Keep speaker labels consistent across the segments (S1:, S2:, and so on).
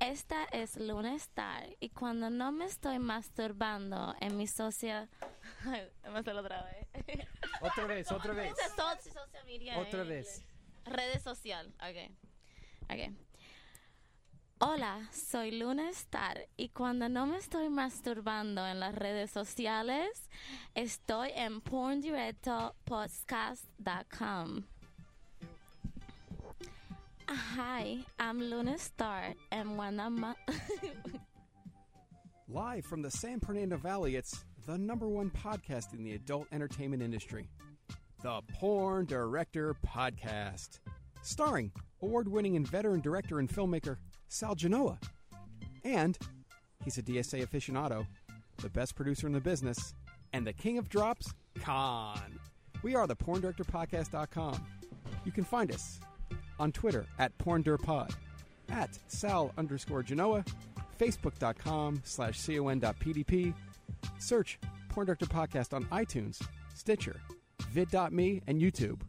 S1: Esta es Lunestar y cuando no me estoy masturbando en mi social... Vamos a hacerlo otra vez.
S2: Otra vez, otra vez.
S1: Dice soci- social media
S2: Otra
S1: en
S2: vez.
S1: inglés. Redes social, ok. Ok. Hola, soy Lunestar y cuando no me estoy masturbando en las redes sociales, estoy en porndirectopodcast.com. Hi, I'm Lunestar and when I'm ma-
S3: Live from the San Fernando Valley, it's the number one podcast in the adult entertainment industry the Porn Director Podcast. Starring award winning and veteran director and filmmaker Sal Genoa. And he's a DSA aficionado, the best producer in the business, and the king of drops, Khan. We are the PornDirectorPodcast.com. You can find us on Twitter at PornDirPod, at Sal underscore Genoa, Facebook.com slash con.pdp. Search Porn Director Podcast on iTunes, Stitcher, vid.me, and YouTube.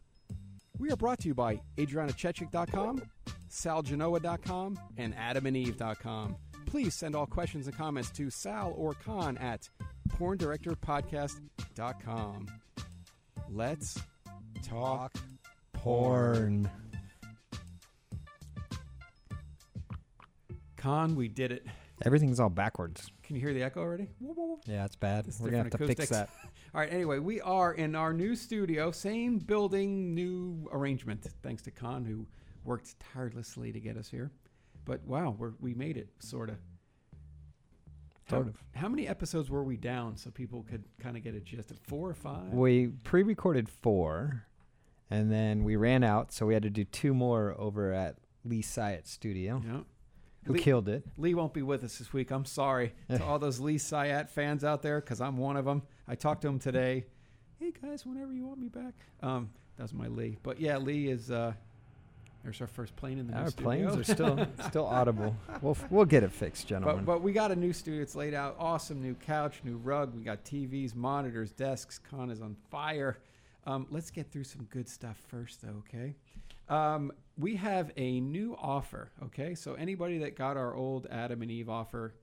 S3: We are brought to you by AdrianaChechik.com, SalGenoa.com, and AdamandEve.com. Please send all questions and comments to Sal or Con at PornDirectorPodcast.com. Let's talk
S2: Porn.
S3: Con, we did it.
S2: Everything's all backwards.
S3: Can you hear the echo already?
S2: Yeah, it's bad.
S3: It's
S2: We're gonna have
S3: different
S2: to fix that.
S3: acoustics. All right. Anyway, we are in our new studio, same building, new arrangement. Thanks to Khan, who worked tirelessly to get us here. But wow, we're, we made it, sort of.
S2: Sort of.
S3: How many episodes were we down so people could kind of get a gist of four or five?
S2: We pre-recorded four, and then we ran out, so we had to do two more over at Lee Syatt Studio.
S3: Yeah.
S2: Who
S3: Lee-
S2: killed it?
S3: Lee won't be with us this week. I'm sorry to all those Lee Syatt fans out there because I'm one of them. I talked to him today. Hey guys, whenever you want me back. Um, that was my Lee. But yeah, Lee is. Uh, there's our first plane in the new
S2: Our
S3: studio.
S2: planes are still still audible. We'll f- we'll get it fixed, gentlemen.
S3: But, but we got a new studio. It's laid out awesome. New couch, new rug. We got TVs, monitors, desks. Con is on fire. Um, let's get through some good stuff first, though, okay? Um, we have a new offer, okay? So, anybody that got our old Adam and Eve offer,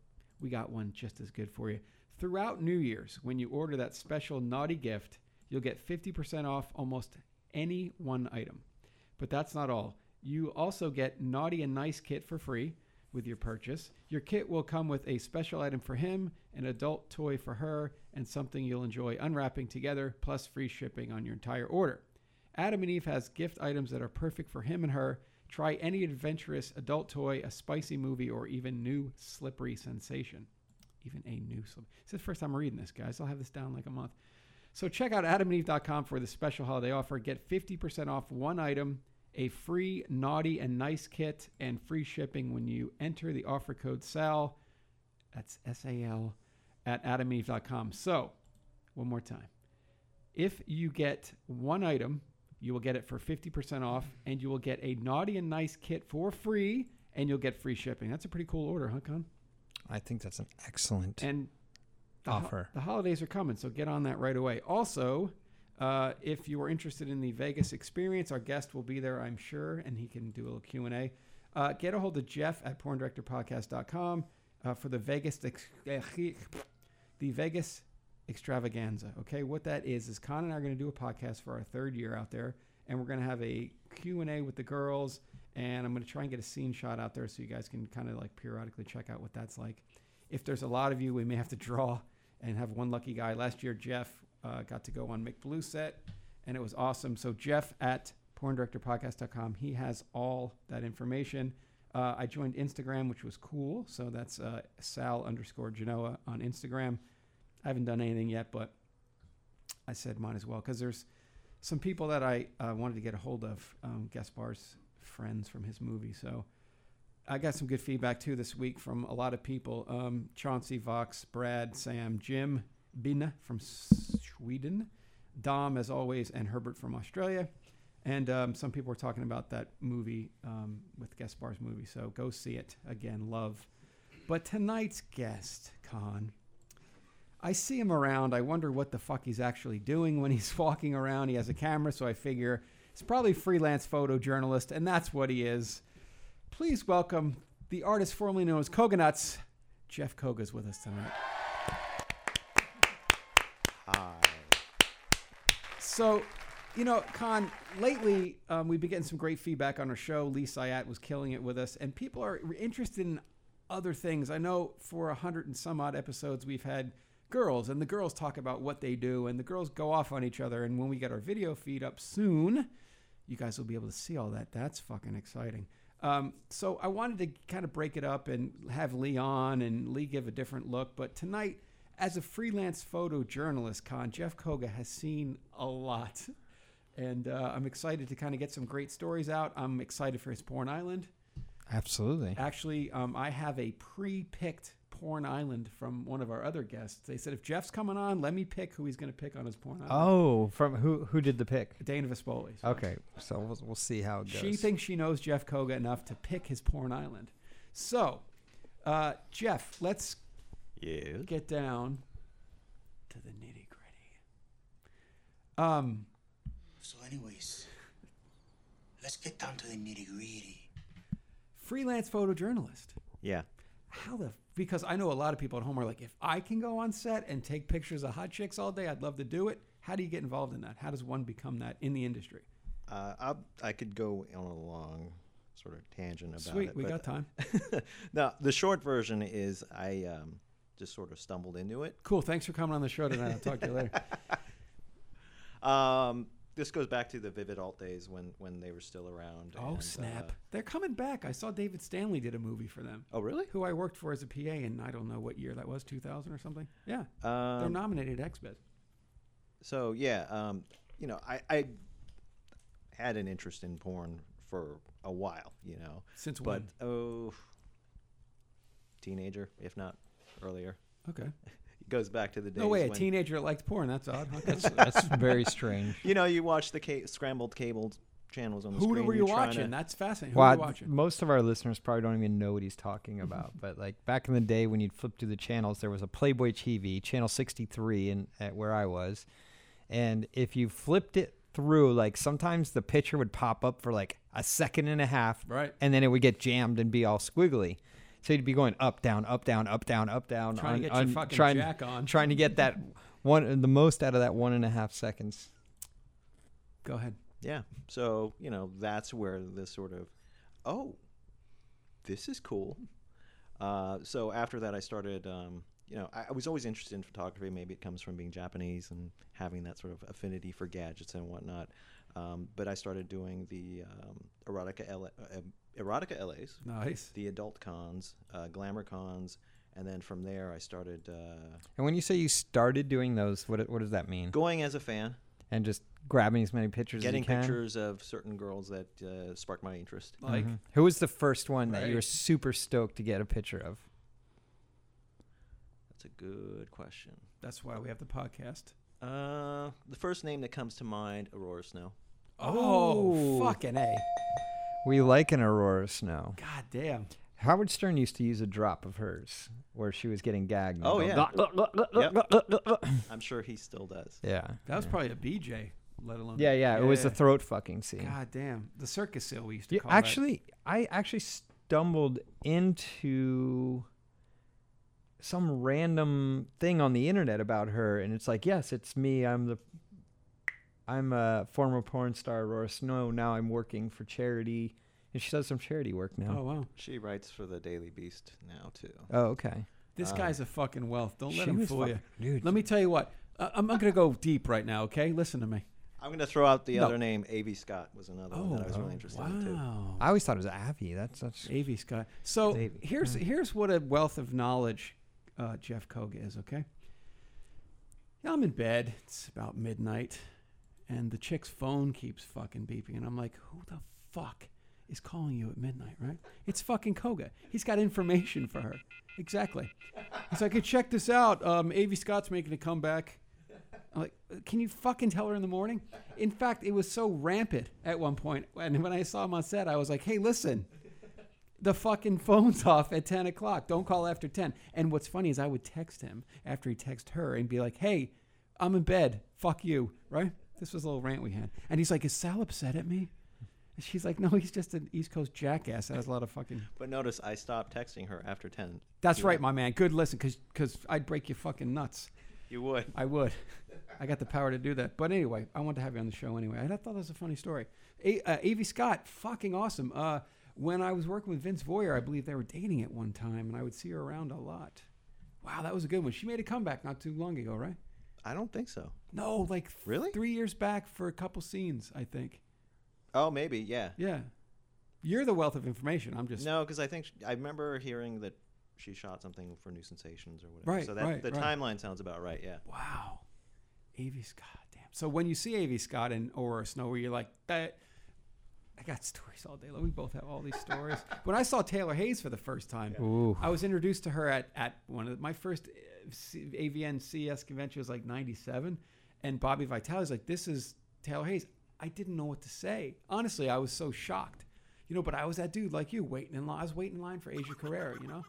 S3: we got one just as good for you. Throughout New Year's, when you order that special naughty gift, you'll get 50% off almost any one item. But that's not all. You also get Naughty and Nice Kit for free with your purchase. Your kit will come with a special item for him, an adult toy for her, and something you'll enjoy unwrapping together, plus free shipping on your entire order. Adam and Eve has gift items that are perfect for him and her. Try any adventurous adult toy, a spicy movie, or even new slippery sensation. Even a new slippery. This is the first time I'm reading this, guys. I'll have this down in like a month. So check out adamandeve.com for the special holiday offer. Get 50% off one item, a free naughty and nice kit, and free shipping when you enter the offer code SAL. That's S A L at adamandeve.com. So, one more time. If you get one item, you will get it for 50% off, and you will get a naughty and nice kit for free, and you'll get free shipping. That's a pretty cool order, huh, Con?
S2: I think that's an excellent.
S3: and uh-huh. the
S2: Offer.
S3: the holidays are coming, so get on that right away. Also, uh, if you are interested in the Vegas experience, our guest will be there, I'm sure, and he can do a little Q and A. Uh, get a hold of Jeff at PornDirectorPodcast.com uh, for the Vegas ex- eh, the Vegas extravaganza. Okay, what that is is Con and I are going to do a podcast for our third year out there, and we're going to have a Q and A with the girls, and I'm going to try and get a scene shot out there so you guys can kind of like periodically check out what that's like. If there's a lot of you, we may have to draw and have one lucky guy. Last year, Jeff uh, got to go on McBlue set, and it was awesome. So Jeff at PornDirectorPodcast.com, he has all that information. Uh, I joined Instagram, which was cool. So that's uh, Sal underscore Genoa on Instagram. I haven't done anything yet, but I said might as well because there's some people that I uh, wanted to get a hold of, um, Gaspar's friends from his movie. So I got some good feedback too this week from a lot of people: um, Chauncey, Vox, Brad, Sam, Jim, Bina from S- Sweden, Dom as always, and Herbert from Australia. And um, some people were talking about that movie um, with Gaspar's movie. So go see it again. Love. But tonight's guest, Khan, I see him around. I wonder what the fuck he's actually doing when he's walking around. He has a camera, so I figure it's probably freelance photojournalist, and that's what he is. Please welcome the the artist formerly known as Koganuts, Jeff Koga's with us tonight.
S4: Hi.
S3: So, you know, Con, lately um, we've been getting some great feedback on our show. Lee Syatt was killing it with us, and people are interested in other things. I know for a hundred and some odd episodes, we've had girls, and the girls talk about what they do, and the girls go off on each other. And when we get our video feed up soon, you guys will be able to see all that. That's fucking exciting. Um, so I wanted to kind of break it up and have Lee on and Lee give a different look. But tonight, as a freelance photojournalist, Con Jeff Koga has seen a lot, and uh, I'm excited to kind of get some great stories out. I'm excited for his Porn Island.
S2: Absolutely.
S3: Actually, um, I have a pre-picked Porn Island from one of our other guests. They said if Jeff's coming on, let me pick who he's going to pick on his Porn Island.
S2: Oh, from who who did the pick?
S3: Dana Vespoli. So
S2: Okay, so we'll, we'll see how it goes.
S3: She thinks she knows Jeff Koga enough to pick his Porn Island. So, uh, Jeff, let's
S4: Yeah.
S3: get down to the nitty gritty. Um,
S5: So, anyways, let's get down to the nitty gritty.
S3: freelance photojournalist.
S4: Yeah.
S3: How the because I know a lot of people at home are like, if I can go on set and take pictures of hot chicks all day, I'd love to do it. How do you get involved in that? How does one become that in the industry?
S4: Uh, I I could go on a long sort of tangent about
S3: Sweet,
S4: it.
S3: we
S4: but-
S3: got time.
S4: now the short version is I um, just sort of stumbled into it.
S3: Cool. Thanks for coming on the show tonight. I'll talk to you later.
S4: Um, this goes back to the Vivid Alt days when when they were still around.
S3: Oh
S4: and,
S3: snap!
S4: uh,
S3: They're coming back. I saw David Stanley did a movie for them.
S4: oh really?
S3: Who I worked for as a PA in I don't know what year that was, 2000 or something. Yeah, they're
S4: Um,
S3: nominated at XBET.
S4: so yeah, um, you know, I, I had an interest in porn for a while. You know,
S3: Since
S4: but
S3: when?
S4: oh, teenager, if not earlier.
S3: Okay.
S4: It goes back to the days.
S3: No way, a
S4: when-
S3: teenager liked porn. That's odd. Okay.
S2: That's very strange.
S4: You know, you watch the ca- scrambled cable channels on the
S3: Who
S4: screen.
S3: were you
S4: you're trying
S3: watching?
S4: to-
S3: That's fascinating. Who were
S2: Well,
S3: you watching?
S2: most of our listeners probably don't even know what he's talking about. but like back in the day when you'd flip through the channels, there was a Playboy TV, channel 63 in at where I was. And if you flipped it through, like sometimes the picture would pop up for like a second and a half.
S3: Right.
S2: And then it would get jammed and be all squiggly. So you'd be going up, down, up, down, up, down, up, down.
S3: Trying to
S2: on-
S3: get your
S2: on-
S3: fucking
S2: trying-
S3: jack on.
S2: Trying to get that one, the most out of that one and a half seconds.
S3: Go ahead.
S4: Yeah. So, you know, that's where this sort of, oh, this is cool. Uh, so after that, I started, um, you know, I, I was always interested in photography. Maybe it comes from being Japanese and having that sort of affinity for gadgets and whatnot. Um, but I started doing the um, erotica, LA, uh, erotica LAs,
S3: Nice.
S4: the adult cons, uh, glamour cons. And then from there, I started uh,
S2: And when you say you started doing those, what what does that mean?
S4: going as a fan,
S2: and just grabbing as many pictures
S4: getting
S2: as you can.
S4: pictures of certain girls that uh, sparked my interest.
S2: Mm-hmm.
S3: Like
S2: Who was the first one that you were
S3: Right.
S2: super stoked to get a picture of?
S4: That's a good question.
S3: that's why we have the podcast.
S4: Uh, the first name that comes to mind, Aurora Snow.
S3: Oh,
S2: Oh.
S3: fucking a.
S2: We like an Aurora Snow.
S3: God damn.
S2: Howard Stern used to use a drop of hers where she was getting gagged. and
S4: Oh,
S2: go,
S4: yeah.
S2: "Look, look, look, look, look,
S4: Yep.
S2: look, look, look."
S4: I'm sure he still does.
S2: Yeah.
S3: That was probably a BJ, let alone.
S2: Yeah, yeah. It was
S3: yeah.
S2: the throat fucking scene.
S3: God damn. The circus seal we used to
S2: Yeah,
S3: call that.
S2: actually, I actually stumbled into some random thing on the internet about her, and it's like, yes, it's me. I'm the I'm a former porn star, Aurora Snow. Now I'm working for charity, and she does some charity work
S3: Oh,
S2: now.
S3: wow.
S4: She writes for the Daily Beast now too.
S2: Oh, okay.
S3: This
S4: Um,
S3: guy's a fucking wealth. Don't let
S2: She
S3: him
S2: was
S3: fool you.
S2: fucking- dude.
S3: Let me tell you what. Uh, I'm not going to go deep right now, okay? Listen to me.
S4: I'm gonna throw out the
S3: No.
S4: other name. A.V. Scott was another one Oh, that I was really interested in too.
S3: Oh, wow.
S2: I always thought it was Avi. That's such.
S3: AV Scott. So
S2: Davey.
S3: here's here's what a wealth of knowledge uh, Jeff Koga is. Okay, I'm in bed. It's about midnight, and the chick's phone keeps fucking beeping, and I'm like, who the fuck is calling you at midnight? Right? It's fucking Koga. He's got information for her. Exactly. He's like, hey, check this out. Um, AV Scott's making a comeback. I'm like, "Uh, can you fucking tell her in the morning? In fact, it was so rampant at one point, and when I saw him on set, I was like, hey, listen the fucking phone's off at 10 o'clock. Don't call after 10. And what's funny is I would text him after he text her and be like, hey, I'm in bed. Fuck you. Right? This was a little rant we had. And he's like, is Sal upset at me? She's like, no, he's just an East Coast jackass. That has a lot of fucking.
S4: But notice I stopped texting her after 10.
S3: That's
S4: You
S3: right,
S4: would-
S3: my man. Good listen, because I'd break your fucking nuts.
S4: You would.
S3: I would. I got the power to do that. But anyway, I want to have you on the show anyway. I thought that was a funny story. A, uh, A.V. Scott, fucking awesome. Uh, when I was working with Vince Voyer, I believe they were dating at one time, and I would see her around a lot. Wow, that was a good one. She made a comeback not too long ago, right?
S4: I don't think so.
S3: No, like th-
S4: Really?
S3: three years back for a couple scenes, I think.
S4: Oh, maybe. Yeah.
S3: Yeah. You're the wealth of information. I'm just.
S4: No, because I think sh I remember hearing that she shot something for New Sensations or whatever.
S3: Right,
S4: So that
S3: right,
S4: the
S3: right.
S4: timeline sounds about right. Yeah.
S3: Wow. A.V. Scott, damn. So when you see A.V. Scott and or Snowy, you're like, that. I got stories all day long. We both have all these stories. when I saw Taylor Hayes for the first time,
S2: Ooh.
S3: I was introduced to her at, at one of the, my first uh, C- AVN CES convention was like 97. And Bobby Vitale's like, this is Taylor Hayes. I didn't know what to say. Honestly, I was so shocked. You know, but I was that dude like you waiting in line. I was waiting in line for Asia Carrera, you know?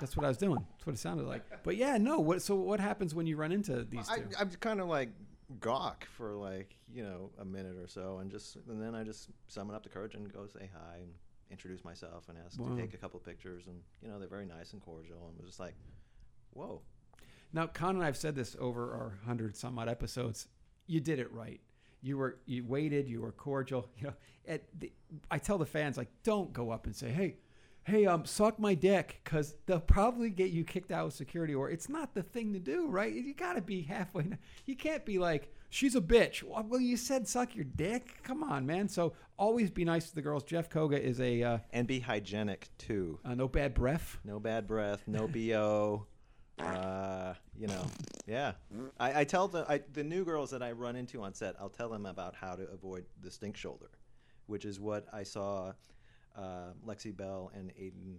S3: That's what I was doing. That's what it sounded like. But yeah, no. What, so what happens when you run into these
S4: I,
S3: two?
S4: I'm kind of like gawk for like you know a minute or so, and just and then I just summon up the courage and go say hi and introduce myself and ask
S3: Wow.
S4: to take a couple pictures, and you know they're very nice and cordial, and was just like, whoa,
S3: Now, Con and I've said this over our hundred some odd episodes. You did it right. You were you waited. You were cordial. You know, at the, I tell the fans like, don't go up and say, hey, hey, um, suck my dick, because they'll probably get you kicked out with security, or it's not the thing to do, right? You got to be halfway. You can't be like, she's a bitch. Well, you said suck your dick. Come on, man. So always be nice to the girls. Jeff Koga is a uh,
S4: and be hygienic too.
S3: uh, no bad breath.
S4: No bad breath, no bo. Uh, you know, yeah. I, I tell the I, the new girls that I run into on set, I'll tell them about how to avoid the stink shoulder, which is what I saw uh, Lexi Bell and Aiden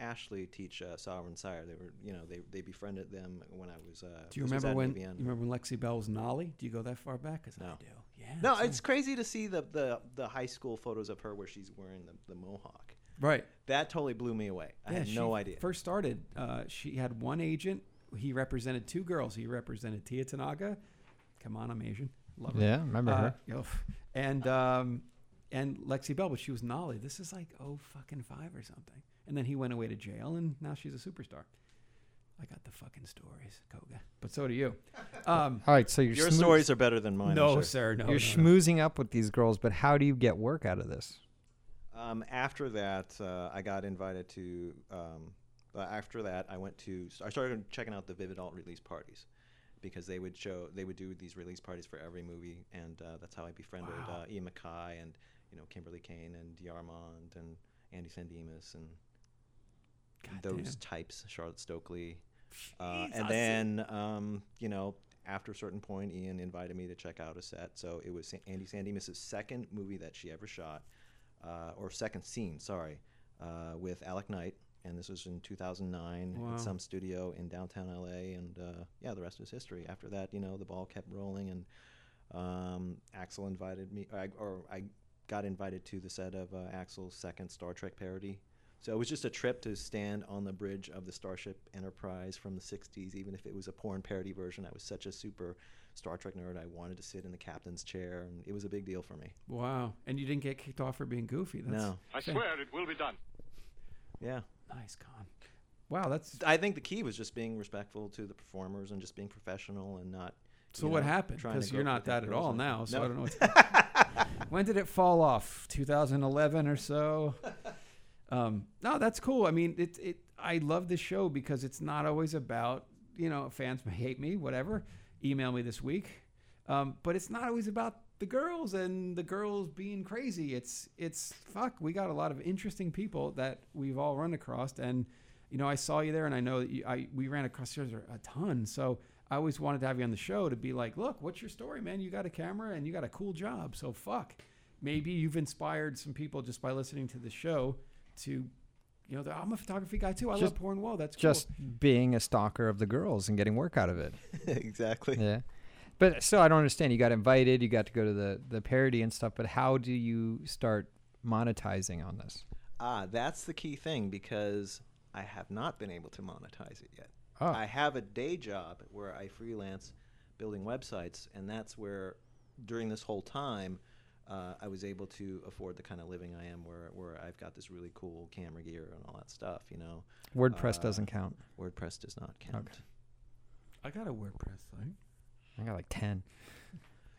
S4: Ashley teach uh, Sovereign Sire. They were, you know, they, they befriended them when I was. Uh,
S3: Do you
S4: this was
S3: remember
S4: at
S3: when you
S4: AVN.
S3: remember when Lexi Bell was Nolly? Do you go that far back? 'Cause I
S4: No.
S3: do. Yeah.
S4: No,
S3: that's right.
S4: it's crazy to see the, the the high school photos of her where she's wearing the, the mohawk.
S3: Right.
S4: That totally blew me away. I had
S3: she
S4: no idea.
S3: First started, uh, she had one agent. He represented two girls. He represented Tia Tanaga. Come on, I'm Asian. Love her.
S2: Yeah, remember her.
S3: Uh, oof. And um, and Lexi Bell, but she was Nolly. This is like oh fucking five or something. And then he went away to jail, and now she's a superstar. I got the fucking stories, Koga. But so do you. Um,
S2: All right, so you're
S4: Your
S2: schmoo-
S4: stories are better than mine. I'm
S3: no,
S4: Oh, sure.
S3: sir. Oh, No.
S2: you're
S3: no, no.
S2: schmoozing up with these girls, but how do you get work out of this?
S4: Um, after that, uh, I got invited to. Um, uh, after that, I went to. I started checking out the Vivid Alt release parties, because they would show. They would do these release parties for every movie, and uh, that's how I befriended uh, Ian Mackay and you know Kimberly Kane and Diarmond and Andy Sandemus and
S3: God
S4: those
S3: damn.
S4: types, Charlotte Stokely. Uh,
S3: Jesus.
S4: and then, um, you know, after a certain point, Ian invited me to check out a set. So it was Sa- Andy Sandemus' second movie that she ever shot, uh, or second scene, sorry, uh, with Alec Knight. And this was in 2009
S3: Wow.
S4: at some studio in downtown LA. And uh, yeah, the rest is history. After that, you know, the ball kept rolling. And um, Axel invited me, or I, or I got invited to the set of uh, Axel's second Star Trek parody. So it was just a trip to stand on the bridge of the Starship Enterprise from the 60s, even if it was a porn parody version. I was such a super Star Trek nerd. I wanted to sit in the captain's chair, and it was a big deal for me.
S3: Wow. And you didn't get kicked off for being goofy. That's
S4: No.
S6: I swear it will be done.
S4: Yeah.
S3: nice, Con. Wow, that's
S4: I think the key was just being respectful to the performers and just being professional and not.
S3: So
S4: you
S3: what
S4: know,
S3: happened?
S4: trying to
S3: Because
S4: go
S3: you're
S4: for
S3: not that at all
S4: person.
S3: now. So
S4: No.
S3: I don't know. what's- when did it fall off? 2011 or so. Um, no, that's cool. I mean, it it I love this show because it's not always about you know fans may hate me, whatever. Email me this week, um, but it's not always about the girls and the girls being crazy. It's it's fuck. We got a lot of interesting people that we've all run across, and you know I saw you there, and I know that you, I we ran across yours a ton. So I always wanted to have you on the show to be like, look, what's your story, man? You got a camera and you got a cool job. So fuck. Maybe you've inspired some people just by listening to the show to you know, I'm a photography guy too. I love
S2: Just-
S3: porn. Whoa, that's
S2: Just being a stalker of the girls and getting work out of it.
S4: exactly.
S2: Yeah. But still, I don't understand. You got invited, you got to go to the, the parody and stuff, but how do you start monetizing on this?
S4: Ah, that's the key thing because I have not been able to monetize it yet.
S2: Oh.
S4: I have a day job where I freelance building websites, and that's where during this whole time uh, I was able to afford the kind of living I am, where where I've got this really cool camera gear and all that stuff. You know,
S2: WordPress
S4: Uh,
S2: doesn't count.
S4: WordPress does not count.
S3: I got a WordPress site.
S2: I got like ten.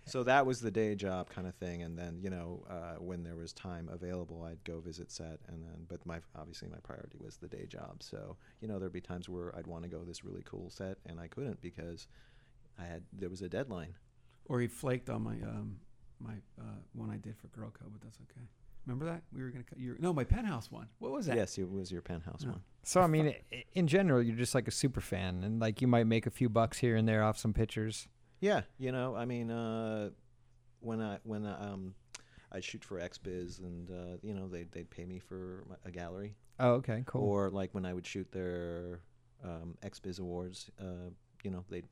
S4: So that was the day job kind of thing, and then you know uh, when there was time available, I'd go visit set, and then but my obviously my priority was the day job. So you know there'd be times where I'd want to go to this really cool set, and I couldn't because I had there was a deadline.
S3: Or he flaked on my um my uh, one I did for Girl Code, but that's okay. Remember that we were gonna co- you were, no my penthouse one. What was that?
S4: Yes, it was your penthouse
S3: No.
S4: one.
S2: So I mean, i- in general, you're just like a super fan, and like you might make a few bucks here and there off some pictures.
S4: Yeah, you know, I mean, uh, when I when I, um, I shoot for XBiz, and uh, you know they they'd pay me for my, a gallery,
S2: Oh, okay, cool.
S4: or like when I would shoot their um, XBiz awards, uh, you know they'd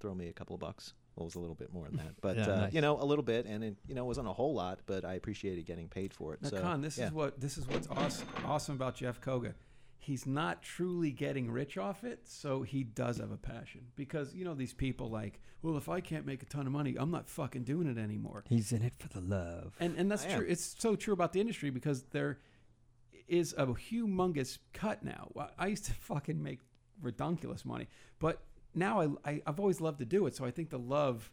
S4: throw me a couple of bucks. Well, it was a little bit more than that, but
S2: Yeah,
S4: uh,
S2: nice.
S4: you know, a little bit, and it you know wasn't a whole lot, but I appreciated getting paid for it.
S3: Now,
S4: so
S3: Con, this
S4: yeah.
S3: is what this is what's awesome, awesome about Jeff Koga. He's not truly getting rich off it, so he does have a passion because you know these people like, well, if I can't make a ton of money, I'm not fucking doing it anymore.
S2: He's in it for the love.
S3: And and that's
S4: I am.
S3: true. It's so true about the industry because there is a humongous cut now. I- I used to fucking make redonkulous money, but now I, I I've always loved to do it. So I think the love,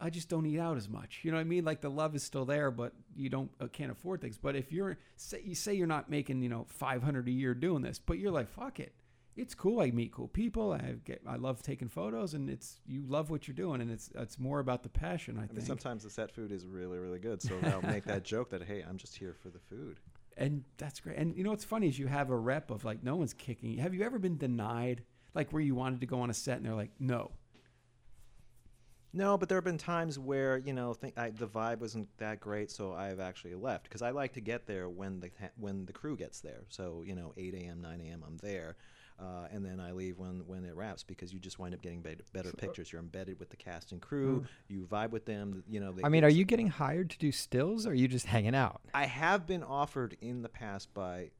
S3: I just don't eat out as much. You know what I mean? Like the love is still there, but you don't uh, can't afford things. But if you're say you say you're not making you know five hundred a year doing this, but you're like fuck it. It's cool. I meet cool people. I get. I love taking photos, and it's you love what you're doing, and it's it's more about the passion. I,
S4: I
S3: think.
S4: mean, sometimes the set food is really really good, so I'll make that joke that hey, I'm just here for the food.
S3: And that's great. And you know what's funny is you have a rep of like no one's kicking you. Have you ever been denied like where you wanted to go on a set and they're like no?
S4: No, but there have been times where you know th- I, the vibe wasn't that great, so I've actually left because I like to get there when the ha- when the crew gets there. So you know, 8 a.m., 9 a.m. I'm there, uh, and then I leave when when it wraps because you just wind up getting bet- better
S2: uh
S4: pictures. You're embedded with the cast and crew. You vibe with them. You know, they
S2: Mm-hmm. I mean,
S4: give
S2: are
S4: us-
S2: you getting hired to do stills, or are you just hanging out?
S4: I have been offered in the past by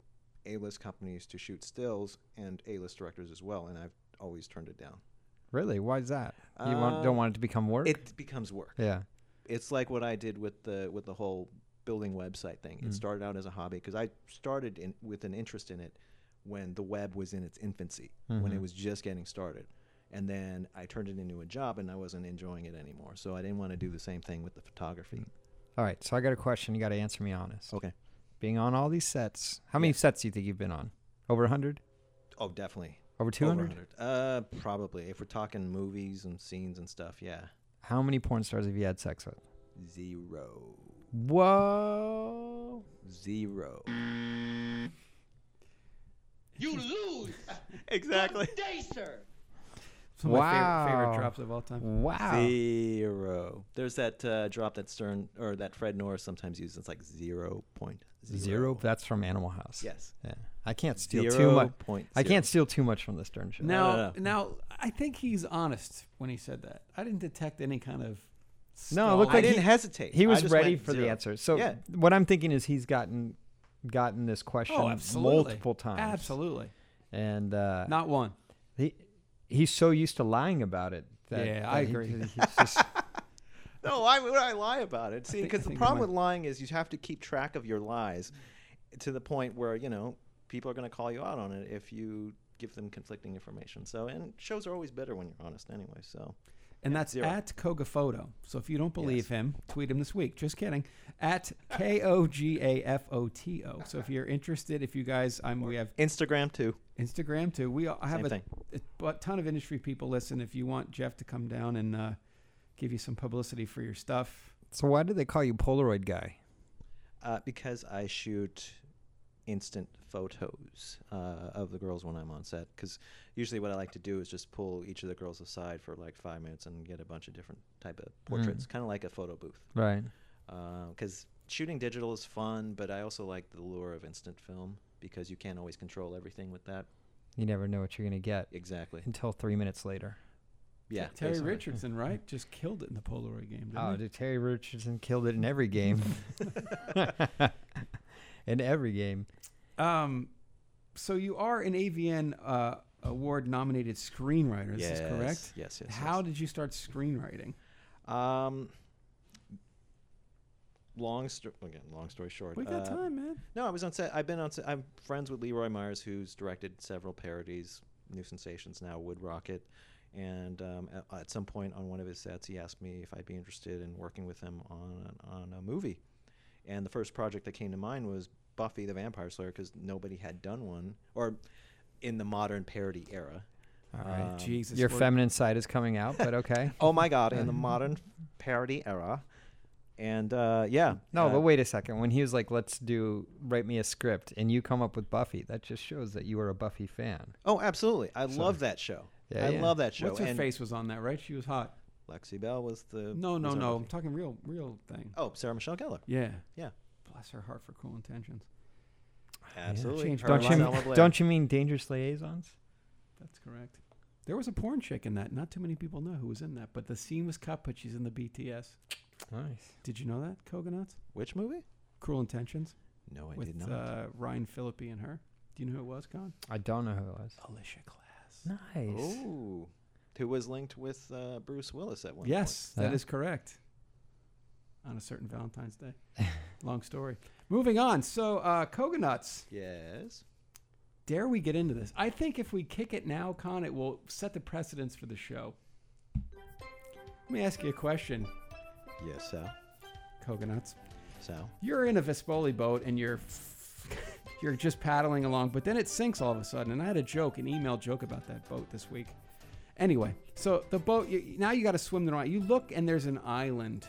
S4: A-list companies to shoot stills and A-list directors as well, and I've always turned it down.
S2: Really? Why is that? You want,
S4: Uh,
S2: don't want it to become work?
S4: It becomes work.
S2: yeah.
S4: it's like what I did with the with the whole building website thing.
S6: Mm.
S4: It started out as a hobby because I started in, with an interest in it when the web was in its infancy, when
S6: Mm-hmm.
S4: it was just getting started. And then I turned it into a job, and I wasn't enjoying it anymore. So I didn't want to do the same thing with the
S6: Mm.
S4: photography.
S2: All right. So I got a question. You got to answer me honest.
S4: Okay.
S2: Being on all these sets, how many sets do you think you've been on? Over 100?
S4: Oh, definitely.
S2: Over 200?
S4: Over 100. Uh, probably. If we're talking movies and scenes and stuff, yeah.
S2: How many porn stars have you had sex with?
S4: Zero.
S2: Whoa.
S4: Zero.
S6: You lose.
S4: Exactly.
S6: Good day, sir.
S3: It's one of my favorite,
S2: Wow.
S3: favorite drops of all time.
S2: Wow.
S4: Zero. There's that uh, drop that Stern or that Fred Norris sometimes uses. It's like zero point
S2: Zero. That's from Animal House.
S4: Yes.
S2: Yeah. I can't steal too
S4: Zero
S2: much.
S4: point
S2: I
S4: zero.
S2: can't steal too much from the Stern show.
S3: Now
S4: no, no.
S3: now I think he's honest when he said that. I didn't detect any kind of
S2: No, it
S3: stall.
S2: looked
S4: I
S2: like
S4: didn't
S2: he-
S4: hesitate.
S2: He
S4: I
S2: was
S4: just
S2: ready
S4: went
S2: for the
S4: zero.
S2: answer. So
S4: yeah,
S2: what I'm thinking is he's gotten gotten this question
S3: oh, absolutely.
S2: multiple times.
S3: Absolutely.
S2: And uh,
S3: Not one.
S2: he he's so used to lying about it. That,
S3: Yeah,
S2: that
S3: I
S2: he-
S3: agree.
S2: he's just-
S4: no, why would I lie about it? See,
S3: think- I
S4: because the
S3: think we
S4: problem
S3: might-
S4: with lying is you have to keep track of your lies to the point where you know people are going to call you out on it if you give them conflicting information. So, and shows are always better when you're honest, anyway. So,
S3: And that's
S4: zero.
S3: at Koga Photo. So if you don't believe
S4: Yes.
S3: him, tweet him this week. Just kidding. At K O G A F O T O. So if you're interested, if you guys, I'm, we have
S4: Instagram too.
S3: Instagram too. We all- I have
S4: Same
S3: a,
S4: thing.
S3: a bu- ton of industry people listen. If you want Jeff to come down and uh, give you some publicity for your stuff,
S2: so why do they call you Polaroid guy?
S4: Uh, because I shoot instant photos uh, of the girls when I'm on set. Because usually what I like to do is just pull each of the girls aside for like five minutes and get a bunch of different type of
S3: Mm.
S4: portraits, kind of like a photo booth.
S2: Right.
S4: Because shooting digital is fun, but I also like the lure of instant film because you can't always control everything with that.
S2: You never know what you're gonna get
S4: Exactly.
S2: until three minutes later.
S4: Yeah.
S3: Terry
S4: basically. Mm-hmm.
S3: Richardson, right, just killed it in the Polaroid game. Didn't
S2: Oh,
S3: he?
S2: dude, Terry Richardson killed it in every game. in every game.
S3: Um, so you are an AVN uh, award-nominated screenwriter. This is correct.
S4: Yes, yes, yes,
S3: How
S4: yes.
S3: did you start screenwriting?
S4: Um, long story again, long story short.
S3: We got
S4: uh,
S3: time, man.
S4: No, I was on set. I've been on set. I'm friends with Leroy Myers, who's directed several parodies, New Sensations now, Wood Rocket. And um, at, at some point on one of his sets, he asked me if I'd be interested in working with him on, on a movie. And the first project that came to mind was Buffy the Vampire Slayer because nobody had done one, or in the modern parody era.
S2: All right.
S4: Um,
S3: Jesus.
S2: Uh, Your
S3: we're-
S2: feminine side is coming out, but okay.
S4: Oh my God, in the modern parody era. And uh, yeah.
S2: No,
S4: uh,
S2: but wait a second. When he was like, "Let's do write me a script," and you come up with Buffy, that just shows that you are a Buffy fan.
S4: Oh, absolutely. I love that show.
S2: Yeah,
S4: I
S2: yeah.
S4: love that show.
S3: What's her
S4: and
S3: face was on that, right? She was hot.
S4: Lexi Bell was the.
S3: No,
S4: was
S3: no,
S4: on
S3: no.
S4: Buffy.
S3: I'm talking real, real thing.
S4: Oh, Sarah Michelle Gellar.
S3: Yeah.
S4: Yeah.
S3: Bless her heart for cool intentions.
S4: Absolutely.
S3: changed
S4: Her
S3: my
S4: and
S2: Don't you,
S3: mind.
S4: Selma
S2: mean,
S4: Blair.
S2: don't you mean Dangerous Liaisons?
S3: That's correct. There was a porn chick in that. Not too many people know who was in that, but the scene was cut. But she's in the BTS.
S2: Nice.
S3: Did you know that? Coconuts,
S4: Which movie?
S3: Cruel Intentions,
S4: No, I
S3: with
S4: did not.
S3: Uh, Ryan Phillippe and her. Do you know who it was, Con?
S2: I don't know who it was.
S3: Alicia Glass.
S2: Nice.
S4: Ooh. Who was linked with uh, Bruce Willis at one
S3: Yes, that is
S2: Yeah.
S3: correct. On a certain Valentine's Day. Long story. Moving on. So, uh, Coconuts.
S4: point? Yes.
S3: Dare we get into this? I think if we kick it now, Con, it will set the precedence for the show. Let me ask you a question,
S4: Yes, Sal.
S3: Coconuts.
S4: Sal.
S3: You're in a Vespoli boat and you're you're just paddling along, but then it sinks all of a sudden. And I had a joke, an email joke about that boat this week. Anyway, so the boat you, now you got to swim the night. You look and there's an island,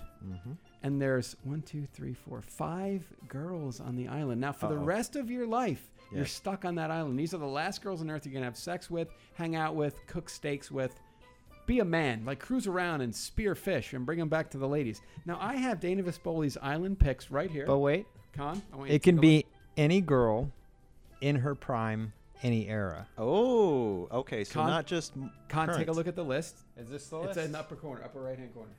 S3: and there's one, two, three, four, five girls on the island. Now for the
S4: Uh-oh.
S3: rest of your life, you're
S4: Yes.
S3: stuck on that island. These are the last girls on earth you're gonna have sex with, hang out with, cook steaks with be a man, like cruise around and spear fish and bring them back to the ladies. Now I have Dana Vespoli's island picks right here.
S2: But wait,
S3: Con, I want you to
S2: it can
S3: take a look.
S2: be any girl in her prime, any era.
S4: Oh, okay. So
S3: Con-
S4: not just. m-
S3: Con, take a
S4: current.
S3: look at the list.
S2: Is this
S4: Oh,
S2: the
S3: It's in the upper corner, upper right hand corner.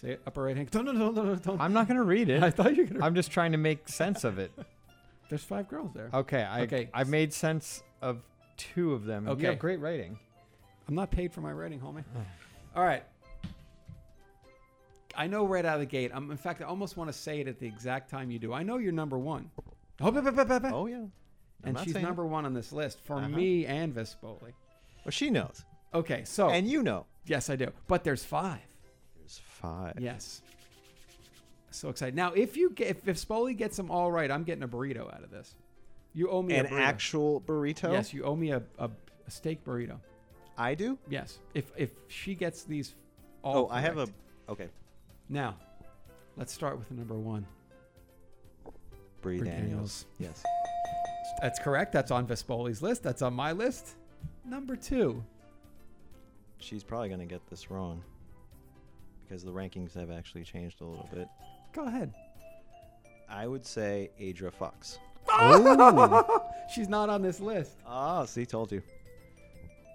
S3: Say it, upper right hand. No, no, no, no, no, don't.
S2: I'm not gonna read
S3: I
S2: it.
S3: thought you were gonna.
S2: I'm just trying to make sense of it.
S3: There's five girls there.
S2: Okay. I,
S3: Okay.
S2: I've made sense of two of them. You
S3: Okay.
S2: have great writing.
S3: I'm not paid for my writing, homie. All right. I know right out of the gate. I'm, in fact, I almost want to say it at the exact time you do. I know you're number one. Oh, ba- ba- ba- ba- ba.
S4: Oh, yeah. I'm
S3: and
S4: not
S3: she's
S4: saying-
S3: number one on this list for
S4: Uh-huh.
S3: me and Vespoli.
S4: Well, she knows.
S3: Okay, so
S4: And you know.
S3: Yes, I do. But there's five.
S4: There's five.
S3: Yes. So excited. Now, if you get if, if Spoli gets them all right, I'm getting a burrito out of this. You owe me
S4: An
S3: a burrito.
S4: actual burrito?
S3: Yes, you owe me a, a, a steak burrito.
S4: I do?
S3: Yes. If if she gets these all
S4: Oh, I have a.
S3: correct.
S4: Okay.
S3: Now, let's start with the number 1.
S4: Brie
S3: Brie
S4: Daniels. Yes.
S3: That's correct. That's on Vespoli's list. That's on my list. Number 2.
S4: She's probably going to get this wrong because the rankings have actually changed a little bit.
S3: Go ahead.
S4: I would say Adra Fox.
S3: She's not on this list.
S4: Ah, see, told you.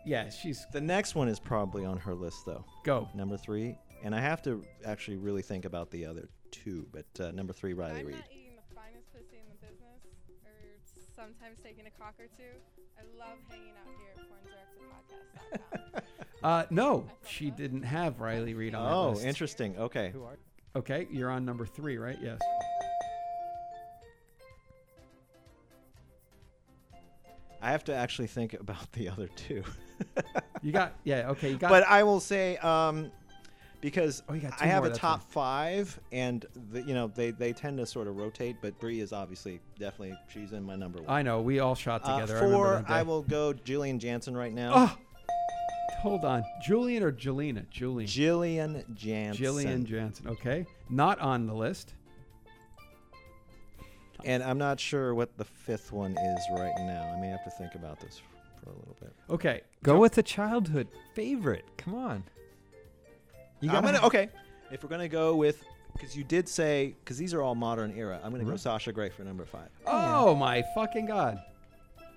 S3: Yeah, she's
S4: The next one is probably on her list, though.
S3: go.
S4: Number three, and I have to actually really think about the other two, but uh, number three, Riley
S7: I'm
S4: Reid.
S7: not eating the finest pussy in the business, or sometimes taking a cock or two. I love hanging out here at PornDirectorPodcast.com.
S3: Uh no, she didn't have Riley Reid on that
S4: Oh,
S3: list.
S4: interesting. Okay.
S3: Okay, you're on number three, right? Yes.
S4: I have to actually think about the other two.
S3: You got yeah. Okay, you got.
S4: but I will say, um, because
S3: Oh, you got two
S4: I have
S3: more,
S4: a
S3: that's
S4: top
S3: right.
S4: five, and the, you know they, they tend to sort of rotate, but Brie is obviously definitely she's in my number one.
S3: I know we all shot
S4: Uh,
S3: together. I remember
S4: four,
S3: that day.
S4: I, will go Jillian Jansen right now.
S3: Oh, hold on, Julian or Jelena? Julian.
S4: Jillian Jansen.
S3: Jillian Jansen. Okay, not on the list.
S4: And I'm not sure what the fifth one is right now. I may have to think about this for a little bit.
S3: Okay,
S2: Go with a childhood favorite. Come on. You
S4: I'm
S2: gotta
S4: gonna
S2: have-
S4: okay. If we're gonna go with, because you did say, because these are all modern era. I'm
S3: Mm-hmm.
S4: gonna go Sasha Grey for number five.
S3: Oh my fucking god!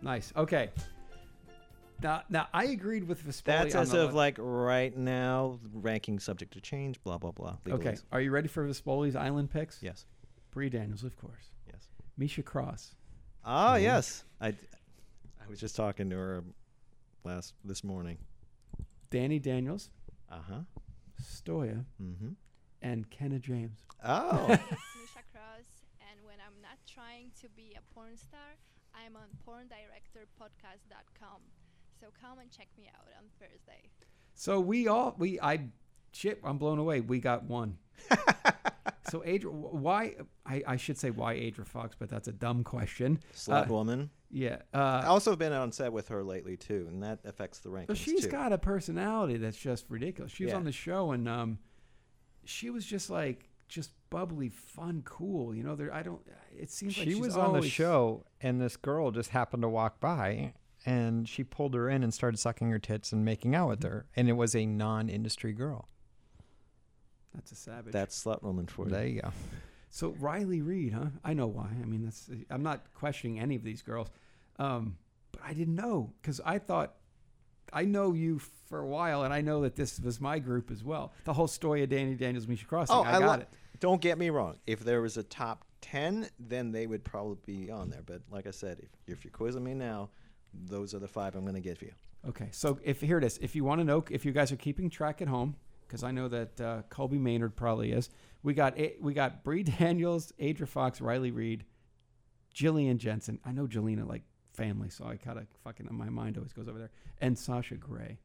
S3: Nice. Okay. Now, now I agreed with Vespoli.
S4: That's
S3: on
S4: as
S3: the
S4: of
S3: list.
S4: like right now, ranking subject to change. Blah blah blah.
S3: Okay,
S4: legalese.
S3: are you ready for Vespoli's island picks?
S4: Yes.
S3: Bree Daniels, of course.
S4: Yes.
S3: Misha Cross.
S4: Ah
S3: Mm-hmm.
S4: yes. I, I was just talking to her last this morning.
S3: Danny Daniels.
S4: Uh huh.
S3: Stoya.
S4: Mm hmm.
S3: And Kenna James.
S4: Oh.
S7: Misha
S8: trying to be a porn star, I'm on porndirectorpodcast.com. So come and check me out on Thursday.
S3: So we all we I shit I'm blown away. We got one. so Adra, why I, I should say why Adra Fox, but that's a dumb question.
S4: Slap
S3: Uh,
S4: woman.
S3: yeah. Uh,
S4: I also have been on set with her lately too, and that affects the
S3: Well,
S4: rankings
S3: she's
S4: too.
S3: got a personality that's just ridiculous. She was
S4: Yeah.
S3: on the show and um, she was just like just bubbly, fun, cool. You know, there. I don't. It seems like
S2: she
S3: she's
S2: was on the
S3: always-
S2: show and this girl just happened to walk by and she pulled her in and started sucking her tits and making out with her and it was a non-industry girl
S3: That's a savage.
S4: That's slut woman for
S2: there
S4: you.
S2: you go
S3: so Riley Reed, huh? I know why. I mean, that's. I'm not questioning any of these girls, um, but I didn't know because I thought. I know you for a while, and I know that this was my group as well. The whole story of Danny Daniels, Misha Crossing. I, got
S4: lo-
S3: it.
S4: Don't get me wrong. If there was a top ten, then they would probably be on there. But like I said, if, if you're quizzing me now, those are the five I'm going to give you.
S3: Okay, so if here it is. If you want to know, if you guys are keeping track at home, because I know that uh, Colby Maynard probably is. We got A- we got Bree Daniels, Adra Fox, Riley Reed, Jillian Jensen. I know Jelena like family, so I kind of fucking my mind always goes over there. And Sasha Gray.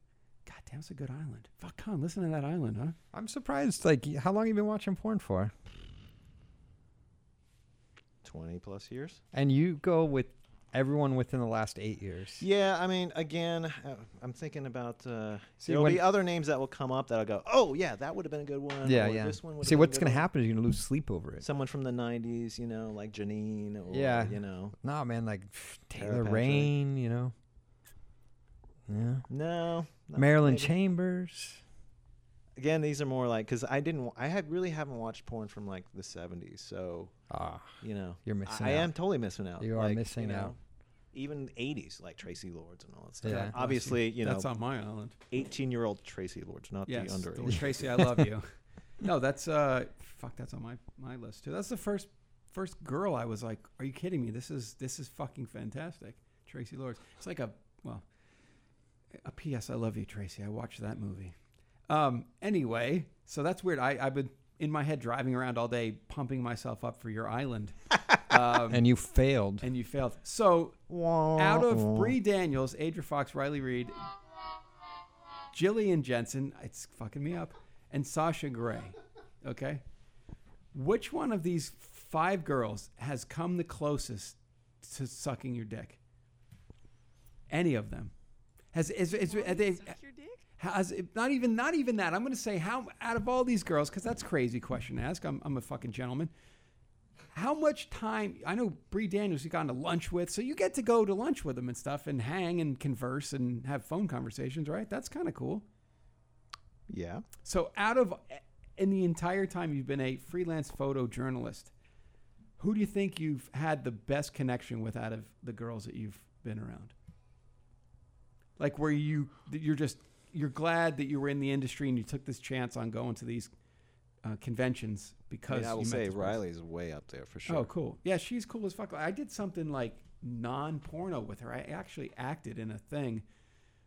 S3: God damn, it's a good island. Fuck on, listen to that island, huh?
S2: i'm surprised like how long you been watching porn for
S4: Twenty plus years.
S2: and you go with everyone within the last eight years
S4: Yeah, I mean, again, uh, I'm thinking about. Uh,
S2: See,
S4: there'll
S2: when-
S4: be other names that will come up that I'll go, oh yeah, that would have been a good one.
S2: yeah,
S4: or
S2: yeah.
S4: This one. would've
S2: see
S4: been a
S2: what's
S4: good
S2: gonna
S4: one."
S2: happen is you're gonna lose sleep over it
S4: Someone from the '90s, you know, like Janine, or
S2: Yeah.
S4: you know,
S2: nah man like pff, taylor
S4: Patrick.
S2: rain you know yeah
S4: no, no,
S2: marilyn
S4: maybe.
S2: chambers
S4: Again, these are more like because I didn't, wa- I had really haven't watched porn from like the '70s, so
S2: ah
S4: you know,
S2: You're
S4: I-
S2: missing
S4: I,
S2: out.
S4: am totally missing out.
S2: You are
S4: Like,
S2: missing
S4: know,
S2: out.
S4: Even '80s, like Tracy Lords and all that stuff.
S2: Yeah. God bless you.
S4: Obviously, you know,
S3: that's on my island.
S4: 18-year-old Tracy Lords, not
S3: Yes,
S4: the
S3: the-
S4: underage.
S3: Tracy, I love you. no, that's uh, fuck, that's on my my list too. That's the first first girl I was like, are you kidding me? This is this is fucking fantastic, Tracy Lords. It's like a well, a P.S. I love you, Tracy. I watched that movie. Um, anyway, so that's weird. I I've been in my head driving around all day, pumping myself up for your island, um,
S2: and you failed
S3: and you failed. So
S4: Wah,
S3: out of
S4: wah.
S3: Bree Daniels, Adria Fox, Riley Reed, Jillian Jensen, it's fucking me up, and Sasha Gray. Okay? Which one of these five girls has come the closest to sucking your dick? Any of them? Has is, is, are they,
S7: Suck your dick?
S3: has not even not even that. I'm going to say how out of all these girls, because that's a crazy question to ask. I'm, I'm a fucking gentleman. How much time? I know Bree Daniels you gone to lunch with, so you get to go to lunch with them and stuff, and hang and converse and have phone conversations, right? That's kind of cool.
S4: Yeah.
S3: So out of in the entire time you've been a freelance photojournalist, who do you think you've had the best connection with out of the girls that you've been around? Like where you that you're just you're glad that you were in the industry and you took this chance on going to these uh, conventions
S4: I,
S3: because
S4: mean, I
S3: you
S4: will
S3: met
S4: say
S3: this person.
S4: Riley's way up there for sure.
S3: Oh, cool. Yeah, she's cool as fuck. I did something like non-porno with her. I actually acted in a thing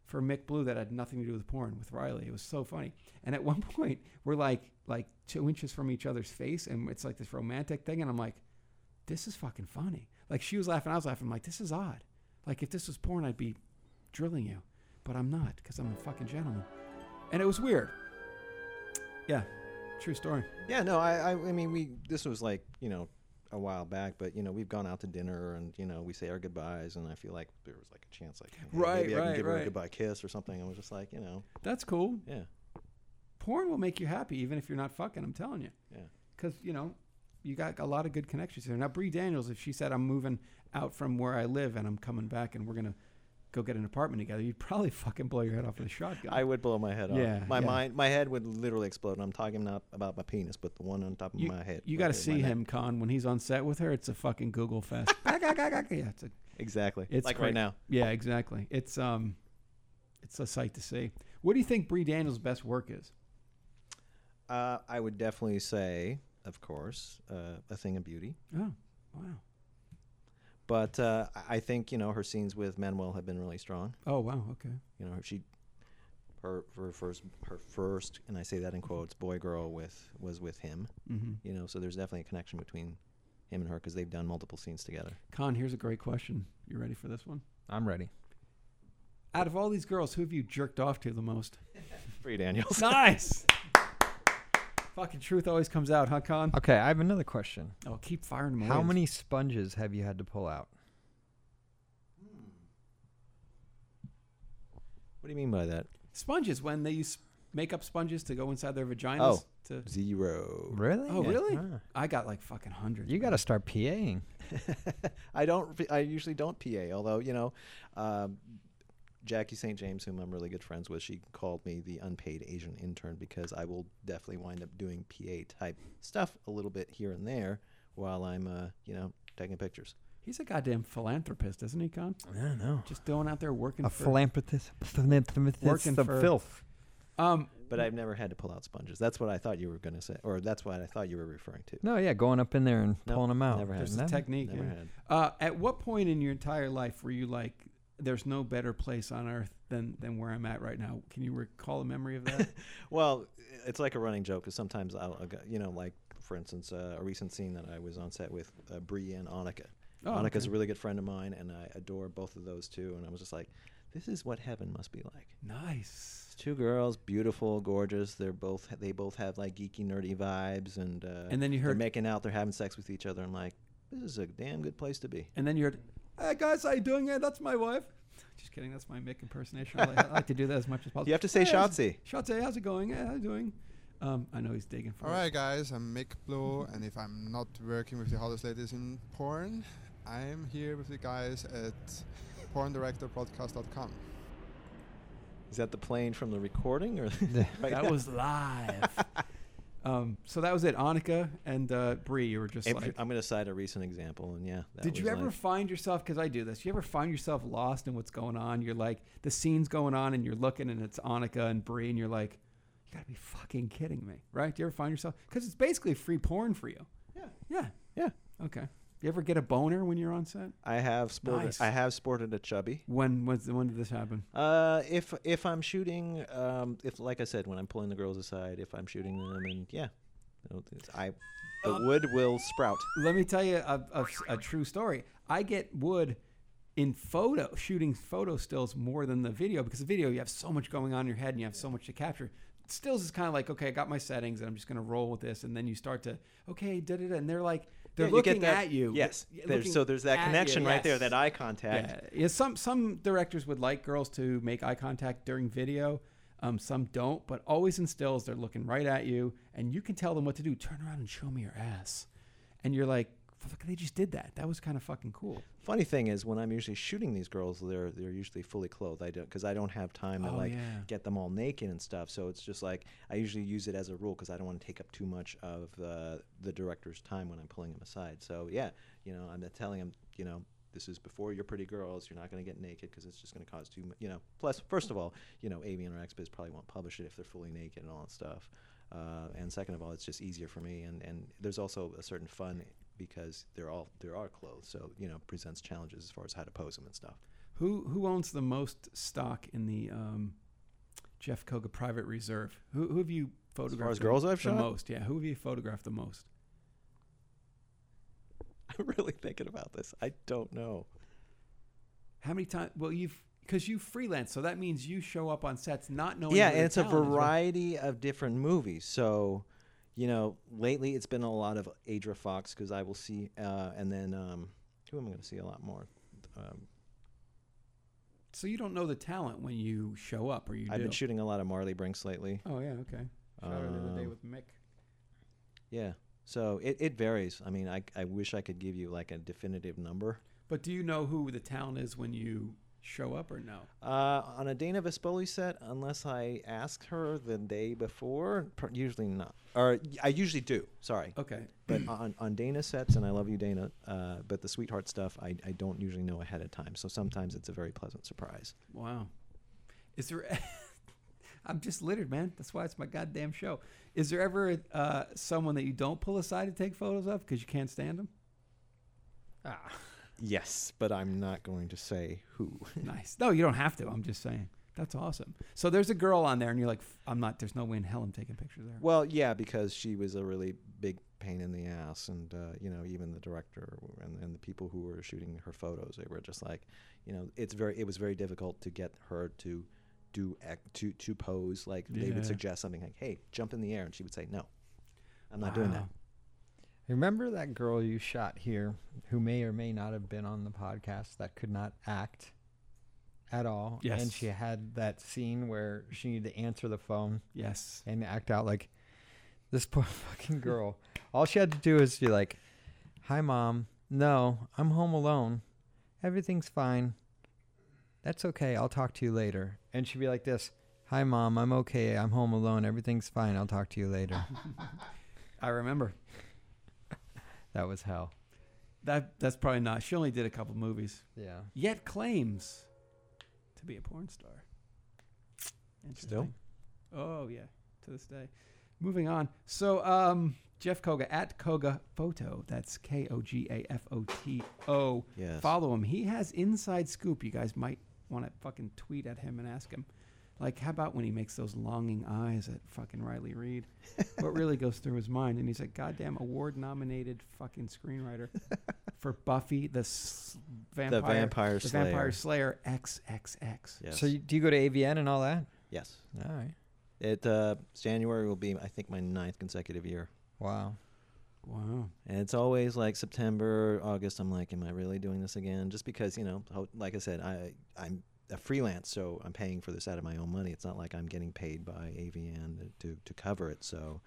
S3: for Mick Blue that had nothing to do with porn with Riley. It was so funny. And at one point, we're like like two inches from each other's face, and it's like this romantic thing. And I'm like, this is fucking funny. Like she was laughing, I was laughing. I'm like, this is odd. Like if this was porn, I'd be drilling you, but I'm not because I'm a fucking gentleman. And it was weird. Yeah, true story.
S4: Yeah, no, I, I, I mean, we this was like you know a while back, but you know we've gone out to dinner and you know we say our goodbyes, and I feel like there was like a chance, like hey,
S3: Right,
S4: maybe I
S3: right,
S4: can give her
S3: right.
S4: a goodbye kiss or something. I was just like, you know,
S3: That's cool.
S4: yeah,
S3: porn will make you happy even if you're not fucking. I'm telling you.
S4: Yeah.
S3: Because you know, you got a lot of good connections there. Now Bree Daniels, if she said I'm moving out from where I live and I'm coming back and we're gonna go get an apartment together, you'd probably fucking blow your head off with a shotgun.
S4: I would blow my head off.
S3: Yeah,
S4: my
S3: yeah.
S4: mind, my head would literally explode. And I'm talking not about my penis, but the one on top of
S3: you,
S4: my head.
S3: You
S4: right
S3: got to
S4: there, my
S3: see
S4: neck.
S3: him, Con, when he's on set with her. It's a fucking Google fest. yeah, it's a
S4: exactly.
S3: It's
S4: like
S3: cra-
S4: right now.
S3: Yeah, exactly. It's um, it's a sight to see. What do you think Bree Daniels' best work is?
S4: Uh, I would definitely say, of course, uh, a thing of beauty.
S3: Oh, wow.
S4: But uh, I- I think you know her scenes with Manuel have been really strong.
S3: Oh, wow. Okay.
S4: you know she her, her first her first and i say that in quotes boy girl with was with him
S3: Mm-hmm.
S4: you know so there's definitely a connection between him and her because they've done multiple scenes together.
S3: Con, here's a great question. You ready for this one?
S2: I'm ready.
S3: Out of all these girls, who have you jerked off to the most?
S4: Free Daniels.
S3: nice. Fucking truth always comes out, huh, Con?
S2: Okay, I have another question.
S3: Oh, keep firing them.
S2: How many sponges have you had to pull out?
S4: What do you mean by that?
S3: sponges when they use makeup sponges to go inside their vaginas?
S4: Oh.
S3: To,
S4: Zero.
S2: Really?
S3: oh,
S2: Yeah.
S3: really?
S2: Ah.
S3: I got like fucking hundreds.
S2: You got to start PAing.
S4: I don't. I usually don't PA. Although you know, um, Jackie St. James, whom I'm really good friends with, she called me the unpaid Asian intern because I will definitely wind up doing PA type stuff a little bit here and there while I'm, uh, you know, taking pictures.
S3: He's a goddamn philanthropist, isn't he, Con?
S2: I don't know.
S3: Just going out there working
S2: A
S3: for.
S2: philanthropist, philanthropist
S3: Working
S2: of
S3: for-
S2: filth.
S3: um,
S4: But I've never had to pull out sponges. That's what I thought you were going to say, or that's what I thought you were referring to.
S2: No, yeah, going up in there and
S4: Nope,
S2: pulling them out.
S4: never had
S3: there's
S4: it.
S3: a
S2: Never-
S3: technique.
S4: Never
S3: yeah.
S4: had.
S3: Uh, at what point in your entire life were you like, "There's no better place on earth than than where I'm at right now"? Can you recall a memory of that?
S4: Well, it's like a running joke because sometimes I'll, I'll go- you know, like for instance, uh, a recent scene that I was on set with uh, Bree and Annika.
S3: Oh,
S4: Annika's
S3: okay.
S4: a really good friend of mine, and I adore both of those two. And I was just like, this is what heaven must be like.
S3: nice.
S4: It's two girls, beautiful, gorgeous. They're both they both have like geeky, nerdy vibes, and uh,
S3: And then you
S4: they're
S3: heard-
S4: making out, they're having sex with each other. I'm like, this is a damn good place to be.
S3: And then you heard, "Hey guys, how you doing? Yeah, that's my wife." Just kidding. That's my Mick impersonation. I like, I like to do that as much as possible.
S4: You have to say
S3: Hey, how's-
S4: Shotzi.
S3: Shotzi, how's it going? Yeah, how you doing? Um, I know he's digging for
S9: All
S3: it.
S9: right, guys, I'm Mick Blue, and if I'm not working with the hottest ladies in porn, I'm here with the guys at porndirectorpodcast.com.
S4: Is that the plane from the recording or right
S3: that
S4: now?
S3: was live. um, so that was it. Annika and uh, Bree, you were just
S4: If-
S3: like.
S4: I'm going to cite a recent example, and yeah. That
S3: Did you
S4: was
S3: ever
S4: like-
S3: find yourself? Because I do this. You ever find yourself lost in what's going on? You're like the scene's going on, and you're looking, and it's Annika and Bree, and you're like, you gotta be fucking kidding me, right? Do you ever find yourself? Because it's basically free porn for you.
S4: Yeah.
S3: Yeah.
S4: Yeah.
S3: Okay. You ever get a boner when you're on set?
S4: I have sported.
S3: Nice.
S4: I have sported a chubby.
S3: When was when did this happen?
S4: Uh, if if I'm shooting, um, if like I said, when I'm pulling the girls aside, if I'm shooting them, and yeah, you know, it's- I the
S3: Uh,
S4: wood will sprout.
S3: Let me tell you a, a, a true story. I get wood in photo shooting photo stills more than the video because the video you have so much going on in your head and you have so much to capture. Stills is kind of like okay, I got my settings and I'm just gonna roll with this, and then you start to okay, da da da, and they're like they're
S4: Yeah, you get
S3: looking
S4: that-
S3: at you.
S4: Yes.
S3: Yeah,
S4: There's,
S3: looking
S4: so there's that
S3: at you,
S4: connection right there,
S3: yes.
S4: that eye contact.
S3: Yeah. yeah. Some some directors would like girls to make eye contact during video. Um, some don't, but always in stills, they're looking right at you, and you can tell them what to do. Turn around and show me your ass, and you're like, "Fuck, they just did that. That was kind of fucking cool."
S4: Funny thing is, when I'm usually shooting these girls, they're they're usually fully clothed. I don't because I don't have time to
S3: Oh,
S4: like
S3: yeah.
S4: get them all naked and stuff. So it's just like I usually use it as a rule because I don't want to take up too much of uh, the director's time when I'm pulling them aside. So yeah, you know, I'm telling them, you know, this is before you're pretty girls. You're not going to get naked because it's just going to cause too, mu- you know. Plus, first of all, you know, Avian or XBiz probably won't publish it if they're fully naked and all that stuff. Uh, and second of all, it's just easier for me. And, and there's also a certain fun because they're all there are clothes, so you know, presents challenges as far as how to pose them and stuff.
S3: Who who owns the most stock in the um, Jeff Koga Private Reserve? Who who have you photographed?
S4: as
S3: the-
S4: girls I've
S3: the
S4: shot?
S3: most, yeah. Who have you photographed the most?
S4: I'm really thinking about this. I don't know.
S3: How many times? Well, you've because you freelance, so that means you show up on sets not knowing.
S4: yeah,
S3: where
S4: and
S3: the
S4: it's a
S3: talent is, right?
S4: variety of different movies. So, you know, lately it's been a lot of Adra Fox because I will see, uh, and then um, who am I going to see a lot more? Um,
S3: So you don't know the talent when you show up, or you
S4: I've
S3: do.
S4: been shooting a lot of Marley Brinks lately.
S3: oh yeah, okay. Shot her the other day
S4: Um,
S3: with Mick.
S4: Yeah. So it, it varies. I mean, I, I wish I could give you like a definitive number.
S3: But do you know who the talent is when you show up, or no?
S4: Uh, on a Dana Vespoli set, unless I ask her the day before, pr- usually not. Or I usually do. Sorry.
S3: Okay.
S4: But on, on Dana sets, and I love you, Dana, uh, but the sweetheart stuff, I, I don't usually know ahead of time. So sometimes it's a very pleasant surprise.
S3: Wow. Is there? e-, I'm just littered, man. That's why it's my goddamn show. Is there ever uh, someone that you don't pull aside to take photos of because you can't stand them?
S4: Yes, but I'm not going to say who.
S3: nice. No, you don't have to. I'm just saying. That's awesome. So there's a girl on there, and you're like, "F- I'm not. There's no way in hell I'm taking pictures there.
S4: Well, yeah, because she was a really big pain in the ass, and uh, you know, even the director and, and the people who were shooting her photos, they were just like, you know, it's very, it was very difficult to get her to do act, to to pose. Like they
S3: Yeah.
S4: would suggest something like, "Hey, jump in the air," and she would say, "No, I'm not doing that."
S3: Wow.
S2: Remember that girl you shot here who may or may not have been on the podcast that could not act at all?
S3: Yes.
S2: And she had that scene where she needed to answer the phone
S3: Yes.
S2: and act out like this poor fucking girl. all she had to do is be like, Hi, mom. No, I'm home alone. Everything's fine. That's okay. I'll talk to you later. And she'd be like this Hi, mom. I'm okay. I'm home alone. Everything's fine. I'll talk to you later.
S3: I remember.
S2: that was hell.
S3: That that's probably not. She only did a couple movies.
S2: Yeah.
S3: Yet claims to be a porn star.
S4: Still?
S3: Interesting. Oh yeah, to this day. Moving on. So um, Jeff Koga at Koga Photo. That's K O G A F O T O.
S4: Yes.
S3: Follow him. He has inside scoop. You guys might want to fucking tweet at him and ask him. Like, how about when he makes those longing eyes at fucking Riley Reed? what really goes through his mind? And he's a goddamn award nominated fucking screenwriter for Buffy the s- vampire,
S4: Vampire
S3: the Vampire Slayer XXX.
S4: Yes.
S2: So you, do you go to AVN and all that?
S4: yes.
S2: All right.
S4: It uh, January will be, I think, my ninth consecutive year.
S2: Wow.
S3: Wow.
S4: And it's always like September, August. I'm like, am I really doing this again? Just because you know, ho- like I said, I I'm a freelance, so I'm paying for this out of my own money. It's not like I'm getting paid by AVN to to cover it. So,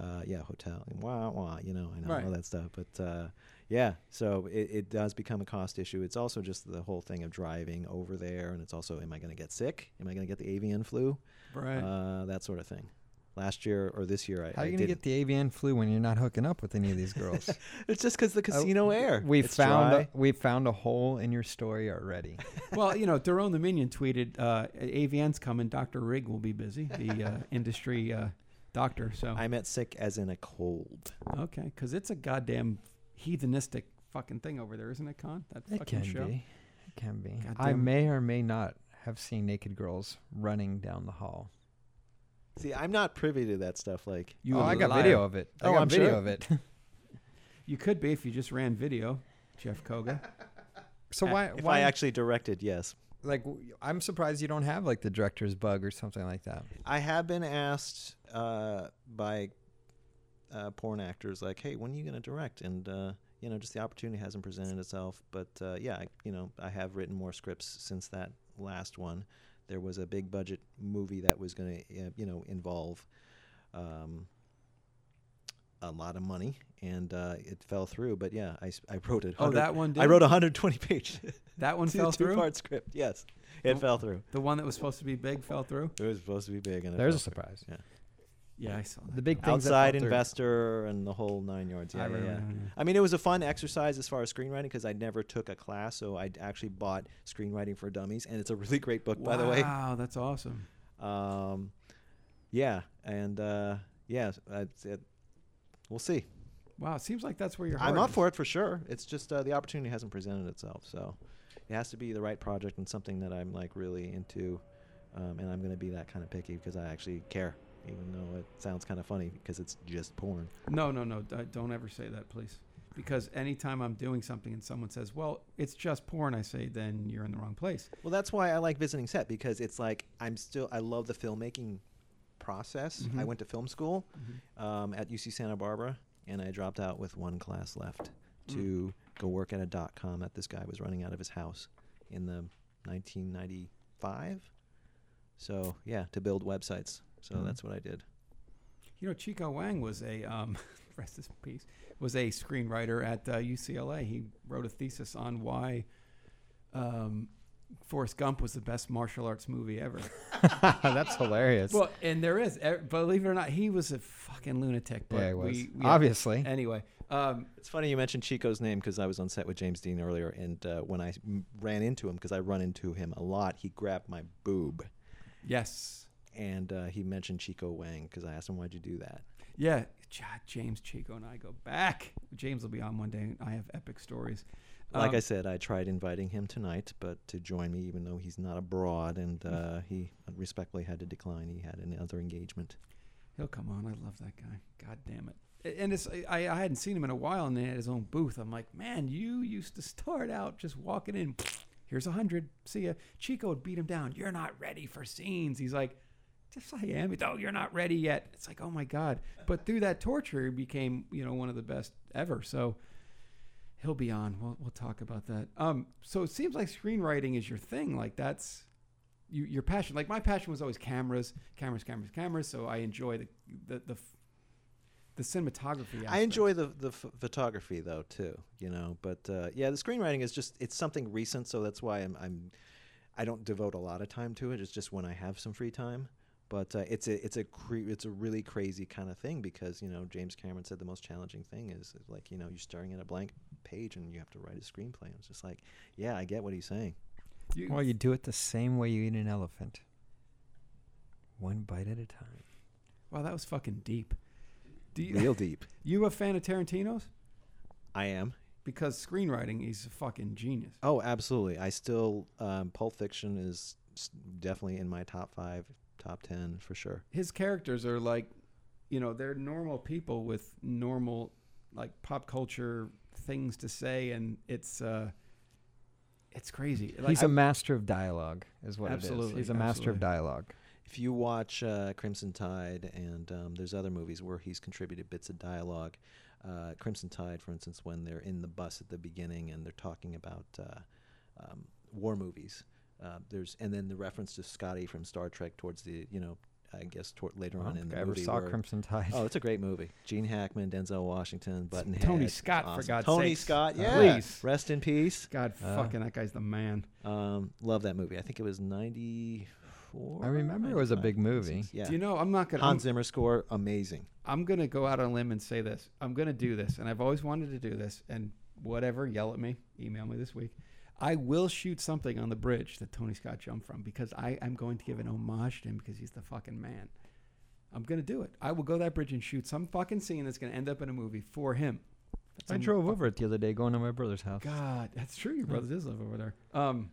S4: uh, yeah, hotel, wah wah. You know, I know
S3: Right.
S4: all that stuff, but. Uh, yeah, so it, it does become a cost issue. It's also just the whole thing of driving over there, and it's also, am I going to get sick? Am I going to get the avian flu?
S3: Right.
S4: Uh, that sort of thing. Last year or this year, I,
S2: How are
S4: I
S2: you going to
S4: didn't.
S2: get the AVN flu when you're not hooking up with any of these girls?
S4: It's just because the casino air.
S2: we
S4: It's
S2: found
S4: dry.
S2: a, we found a hole in your story already.
S3: well, you know, Daron the Minion tweeted, uh, AVN's coming. Dr. Rigg will be busy, the uh, industry uh, doctor. So,
S4: I meant sick as in a cold.
S3: okay, because it's a goddamn heathenistic fucking thing over there, isn't it, Con? That
S2: It
S3: fucking
S2: can
S3: show.
S2: be. It can be. I
S3: Goddamn.
S2: may or may not have seen naked girls running down the hall.
S4: See, I'm not privy to that stuff. Like,
S3: You
S2: oh, I got
S3: liar.
S2: video of it. I
S4: Oh,
S2: got
S4: I'm
S2: video
S4: sure.
S2: of it.
S3: You could be if you just ran video, Jeff Koga.
S2: so
S3: Uh,
S2: why
S4: if
S2: why
S4: I actually directed, yes,
S2: like w- I'm surprised you don't have like the director's bug or something like that.
S4: I have been asked uh, by uh, porn actors, like, "Hey, when are you going to direct?" And uh, you know, just the opportunity hasn't presented itself. But uh, yeah, I, you know, I have written more scripts since that last one. There was a big budget movie that was going to, uh, you know, involve um, a lot of money, and uh, it fell through. But yeah, I, s- I wrote it.
S3: Oh, that one did?
S4: I wrote a 120 page
S3: that one fell
S4: two
S3: through.
S4: part script. Yes, it
S3: Oh.
S4: fell through.
S3: The one that was supposed to be big fell through.
S4: It was supposed to be big, and it
S2: There's
S4: fell
S2: a surprise.
S3: Yeah, I saw that.
S2: The big things that
S4: outside
S2: filter-
S4: investor and the whole nine yards.
S3: I
S4: Yeah, yeah,
S3: remember.
S4: yeah.
S3: that, yeah.
S4: I mean, it was a fun exercise as far as screenwriting because I never took a class, so I actually bought Screenwriting for Dummies, and it's a really great book, by the way.
S3: Wow, that's awesome.
S4: Um, yeah, and uh, yeah, it's it, we'll see.
S3: Wow, it seems like that's where you're.
S4: I'm up for it for sure. It's just uh, the opportunity hasn't presented itself, so it has to be the right project and something that I'm like really into, um, and I'm going to be that kind of picky because I actually care, even though it sounds kind of funny because it's just porn.
S3: No, no, no. d- Don't ever say that, please. Because anytime I'm doing something and someone says, "Well, it's just porn," I say, "Then you're in the wrong place."
S4: Well, that's why I like visiting set because it's like I'm still I love the filmmaking process. I went to film school um, at UC Santa Barbara, and I dropped out with one class left to go work at a dot com that this guy was running out of his house in the 1995. So yeah, to build websites. So that's what I did.
S3: You know, Chico Wang was a um, rest his peace was a screenwriter at uh, UCLA. He wrote a thesis on why um, Forrest Gump was the best martial arts movie ever.
S2: That's hilarious.
S3: well, and there is, e- believe it or not, he was a fucking lunatic. But
S2: yeah, it was
S3: we- we-
S2: obviously.
S3: Anyway, um,
S4: It's funny you mentioned Chico's name because I was on set with James Dean earlier, and uh, when I m- ran into him because I run into him a lot, he grabbed my boob.
S3: yes,
S4: and uh, he mentioned Chico Wang because I asked him why'd you do that.
S3: Yeah, Ja- James Chico and I go back. James will be on one day. and I have epic stories.
S4: Like
S3: Um,
S4: I said, I tried inviting him tonight, but to join me, even though he's not abroad, and uh, he respectfully had to decline. He had another engagement.
S3: He'll come on. I love that guy. God damn it. A- And it's I, I hadn't seen him in a while, and he had his own booth. I'm like, man, you used to start out just walking in. Here's a hundred. See ya. Chico would beat him down. You're not ready for scenes. He's like, yes, I am. He's, Oh, you're not ready yet. It's like, oh my god. But through that torture, he became you know one of the best ever. So he'll be on. We'll we'll talk about that. Um. So it seems like screenwriting is your thing. Like that's you, your passion. Like my passion was always cameras, cameras, cameras, cameras. So I enjoy the the the, f- the cinematography. Aspect.
S4: I enjoy the the ph photography though too, you know. But uh, yeah, the screenwriting is just it's something recent, so that's why I'm I'm I don't devote a lot of time to it. It's just when I have some free time. But uh, it's a it's a cre- it's a really crazy kind of thing because you know James Cameron said the most challenging thing is is like you know you're staring at a blank page and you have to write a screenplay. I was just like, yeah, I get what he's saying.
S3: You-
S2: Well, you do it the same way you eat an elephant. One bite at a time.
S3: wow, that was fucking deep. Do you
S4: Real deep.
S3: you a fan of Tarantino's?
S4: I am.
S3: Because screenwriting, he's a fucking genius.
S4: Oh, absolutely. I still um, Pulp Fiction is s- definitely in my top five, top ten for sure.
S3: His characters are like, you know, they're normal people with normal, like pop culture things to say, and it's uh, it's crazy. Like,
S2: He's a master of dialogue, is what it is.
S3: Absolutely,
S2: He's a master
S3: absolutely.
S2: of dialogue.
S4: If you watch uh, Crimson Tide and um, there's other movies where he's contributed bits of dialogue, uh, Crimson Tide, for instance, when they're in the bus at the beginning and they're talking about uh, um, war movies, uh, there's and then the reference to Scotty from Star Trek towards the you know I guess toward later
S2: I
S4: on
S2: don't
S4: in
S2: think
S4: the
S2: I ever
S4: movie.
S2: saw
S4: where-
S2: Crimson Tide.
S4: oh, it's a great movie. Gene Hackman, Denzel Washington, Buttonhead,
S3: Tony Scott, for
S4: Awesome.
S3: God's
S4: Tony
S3: sakes.
S4: Scott,
S3: Uh,
S4: yeah,
S3: please.
S4: rest in peace.
S3: God,
S2: Uh,
S3: fucking that guy's the man.
S4: Um, love that movie. I think it was '94.
S2: I remember it was a big movie.
S4: Yeah.
S3: Do you know? I'm not gonna. I'm-
S4: Hans Zimmer score, amazing.
S3: I'm going to go out on a limb and say this. I'm going to do this, and I've always wanted to do this. And whatever, yell at me, email me this week. I will shoot something on the bridge that Tony Scott jumped from because I am going to give an homage to him because he's the fucking man. I'm going to do it. I will go that bridge and shoot some fucking scene that's going to end up in a movie for him. That's
S2: I
S3: a-
S2: drove over it the other day going to my brother's house.
S3: God, that's true. Your brother does live over there. Um,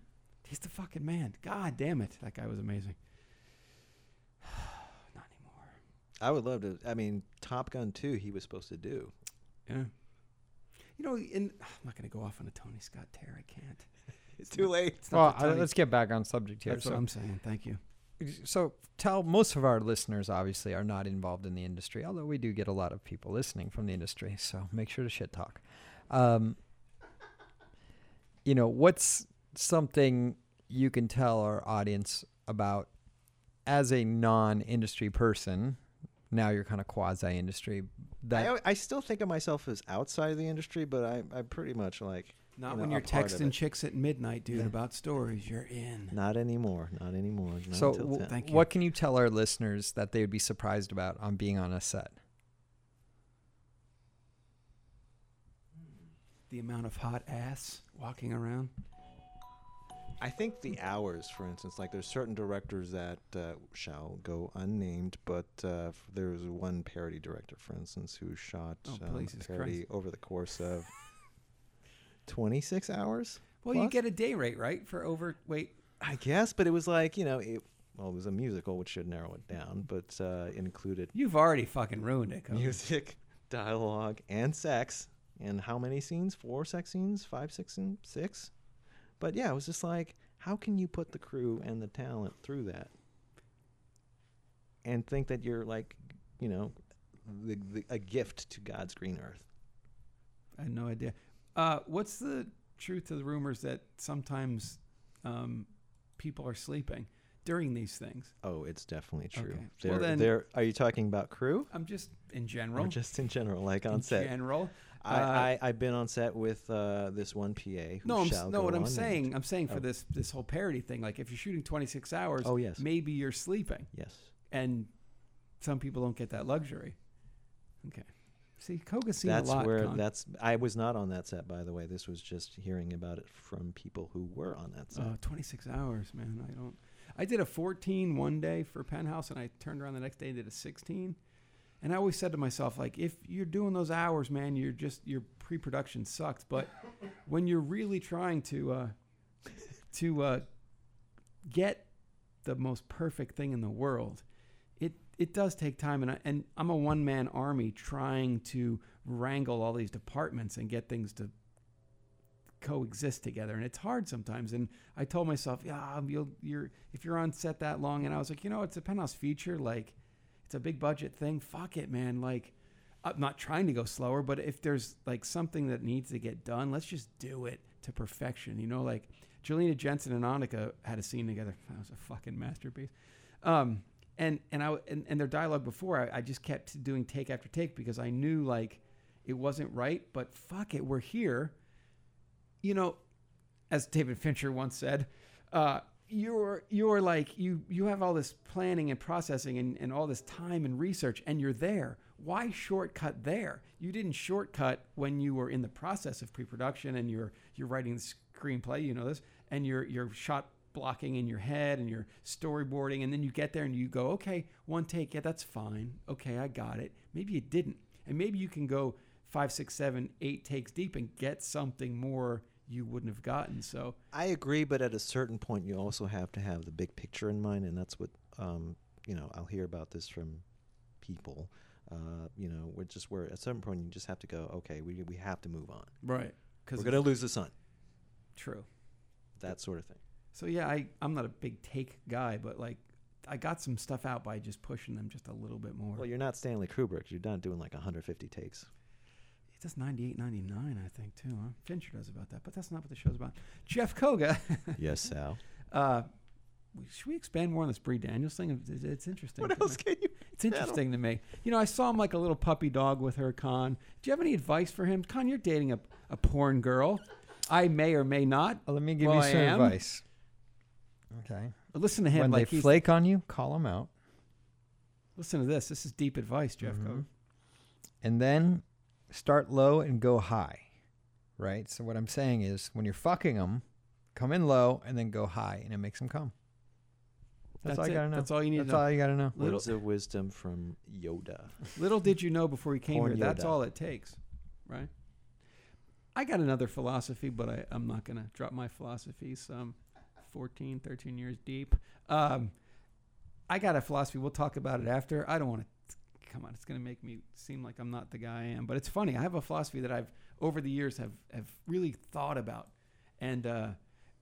S3: he's the fucking man. God damn it, that guy was amazing. Not anymore.
S4: I would love to. I mean, Top Gun 2, he was supposed to do.
S3: Yeah. You know, and I'm not going to go off on a Tony Scott tear. I can't.
S4: It's too late.
S3: It's
S2: Well,
S3: not the
S2: I,
S3: Tony-
S2: let's get back on subject here.
S3: that's what I'm saying. Thank you.
S2: so tell most of our listeners obviously are not involved in the industry although we do get a lot of people listening from the industry so make sure to shit talk um, you know what's something you can tell our audience about as a non-industry person now you're kind of quasi-industry that
S4: I, I still think of myself as outside of the industry, but I, I'm pretty much like.
S3: Not
S4: you know,
S3: when
S4: a
S3: you're
S4: part of
S3: texting
S4: it.
S3: chicks at midnight, dude,
S2: Yeah.
S3: about stories. You're in.
S4: Not anymore. Not anymore. Not
S2: so
S4: until
S2: w-
S4: 10.
S3: Thank you.
S2: what can you tell our listeners that they would be surprised about on being on a set
S3: The amount of hot ass walking around.
S4: I think the hours, for instance, like there's certain directors that uh, shall go unnamed, but uh, f- there was one parody director, for instance, who shot
S3: Oh,
S4: um,
S3: please,
S4: a
S3: it's
S4: parody over the course of 26 hours.
S3: Well, you
S4: Plus?
S3: get a day rate, right? For overweight.
S4: I guess, but it was like, you know, it, well, it was a musical, which should narrow it down, but uh, it included
S3: You've already fucking ruined it, Cody.
S4: music, dialogue, and sex. And how many scenes? Four sex scenes? Five, six, and six? But yeah, it was just like, how can you put the crew and the talent through that? And think that you're like, you know, the, the, a gift to God's green earth.
S3: I had no idea. Uh, what's the truth to the rumors that sometimes um, people are sleeping during these things?
S4: Oh, it's definitely true.
S3: Okay. Well,
S4: There,
S3: then-
S4: there, are you talking about crew
S3: I'm just in general.
S4: or just in general, like on
S3: in
S4: set?
S3: general. Uh,
S4: I, I, I've been on set with uh, this one PA who
S3: no, I'm, s-
S4: shall
S3: no.
S4: go
S3: What I'm
S4: unnamed.
S3: saying, I'm saying for
S4: Oh.
S3: this this whole parody thing, like if you're shooting 26 hours,
S4: Oh, yes.
S3: maybe you're sleeping,
S4: Yes.
S3: and some people don't get that luxury. Okay, see, Koga's seen
S4: That's
S3: a lot.
S4: where
S3: Con.
S4: that's I was not on that set by the way. This was just hearing about it from people who were on that set.
S3: Oh, 26 hours, man. I don't. I did a 14 one day for Penthouse, and I turned around the next day and did a 16. And I always said to myself, like, if you're doing those hours, man, you're just your pre-production sucks. But when you're really trying to uh, to uh, get the most perfect thing in the world, it it does take time. And I, and I'm a one man army trying to wrangle all these departments and get things to coexist together and it's hard sometimes and i told myself yeah you'll you're if you're on set that long and i was like you know it's a penthouse feature like it's a big budget thing fuck it man like i'm not trying to go slower but if there's like something that needs to get done let's just do it to perfection you know like Jelena jensen and annika had a scene together that was a fucking masterpiece um and and i and, and their dialogue before I, I just kept doing take after take because i knew like it wasn't right but fuck it we're here you know, as David Fincher once said, uh, you're you're like you you have all this planning and processing and, and all this time and research and you're there. Why shortcut there? You didn't shortcut when you were in the process of pre-production and you're you're writing the screenplay, you know this, and you're you're shot blocking in your head and you're storyboarding and then you get there and you go, okay, one take, yeah, that's fine. Okay, I got it. Maybe you didn't. And maybe you can go five, six, seven, eight takes deep and get something more you wouldn't have gotten. So
S4: I agree, but at a certain point, you also have to have the big picture in mind, and that's what um, you know. I'll hear about this from people. Uh, you know, we're just where at a certain point you just have to go. Okay, we we have to move on.
S3: right,
S4: We're
S3: because
S4: gonna lose the sun.
S3: true.
S4: That sort of thing.
S3: So yeah, I I'm not a big take guy, but like I got some stuff out by just pushing them just a little bit more.
S4: Well, you're not Stanley Kubrick. You're not doing like 150 takes.
S3: It does 98, 99, I think too. Huh? Fincher does about that, but that's not what the show's about. Jeff Koga.
S4: yes, Sal.
S3: uh, we- should we expand more on this Brie Daniels thing? It's- It's interesting.
S4: What
S3: to
S4: else
S3: me.
S4: can you?
S3: It's interesting to me. You know, I saw him like a little puppy dog with her, Con. Do you have any advice for him? Con, you're dating a, a porn girl. I may or may not.
S2: Let me give
S3: Well,
S2: you
S3: I
S2: some
S3: am.
S2: advice. Okay.
S3: Listen to him
S2: when
S3: like
S2: they
S3: he's,
S2: flake on you, call them out,
S3: listen to this. This is deep advice, Jeff
S2: Mm-hmm.
S3: Koga.
S2: and then start low and go high. Right. So what I'm saying is, when you're fucking them, come in low and then go high, and it makes them come. That's, all
S3: That's
S2: you
S3: it.
S2: gotta know.
S3: That's all you need to
S2: That's
S3: know.
S2: all you gotta know.
S3: Little-
S4: Words of wisdom from Yoda.
S3: Little did you know before you came
S4: Corn
S3: here, that's
S4: Yoda.
S3: all it takes, right? I got another philosophy, but I, I'm not going to drop my philosophy some 14, 13 years deep. Um, I got a philosophy. We'll talk about it after. I don't want to. Come on, it's going to make me seem like I'm not the guy I am. But it's funny. I have a philosophy that I've over the years have have really thought about. And uh,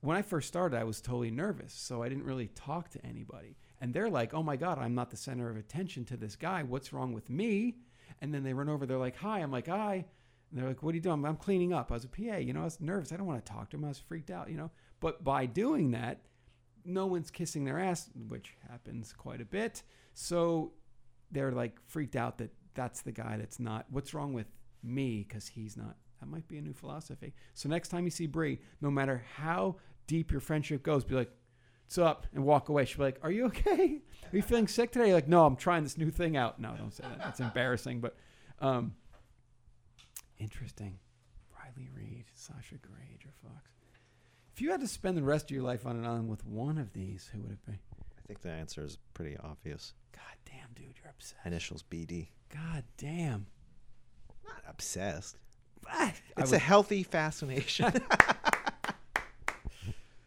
S3: when I first started, I was totally nervous, so I didn't really talk to anybody. And they're like, "Oh my God, I'm not the center of attention to this guy. What's wrong with me?" And then they run over. They're like, "Hi." I'm like, "Hi." And they're like, "What are you doing?" I'm, I'm cleaning up. I was a PA. You know, I was nervous. I don't want to talk to him. I was freaked out. You know. But by doing that, no one's kissing their ass, which happens quite a bit. So they're like freaked out that that's the guy that's not. What's wrong with me? Because he's not. That might be a new philosophy. So next time you see Brie, no matter how deep your friendship goes, be like, "What's up?" and walk away. She'll be like, "Are you okay? Are you feeling sick today?" You're like, "No, I'm trying this new thing out." No, don't say that. That's embarrassing. But um, interesting. Riley Reed, Sasha Grey, Drew Fox. If you had to spend the rest of your life on an island with one of these, who would it be?
S4: I think the answer is pretty obvious.
S3: God damn, dude, you're obsessed.
S4: Initials BD.
S3: God damn.
S4: Not obsessed.
S3: Ah, I
S4: It's
S3: would-
S4: a healthy fascination.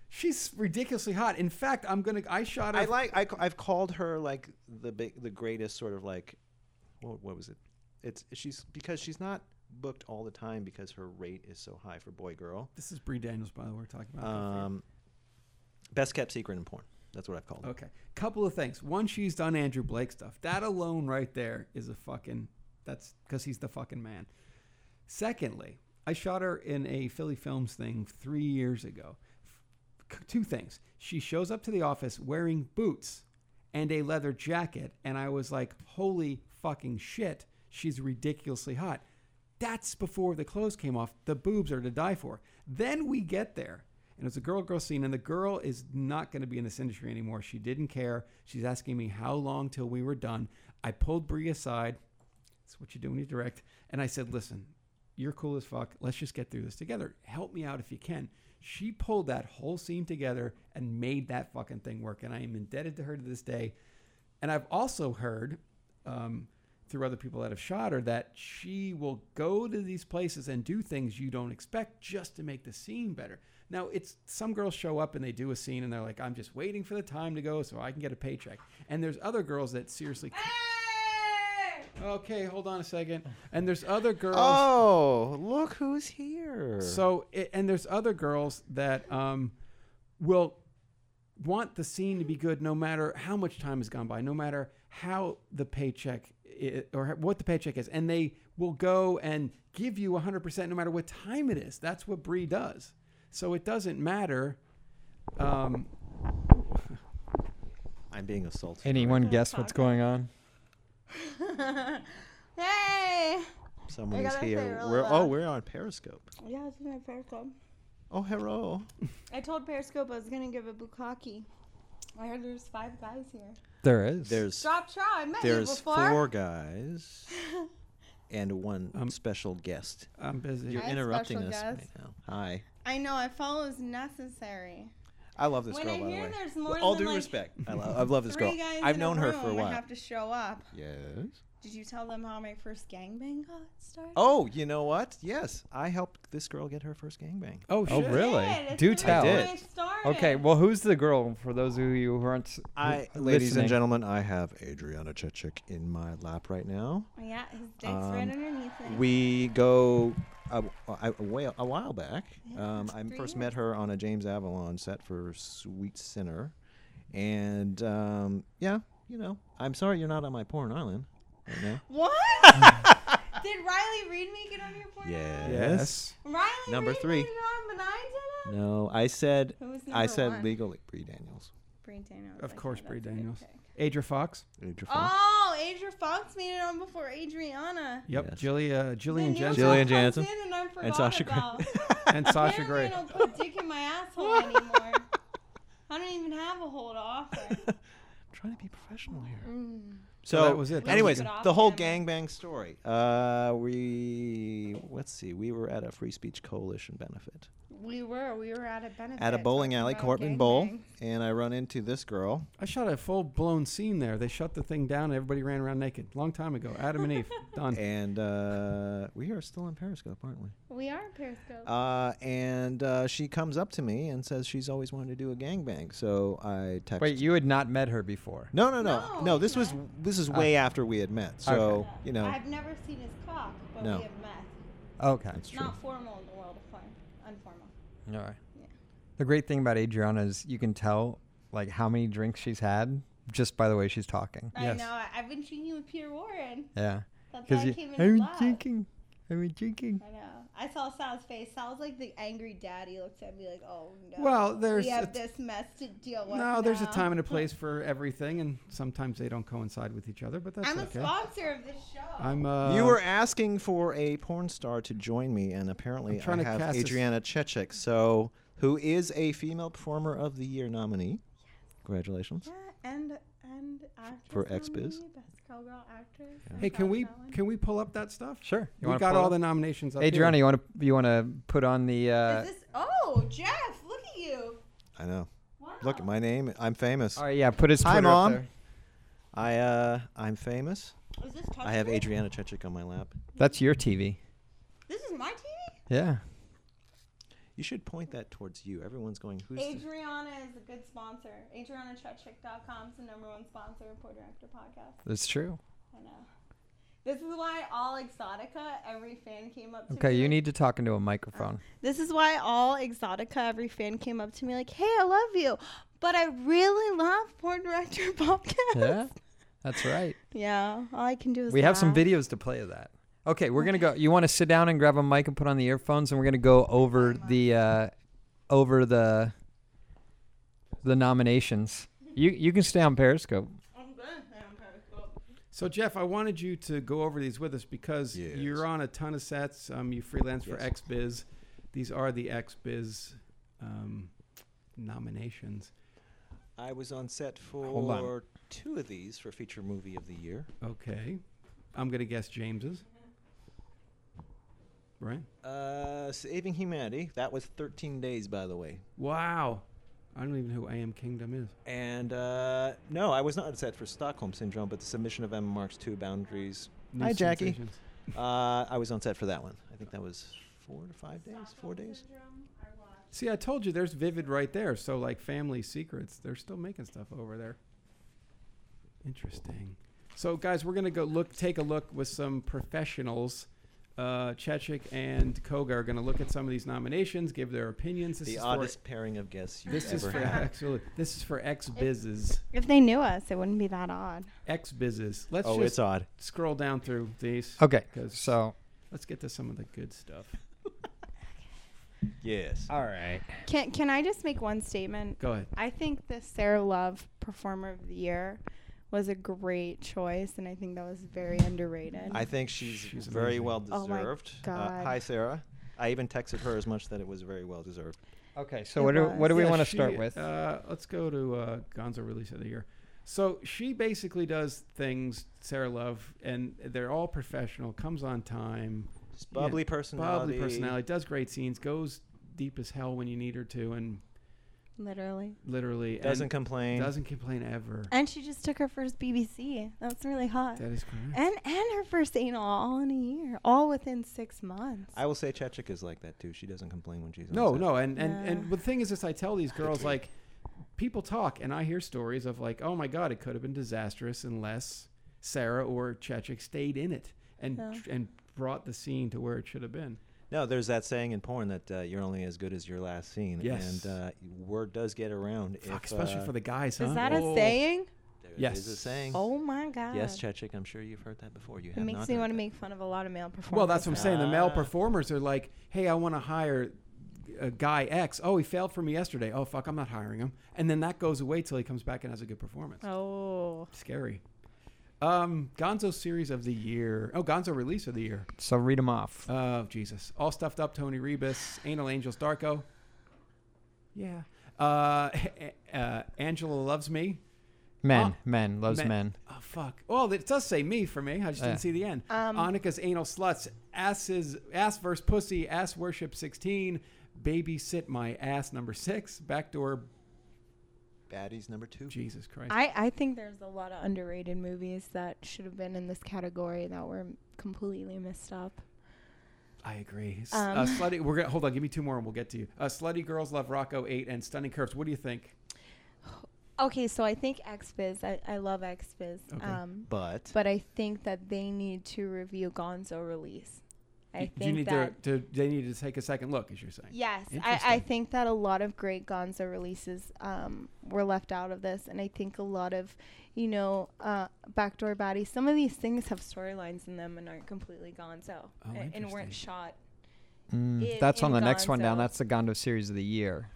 S3: she's ridiculously hot. In fact, I'm gonna. I shot her.
S4: I like. I, ca- I've called her like the big, the greatest sort of like, what, what was it? It's she's because she's not booked all the time because her rate is so high for boy girl.
S3: this is Brie Daniels, by the way. We're talking about.
S4: Um, best kept secret in porn. That's what I've called. her.
S3: Okay. Couple of things. One, she's done Andrew Blake stuff. That alone right there is a fucking that's because he's the fucking man. Secondly, I shot her in a Philly Films thing three years ago. F- Two things. She shows up to the office wearing boots and a leather jacket, and I was like, holy fucking shit, she's ridiculously hot. That's before the clothes came off. The boobs are to die for. Then we get there, and it's a girl girl scene, and the girl is not going to be in this industry anymore. She didn't care. She's asking me how long till we were done. I pulled Brie aside. That's what you do when you direct. And I said, listen, you're cool as fuck. Let's just get through this together. Help me out if you can. She pulled that whole scene together and made that fucking thing work. And I am indebted to her to this day. And I've also heard um, through other people that have shot her that she will go to these places and do things you don't expect just to make the scene better. Now, it's some girls show up and they do a scene and they're like, I'm just waiting for the time to go so I can get a paycheck. And there's other girls that seriously. Okay, hold on a second. And there's other girls.
S4: Oh, look who's here.
S3: So, it, and there's other girls that um, will want the scene to be good no matter how much time has gone by, no matter how the paycheck i or what the paycheck is. And they will go and give you 100% no matter what time it is. That's what Brie does. So it doesn't matter. Um,
S4: I'm being assaulted.
S2: Anyone guess what's going on?
S10: Hey! I
S4: Someone is
S10: gotta say uh,
S4: here.
S10: really
S4: We're,
S10: loud.
S4: oh, we're on Periscope.
S10: Yeah, I was in my Periscope.
S4: Oh, hello.
S10: I told Periscope I was gonna give a bukkake. I heard there's five guys here.
S2: There is.
S4: There's
S10: Drop Chow, I met you
S4: there's
S10: before.
S4: four guys and one
S3: Um,
S4: special guest.
S3: I'm busy.
S4: You're
S10: Hi,
S4: interrupting
S10: special
S4: us
S10: guest.
S4: right now. Hi.
S10: I know, I follow is necessary.
S4: I love this
S10: When
S4: girl,
S10: I
S4: by
S10: hear
S4: the way.
S10: there's
S4: With
S10: more
S4: all
S10: than,
S4: due
S10: like,
S4: respect, I love, I love this
S10: Three
S4: girl.
S10: guys
S4: I've
S10: in
S4: known
S10: a
S4: her
S10: room,
S4: for a
S10: I
S4: while.
S10: have to show up.
S4: Yes.
S10: Did you tell them how my first gangbang got started?
S4: Oh, you know what? Yes, I helped this girl get her first gangbang.
S3: Oh,
S2: Oh,
S3: shit.
S2: really?
S10: Yeah, that's
S2: Do
S10: the
S2: tell.
S4: I
S10: reason
S4: did.
S10: why started.
S2: Okay, well, who's the girl? For those of you who aren't, s-
S4: I,
S2: l-
S4: ladies
S2: listening?
S4: and gentlemen, I have Adriana Chechik in my lap right now.
S10: Yeah, his dick's right
S4: Um,
S10: underneath it.
S4: We go a, a, a, way, a while back. Um, I
S10: three
S4: first met her on a James Avalon set for Sweet Sinner, and um, yeah, you know, I'm sorry you're not on my porn island right now.
S10: what?
S4: Hmm.
S10: Did Riley Reed make it on your porn?
S4: Yes.
S3: Yes.
S10: Riley
S4: Number
S10: Reed
S4: three.
S10: Made it on, but I didn't?
S4: No, I said,
S10: Who was
S4: I
S10: number
S4: said
S10: one?
S4: legally Bree Daniels.
S10: Bree Daniels.
S3: Of
S10: okay,
S3: course,
S10: that's
S3: Brie
S10: a good
S3: Daniels.
S10: pick.
S3: Adria Fox.
S4: Adrian Fox.
S10: Oh, Adria Fox made it on before Adriana.
S3: Yep.
S4: Yes.
S3: Jillia, Jillian
S10: Then
S3: Jensen.
S10: Yoko
S4: Jillian
S10: comes
S4: Jansen.
S10: in And, I forgot
S4: and Sasha Grey.
S10: about.
S3: And Sasha
S10: Apparently
S3: Grey.
S10: I don't put dick in my asshole anymore. I don't even have a hole to offer.
S4: trying to be professional here.
S10: Mm.
S3: So that was it. That was
S4: anyways,
S10: good.
S4: the whole gangbang story. Uh, we let's see. We were at a free speech coalition benefit
S10: We were. We were at a benefit.
S4: at a bowling
S10: talking
S4: alley,
S10: about
S4: Cortland Bowl,
S10: gangbang.
S4: and I run into this girl.
S3: I shot a full blown scene there. They shut the thing down and everybody ran around naked. Long time ago. Adam and Eve. Done.
S4: And uh, we are still in Periscope, aren't we?
S10: We are Periscope.
S4: Uh, and uh, she comes up to me and says she's always wanted to do a gangbang. So I text.
S2: Wait, you had not met her before.
S4: No, no, no, no.
S10: No,
S4: this was this
S3: Ah.
S4: is way after we had met. So
S2: Okay.
S4: Oh, you know,
S10: I've never seen his cock, but
S4: No.
S10: we have met.
S2: Okay.
S4: that's true.
S10: Not formal in the world of porn. Informal.
S2: All right.
S10: Yeah.
S2: The great thing about Adriana is you can tell like how many drinks she's had just by the way she's talking.
S10: I
S3: Yes.
S10: know. I, I've been drinking with Peter Warren.
S2: Yeah.
S10: That's how
S2: Because
S10: I
S2: you,
S10: came
S2: I
S10: in
S2: was
S10: love.
S2: drinking. I was drinking.
S10: I know. I saw Sal's face. Sal's like the angry dad. He looks at me like, "Oh no."
S3: Well, there's
S10: we have
S3: a-
S10: this mess to deal with.
S3: No, there's a
S10: now."
S3: time and a place for everything, and sometimes they don't coincide with each other, but that's
S10: I'm a
S3: okay.
S10: sponsor of this show.
S3: I'm uh,
S4: you were asking for a porn star to join me, and apparently
S3: I'm trying
S4: I
S3: to
S4: have
S3: cast a s-
S4: Adriana Chechik, so who is a female performer of the year nominee. Congratulations.
S10: yeah, and and actress
S4: For X-Biz?
S10: nominee, Best cowgirl actress.
S3: Hey, can we can we pull up that stuff?
S2: Sure.
S3: we
S2: You wanna
S3: got
S2: pull it
S3: all
S2: up?
S3: the nominations up
S2: Adriana,
S3: here.
S2: you want to you want to put on the uh,
S10: Is this? Oh, Jeff, look at you.
S4: I know.
S10: Wow.
S4: Look at my name. I'm famous.
S2: All right, yeah, put his
S4: Hi,
S2: Twitter
S4: Mom.
S2: up there.
S4: I uh, I'm famous.
S10: Is this
S4: I have
S10: touchable?
S4: Adriana Chechik on my lap.
S2: That's your TV.
S10: This is my TV.
S2: Yeah.
S4: You should point that towards you. Everyone's going. Who's? the-"
S10: Adriana is a good sponsor. AdrianaChutchick.com is the number one sponsor of Poor Director Podcast.
S2: That's true.
S10: I know. This is why all Exotica, every fan came up to me.
S2: Okay, you
S10: like,
S2: need to talk into a microphone.
S10: This is why all Exotica, every fan came up to me like, hey, I love you, but I really love Porn Director Podcast.
S2: yeah. That's right.
S10: Yeah, all I can do is
S2: We have some
S10: laugh.
S2: videos to play of that. Okay, we're gonna go. You want to sit down and grab a mic and put on the earphones, and we're gonna go over the uh, over the the nominations. You you can stay on Periscope.
S3: So Jeff, I wanted you to go over these with us because you're on a ton of sets. Um, you freelance for
S4: Yes.
S3: XBiz. These are the XBiz um, nominations.
S4: I was on set
S2: Hold on.
S4: for two of these for feature movie of the year.
S3: Okay, I'm gonna guess James's. Right?
S4: Uh, Saving Humanity. That was 13 days, by the way.
S3: Wow. I don't even know who AM Kingdom is.
S4: And uh, no, I was not upset for Stockholm Syndrome, but the submission of Emma Marks to Boundaries.
S3: New
S4: Hi, Jackie.
S3: sensations.
S4: Uh, I was on set for that one. I think that was four to five days, four days.
S3: See, I told you there's Vivid right there. So, like Family Secrets, they're still making stuff over there. Interesting. So, guys, we're going to go look, take a look with some professionals. Uh, Chechik and Koga are going to look at some of these nominations, give their opinions. This
S4: the
S3: is
S4: oddest pairing of guests
S3: For,
S4: you've
S3: this
S4: ever
S3: is for
S4: had.
S3: absolutely. This is for ex bizzes.
S10: If they knew us, it wouldn't be that odd.
S3: Ex bizzes. Let's
S4: Oh,
S3: just
S4: it's odd.
S3: scroll down through these.
S2: Okay,
S3: 'cause
S2: so
S3: let's get to some of the good stuff.
S4: Yes.
S2: all right,
S10: Can Can I just make one statement?
S3: Go ahead.
S10: I think the Sarah Love Performer of the Year was a great choice, and I think that was very underrated.
S4: I think she's,
S3: She's
S4: very
S3: amazing.
S4: well
S10: Oh my
S4: deserved. Uh,
S10: God.
S4: hi, Sarah. I even texted her as much that it was very well deserved.
S2: okay. So
S10: It
S2: what do
S10: was.
S2: what do we
S3: Yeah,
S2: want to
S3: she,
S2: start with?
S3: Uh, let's go to uh, Gonzo release of the year. So she basically does things, Sarah Love, and they're all professional. Comes on time,
S4: Just bubbly personality.
S3: bubbly personality, does great scenes, goes deep as hell when you need her to, and
S10: Literally.
S3: literally and
S4: Doesn't complain.
S3: doesn't complain ever.
S10: And she just took her first BBC. That's really hot.
S3: That is correct.
S10: And and her first anal all in a year, all within six months.
S4: I will say Chechik is like that too. She doesn't complain when she's on
S3: No,
S4: set.
S3: no, and and
S10: Yeah.
S3: and the thing is, this I tell these girls like, people talk, and I hear stories of like, oh my god, it could have been disastrous unless Sarah or Chechik stayed in it and
S10: Yeah.
S3: and brought the scene to where it should have been.
S4: No, there's that saying in porn that uh, you're only as good as your last scene.
S3: Yes.
S4: And uh, word does get around.
S3: Fuck,
S4: if,
S3: especially
S4: uh,
S3: for the guys.
S10: Is
S3: huh?
S10: that a saying?
S4: There
S3: Yes.
S4: is a saying.
S10: Oh my god.
S4: Yes, Chechik, I'm sure you've heard that before. You
S10: It
S4: have
S10: makes
S4: not
S10: me
S4: heard
S10: want to
S4: that.
S10: make fun of a lot of male performers.
S3: Well, that's what I'm saying. The male
S4: Ah.
S3: performers are like, hey, I want to hire a guy X. Oh, he failed for me yesterday. Oh fuck, I'm not hiring him. And then that goes away till he comes back and has a good performance.
S10: Oh.
S3: Scary. Um, Gonzo series of the year. Oh, Gonzo release of the year.
S2: So read them off.
S3: Oh Jesus! All stuffed up. Tony Rebus, Anal Angels, Darko. Yeah. Uh, uh, Angela loves me.
S2: Men,
S3: Oh,
S2: men loves
S3: men-
S2: men.
S3: Oh fuck! Well, it does say me for me. I just
S2: Yeah.
S3: didn't see the end.
S10: Um,
S3: Annika's anal sluts. Asses. Ass versus pussy. Ass worship sixteen. Babysit my ass number six. Backdoor.
S4: Baddies number two.
S3: Jesus Christ.
S10: I, I think there's a lot of underrated movies that should have been in this category that were completely messed up.
S3: I agree. S-
S10: Um,
S3: uh, slutty. We're gonna hold on. Give me two more and we'll get to you. Uh, slutty girls love Rocco eight and stunning curves. What do you think?
S10: Okay, so I think X Biz. I, I love X Biz.
S3: Okay.
S10: Um,
S4: But
S10: but I think that they need to review Gonzo release. I
S3: Y-
S10: think
S3: do you need
S10: that
S3: to, to? They need to take a second look, as you're saying.
S10: Yes, I, I
S3: Interesting.
S10: think that a lot of great Gonzo releases um, were left out of this, and I think a lot of, you know, uh, backdoor baddies. Some of these things have storylines in them and aren't completely Gonzo,
S3: Oh,
S10: a- and
S3: interesting.
S10: weren't shot.
S2: Mm,
S10: in-
S2: that's on
S10: in
S2: the next one down.
S10: Gonzo.
S2: That's the Gondo series of the year,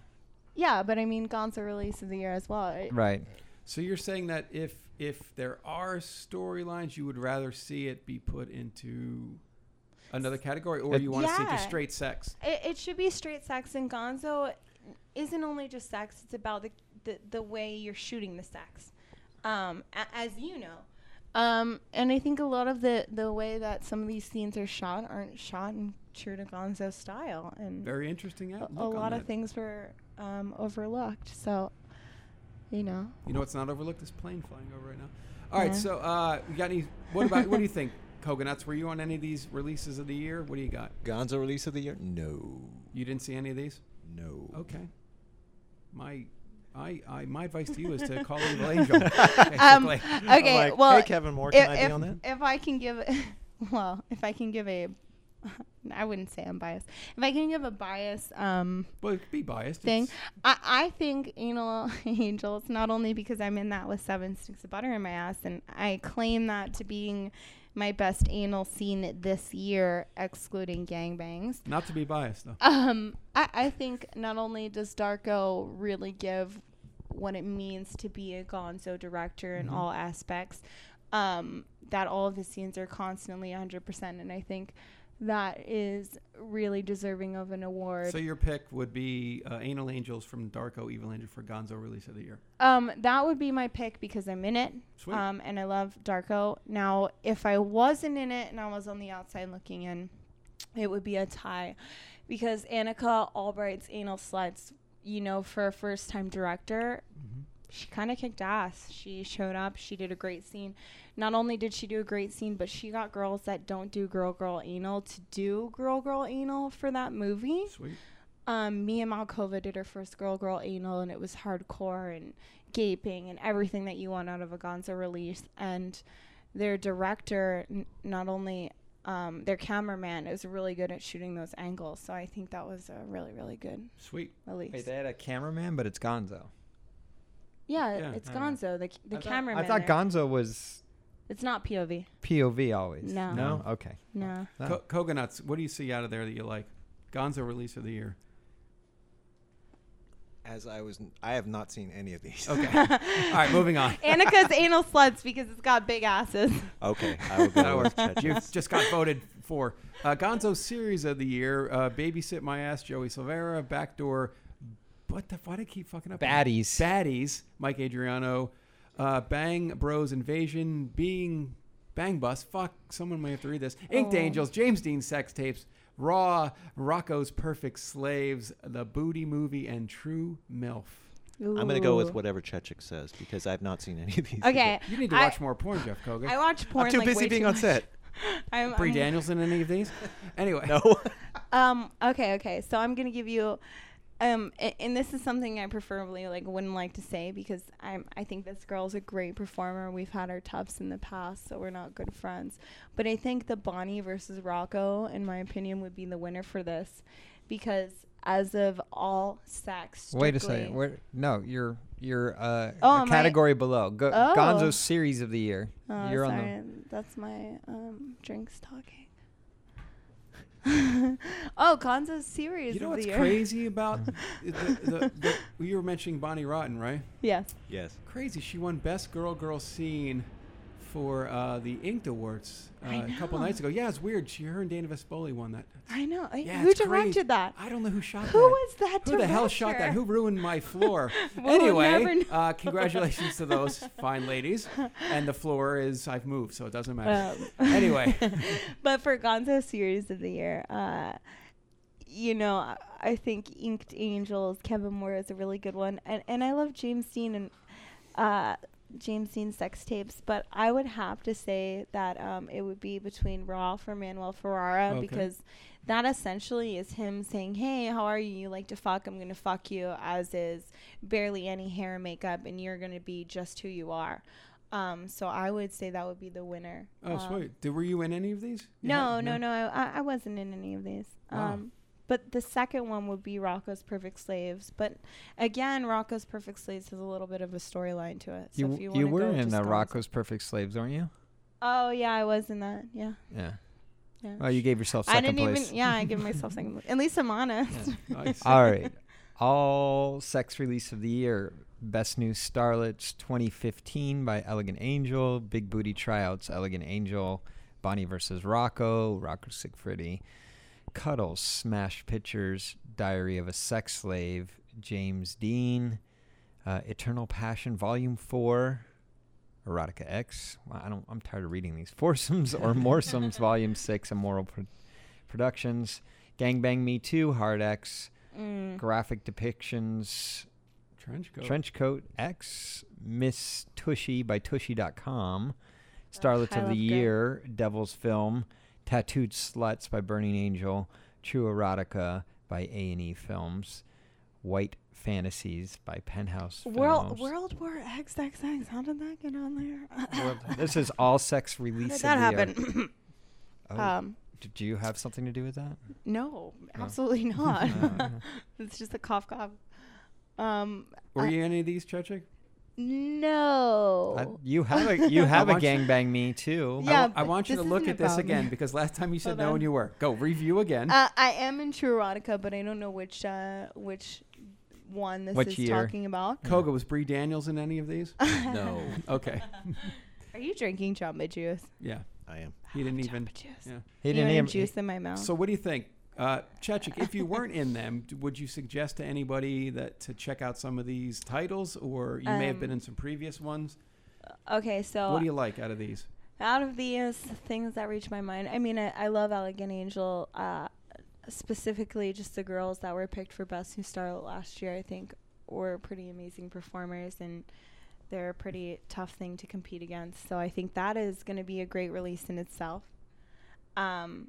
S10: Yeah, but I mean, Gonzo release of the year as well. It-
S2: right?
S3: So you're saying that if if there are storylines, you would rather see it be put into another category, or
S2: It-
S3: you want to see
S10: Yeah.
S3: just straight sex?
S10: It, it should be straight sex, and Gonzo isn't only just sex; it's about the the, the way you're shooting the sex, um, a- as you know. Um, and I think a lot of the the way that some of these scenes are shot aren't shot in true to Gonzo style, and
S3: Very interesting.
S10: a,
S3: outlook
S10: a
S3: on
S10: lot of
S3: that.
S10: things were um, overlooked. So, you know,
S3: You know, what's not overlooked. This plane flying over right now. All right.
S10: Yeah.
S3: So uh, you got any? What about? what do you think, Coconuts? Were you on any of these releases of the year? What do you got?
S4: Gonzo release of the year? No.
S3: You didn't see any of these?
S4: No.
S3: Okay. My. I, I, my advice to you is to call Evil Angel. basically.
S4: I'm
S10: Um, okay.
S4: like,
S10: Um, well,
S4: hey, Kevin Moore, can
S10: if,
S4: I
S10: if-
S4: be on that?
S10: if I can give, well, if I can give a, I wouldn't say I'm biased. If I can give a bias, um,
S3: Well, be biased.
S10: thing.
S3: It's-
S10: I, I think anal angels not only because I'm in that with seven sticks of butter in my ass, and I claim that to being my best anal scene this year, excluding gangbangs.
S3: Not to be biased, though.
S10: Um, I, I think not only does Darko really give what it means to be a Gonzo director in all aspects, um, that all of the scenes are constantly 100%, and I think that is really deserving of an award.
S3: So your pick would be uh, Anal Angels from Darko Evil Angel for Gonzo release of the year.
S10: Um, that would be my pick because I'm in it.
S3: Sweet.
S10: Um, and I love Darko. Now, if I wasn't in it and I was on the outside looking in, it would be a tie because Annika Albright's Anal Sluts you know, for a first time director, she kind of kicked ass. She showed up, she did a great scene. Not only did she do a great scene, but she got girls that don't do girl girl anal to do girl girl anal for that movie.
S3: Sweet.
S10: Um, Mia Malkova did her first girl girl anal, and it was hardcore and gaping and everything that you want out of a Gonzo release. And their director, n- not only um, their cameraman, is really good at shooting those angles. So I think that was a really, really good
S3: Sweet.
S10: release.
S2: Wait, they had a cameraman, but it's Gonzo.
S10: Yeah,
S3: Yeah,
S10: it's
S3: I know.
S10: Gonzo, the, c- the
S3: I thought- I
S10: cameraman.
S2: I thought Oh.
S10: there.
S2: Gonzo was
S10: It's not POV.
S2: POV always. Oh,
S10: No.
S3: No?
S2: Okay.
S10: No.
S2: No.
S3: Co- Coconuts, what do you see out of there that you like? Gonzo release of the year.
S11: As I was, I have not seen any of these.
S3: Okay. All right, moving on.
S10: Annika's anal sluts because it's got big asses.
S4: Okay, I will
S3: That'll
S4: go
S3: work.
S4: with Tetris.
S3: You just got voted for. Uh, Gonzo series of the year: uh, Babysit My Ass, Joey Silvera, Backdoor. What the? Why do I keep fucking up?
S2: Baddies.
S3: Baddies. Mike Adriano, uh, Bang Bros Invasion, Being Bang Bus. Fuck, someone may have to read this. Inked
S10: Oh.
S3: Angels, James Dean sex tapes, Raw, Rocco's Perfect Slaves, The Booty Movie, and True MILF.
S4: I'm going to go with whatever Chechik says because I've not seen any of these.
S10: Okay.
S3: You need to
S10: I-
S3: watch more porn, Jeff Koga.
S10: I watch porn.
S11: I'm too
S10: like,
S11: busy
S10: way
S11: being
S10: too
S11: on
S10: much.
S11: set.
S10: I'm,
S3: Bree
S10: I'm-
S3: Daniels in any of these? Anyway,
S4: No.
S10: Um. Okay. Okay. So I'm gonna give you. Um, a- and this is something I preferably like wouldn't like to say because I'm I think this girl's a great performer. We've had our toughs in the past, so we're not good friends. But I think the Bonnie versus Rocco, in my opinion, would be the winner for this, because as of all sex,
S2: Wait a
S10: strictly-
S2: second. Where, no, you're you're uh,
S10: Oh,
S2: a
S10: am I-
S2: category below. Go,
S10: Oh.
S2: Gonzo series of the year.
S10: Oh,
S2: you're
S10: sorry.
S2: on
S10: That's my um, drinks talking. oh, Gonzo's series.
S3: You know
S10: of
S3: what's
S10: the year.
S3: crazy about the, the, the, the- you were mentioning Bonnie Rotten, right?
S10: Yes.
S4: Yes.
S3: Crazy, she won Best Girl Girl Scene for uh, the Inked Awards uh,
S10: I
S3: a couple
S10: know.
S3: nights ago. Yeah, it's weird. She, her and Dana Vespoli won that.
S10: I know. I-
S3: Yeah,
S10: who
S3: it's crazy.
S10: directed that?
S3: I don't know who shot
S10: Who
S3: that.
S10: was that
S3: Who the hell shot that?
S10: director?
S3: Who ruined my floor?
S10: We'll never
S3: anyway,
S10: know.
S3: uh, congratulations to those fine ladies. And the floor is I've moved, so it doesn't matter.
S10: Um,
S3: anyway,
S10: but for Gonzo series of the year, uh, you know, I- I think Inked Angels, Kevin Moore is a really good one, and and I love James Dean and uh, James Dean sex tapes, but I would have to say that um, it would be between Raw for Manuel Ferrara
S3: Okay.
S10: because that essentially is him saying, "Hey, how are you? You like to fuck? I'm gonna fuck you." As is barely any hair and makeup, and you're gonna be just who you are. Um, so I would say that would be the winner.
S3: oh,
S10: Um,
S3: sweet. Did, were you in any of these? You
S10: no,
S3: had-
S10: no, no. I, I wasn't in any of these.
S3: Wow.
S10: Um, but the second one would be Rocco's Perfect Slaves. But again, Rocco's Perfect Slaves has a little bit of a storyline to it. So
S2: you.
S10: if you,
S2: You,
S10: wanna
S2: were
S10: go,
S2: in
S10: just
S2: the
S10: go
S2: Rocco's Perfect Slaves, weren't you?
S10: Oh yeah, I was in that. Yeah,
S2: Yeah.
S10: yeah.
S2: Oh, you gave yourself
S10: I
S2: second
S10: didn't
S2: place.
S10: even. Yeah, I give myself second. place. At least I'm honest.
S3: Nice.
S2: All right. All sex release of the year. Best new starlets 2015 by Elegant Angel. Big booty tryouts Elegant Angel. Bonnie versus Rocco. Rocco Sigfriedi. Cuddles Smash Pictures. Diary of a Sex Slave. James Dean. Uh, Eternal Passion Volume Four. Erotica X. Wow, I don't. I'm tired of reading these. Foursomes or Moresomes Volume Six. Immoral Pro- Productions. Gangbang Me Too. Hard X
S10: Mm.
S2: graphic depictions
S3: Trench coat.
S2: trenchcoat x miss tushy by tushy.com starlets of
S10: love
S2: the
S10: good.
S2: year devil's film tattooed sluts by burning angel true erotica by a&e films white fantasies by penthouse
S10: World
S2: films
S10: World War XXX. How did that get on there?
S2: this is all sex
S10: How
S2: release
S10: did
S2: of
S10: that
S2: the year.
S10: happen?
S2: Oh,
S10: um,
S2: did you have something to do with that
S3: Oh.
S10: no, absolutely not.
S2: Uh,
S10: it's just a cough cough. Um,
S3: Were
S10: I-
S3: you in any of these, Chechik?
S10: No.
S2: I- you have a you have a
S3: want you-
S2: gangbang me too
S10: Yeah,
S3: I, wa- I
S10: but
S3: want you to
S10: this
S3: look
S10: isn't
S3: at this
S10: about
S3: again
S10: me.
S3: because last time you said
S10: Hold
S3: no
S10: on.
S3: and you were. Go review again.
S10: uh, I am in True Erotica, but I don't know which uh, which one this
S2: Which
S10: is
S2: year?
S10: talking about.
S3: Koga, was Brie Daniels in any of these?
S4: No,
S3: Okay.
S10: Are you drinking Jamba Juice?
S3: Yeah.
S4: I am.
S3: He didn't even.
S10: Jamba Juice.
S3: Yeah.
S2: he
S10: You
S2: didn't
S10: know,
S2: even
S10: juice in my mouth.
S3: So what do you think? Uh, Chechik, if you weren't in them, d- would you suggest to anybody that to check out some of these titles, or you may have been
S10: Um,
S3: in some previous ones?
S10: okay, so
S3: what do you like out of these?
S10: out of these things that reach my mind, I mean, I, I love Elegant Angel. Uh, specifically just the girls that were picked for Best New Starlet last year, I think, were pretty amazing performers and they're a pretty tough thing to compete against. So I think that is going to be a great release in itself. Um,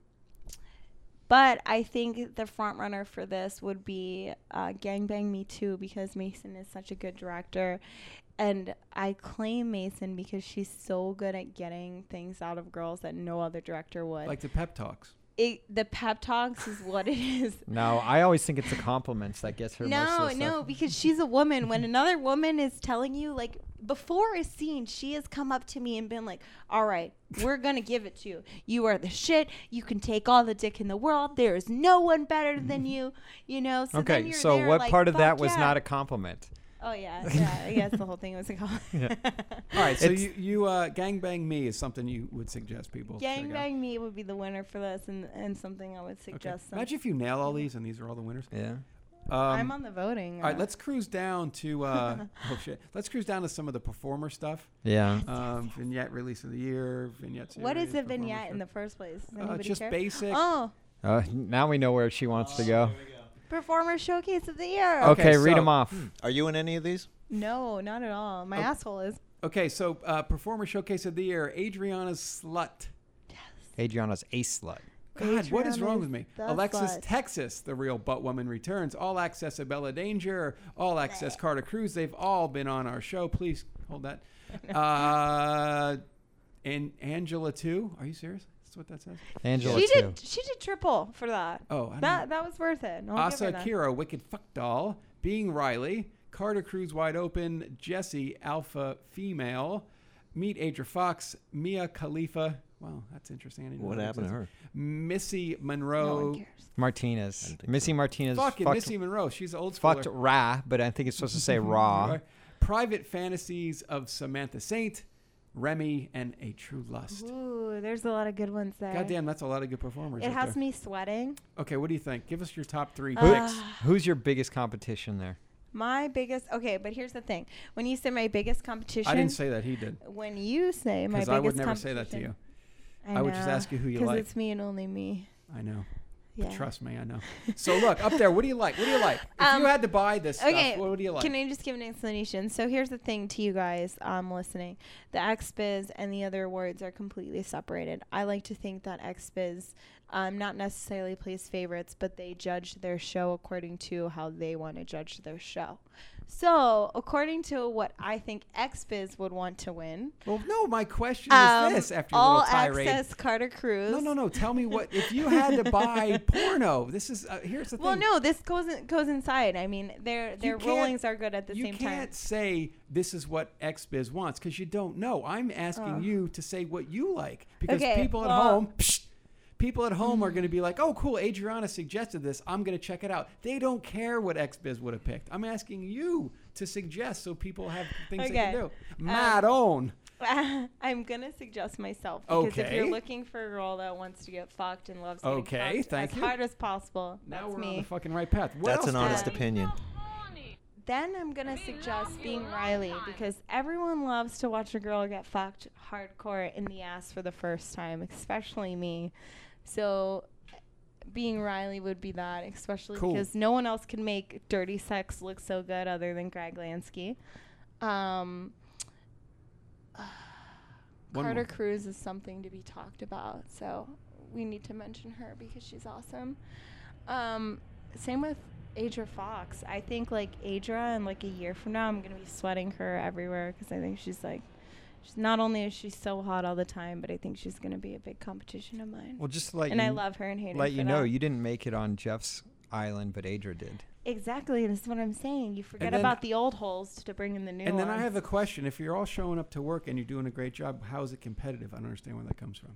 S10: but I think the front runner for this would be uh, Gang Bang Me Too because Mason is such a good director. And I claim Mason because she's so good at getting things out of girls that no other director would.
S3: Like the pep talks.
S10: it, the pep talks is what it is.
S2: No, I always think it's the compliments that gets her. most
S10: No,
S2: of the
S10: no,
S2: stuff.
S10: because she's a woman. When another woman is telling you, like, before a scene, she has come up to me and been like, all right, we're going to give it to you. You are the shit. You can take all the dick in the world. There is no one better than you, you know? So then
S2: okay,
S10: you're
S2: so
S10: there
S2: what
S10: like,
S2: part of that
S10: "Fuck
S2: was
S10: yeah."
S2: not a compliment?
S10: Oh, yeah. Yeah. I guess the whole thing was a compliment.
S2: Yeah.
S3: All right, so
S2: It's-
S3: you you uh, gang bang me is something you would suggest people. check
S10: Gang
S3: out.
S10: Bang Me would be the winner for this and, and something I would
S3: Okay.
S10: suggest. some-
S3: Imagine if you nail all these and these are all the winners. Um,
S2: Yeah.
S10: I'm on the voting.
S3: All right,
S10: uh,
S3: let's cruise down to uh, oh shit. Let's cruise down to some of the performer stuff.
S2: Yeah.
S3: Um, vignette release of the year, vignette.
S10: What is
S3: series, performer
S10: a vignette in
S3: stuff.
S10: the first place?
S3: Uh,
S10: Does anybody
S3: just
S10: care?
S3: basic.
S10: Oh,
S2: Uh, now we know where she wants to Oh, go.
S10: Performer Showcase of the Year.
S2: Okay, hmm. read 'em off.
S4: Are you in any of these?
S10: No, not at all. My
S3: Oh.
S10: asshole is.
S3: Okay, so uh, performer showcase of the year, Adriana's slut.
S2: Adriana's ace slut.
S3: God, what is wrong with me?
S10: Adriana's the
S3: Alexis
S10: slut.
S3: Texas, the real butt woman returns. All access Abella Danger, all access Carter Cruz. They've all been on our show. Please hold that. Uh, and Angela too. Are you serious? That's what that says.
S2: Angela
S10: she did. She did triple for that.
S3: Oh, I
S10: that that was worth it. I'll give her
S3: Asa
S10: that.
S3: Akira, Wicked Fuck Doll, Being Riley, Carter Cruz Wide Open, Jesse Alpha Female, Meet Adra Fox, Mia Khalifa. Wow, that's interesting. I didn't know
S4: What
S3: that
S4: happened to
S3: existed. Missy Monroe.
S2: Martinez. Missy Martinez.
S3: Fucking
S2: fucked,
S3: Missy Monroe. She's an old schooler.
S2: fucked Ra, but I think it's supposed to say Raw.
S3: Right. Private Fantasies of Samantha Saint, Remy, and A True Lust.
S10: Ooh, there's a lot of good ones there.
S3: Goddamn, that's a lot of good performers.
S10: It
S3: right
S10: has
S3: there.
S10: me sweating.
S3: Okay, what do you think? Give us your top three
S10: Who-
S3: picks.
S2: Who's your biggest competition there?
S10: My biggest. Okay, but here's the thing. When you say my biggest competition,
S3: I didn't say that. He did.
S10: When you say Uh, my
S3: Because
S10: biggest
S3: I would never say that to you.
S10: competition-
S3: I, would just
S10: know,
S3: ask you who you
S10: 'cause
S3: like.
S10: it's me and only me.
S3: I know. But
S10: Yeah.
S3: trust me, I know. So look up there. What do you like? What do you like? If
S10: Um,
S3: you had to buy this stuff, what would you like?
S10: Can I just give an explanation? So here's the thing to you guys um, listening. The XBiz and the other awards are completely separated. I like to think that XBiz um, not necessarily plays favorites, but they judge their show according to how they want to judge their show. So according to what I think XBiz would want to win,
S3: well, no. My question
S10: um,
S3: is this: After your
S10: all
S3: little tirade.
S10: access Carter Cruz.
S3: no, no, no. Tell me what if you had to buy porno. This is uh, here's the
S10: Well,
S3: thing.
S10: no, this goes in, goes inside. I mean, their their
S3: can't-
S10: rulings are good at the
S3: you
S10: same time.
S3: can't say this is what XBiz wants because you don't know. I'm asking
S10: Oh.
S3: you to say what you like because
S10: Okay,
S3: people at
S10: well-
S3: home, psh, people at home are going to be like, "Oh, cool, Adriana suggested this. I'm going to check it out." They don't care what XBiz would have picked. I'm asking you to suggest so people have things they can
S10: Okay,
S3: do.
S10: um,
S3: My own.
S10: I'm gonna suggest myself because if you're
S3: Okay.
S10: looking for a girl that wants to get fucked and loves getting
S3: Okay,
S10: fucked
S3: thank
S10: as
S3: you.
S10: hard as possible,
S3: Now
S10: that's
S3: we're on
S10: me.
S3: the fucking right path. What
S4: That's
S3: else
S4: an
S3: do you
S4: honest
S3: like?
S4: opinion.
S10: then I'm gonna suggest being Riley because everyone loves to watch a girl get fucked hardcore in the ass for the first time, especially me. So being Riley would be that, especially
S12: Cool.
S10: because no one else can make dirty sex look so good other than Greg Lansky. Um,
S3: One
S10: Carter
S3: more.
S10: Cruz is something to be talked about, so we need to mention her because she's awesome. Um, same with Adra Fox. I think like Adra, in like a year from now, I'm gonna be sweating her everywhere because I think she's like, she's not only is she so hot all the time, but I think she's gonna be a big competition of mine.
S2: Well, just to let
S10: and
S2: you,
S10: I love her and hate her
S2: Let you
S10: for
S2: know
S10: that.
S2: you didn't make it on Jeff's island, but Adra did.
S10: Exactly, that's what I'm saying. You forget
S3: then-
S10: about the old holes to bring in the new
S3: And
S10: ones.
S3: then I have a question: If you're all showing up to work and you're doing a great job, how is it competitive? I don't understand where that comes from.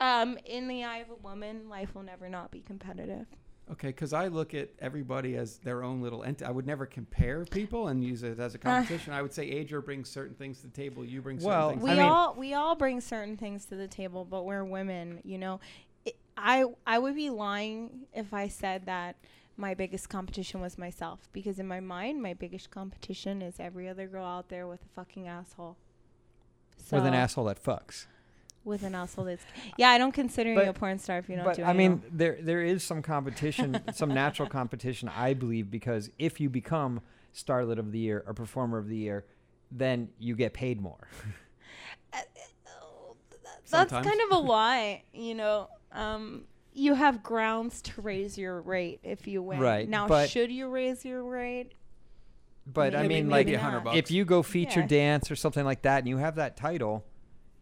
S10: um, in the eye of a woman, life will never not be competitive.
S3: Okay, because I look at everybody as their own little entity. I would never compare people and use it as
S10: Ah.
S3: a competition. I would say Adra brings certain things to the table. You bring certain
S2: Well,
S3: things.
S10: we
S3: to the table.
S10: all we all bring certain things to the table, but we're women, you know. It, I I would be lying if I said that my biggest competition was myself because in my mind my biggest competition is every other girl out there with a fucking asshole.
S2: With an
S10: So-
S2: asshole that fucks.
S10: with an asshole that's. Yeah, I don't consider you a porn star if you don't
S2: but
S10: do.
S2: I
S10: anal.
S2: mean, there there is some competition, some natural competition, I believe, because if you become starlet of the year or performer of the year, then you get paid more.
S10: that's
S2: Sometimes.
S10: kind of a lie, you know. Um, you have grounds to raise your rate if you win.
S2: Right,
S10: now,
S2: but-
S10: should you raise your rate?
S2: But I
S10: Maybe-
S2: mean,
S10: maybe
S2: like,
S10: not. 100
S2: if
S10: bucks.
S2: you go feature
S10: Yeah.
S2: dance or something like that, and you have that title,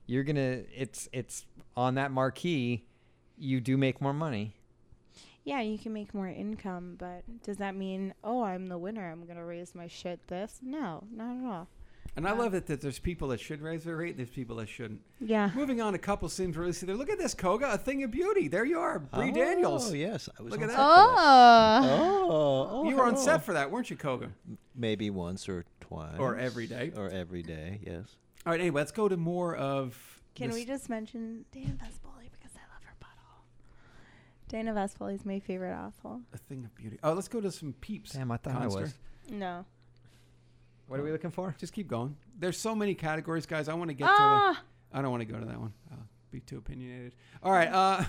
S2: you're gonna it's it's on that marquee. You do make more money.
S10: Yeah, you can make more income, but does that mean oh, I'm the winner? I'm gonna raise my shit this? No, not at all.
S3: And I love it that there's people that should raise their rate and there's people that shouldn't.
S10: Yeah.
S3: Moving on, a couple seems really similar. Look at this, Koga, a thing of beauty. There you are, Brie Daniels.
S4: Oh, yes, I was
S3: Look
S4: on
S3: at that.
S4: set for that. Oh, oh,
S3: you were on
S4: hello.
S3: set for that, weren't you, Koga?
S4: Maybe once or twice.
S3: Or every day.
S4: Or every day, yes.
S3: All right, anyway, let's go to more of.
S10: Can
S3: this-
S10: we just mention Dana Vespoli because I love her butthole. Dana Vespoli is my favorite asshole.
S3: A thing of beauty. Oh, let's go to some peeps.
S2: Damn, I thought I was.
S10: No.
S2: What are we looking for?
S3: Just keep going. There's so many categories, guys. I want to get to.
S10: Ah!
S3: The, I don't want to go to that one. I'll be too opinionated. All right. Uh,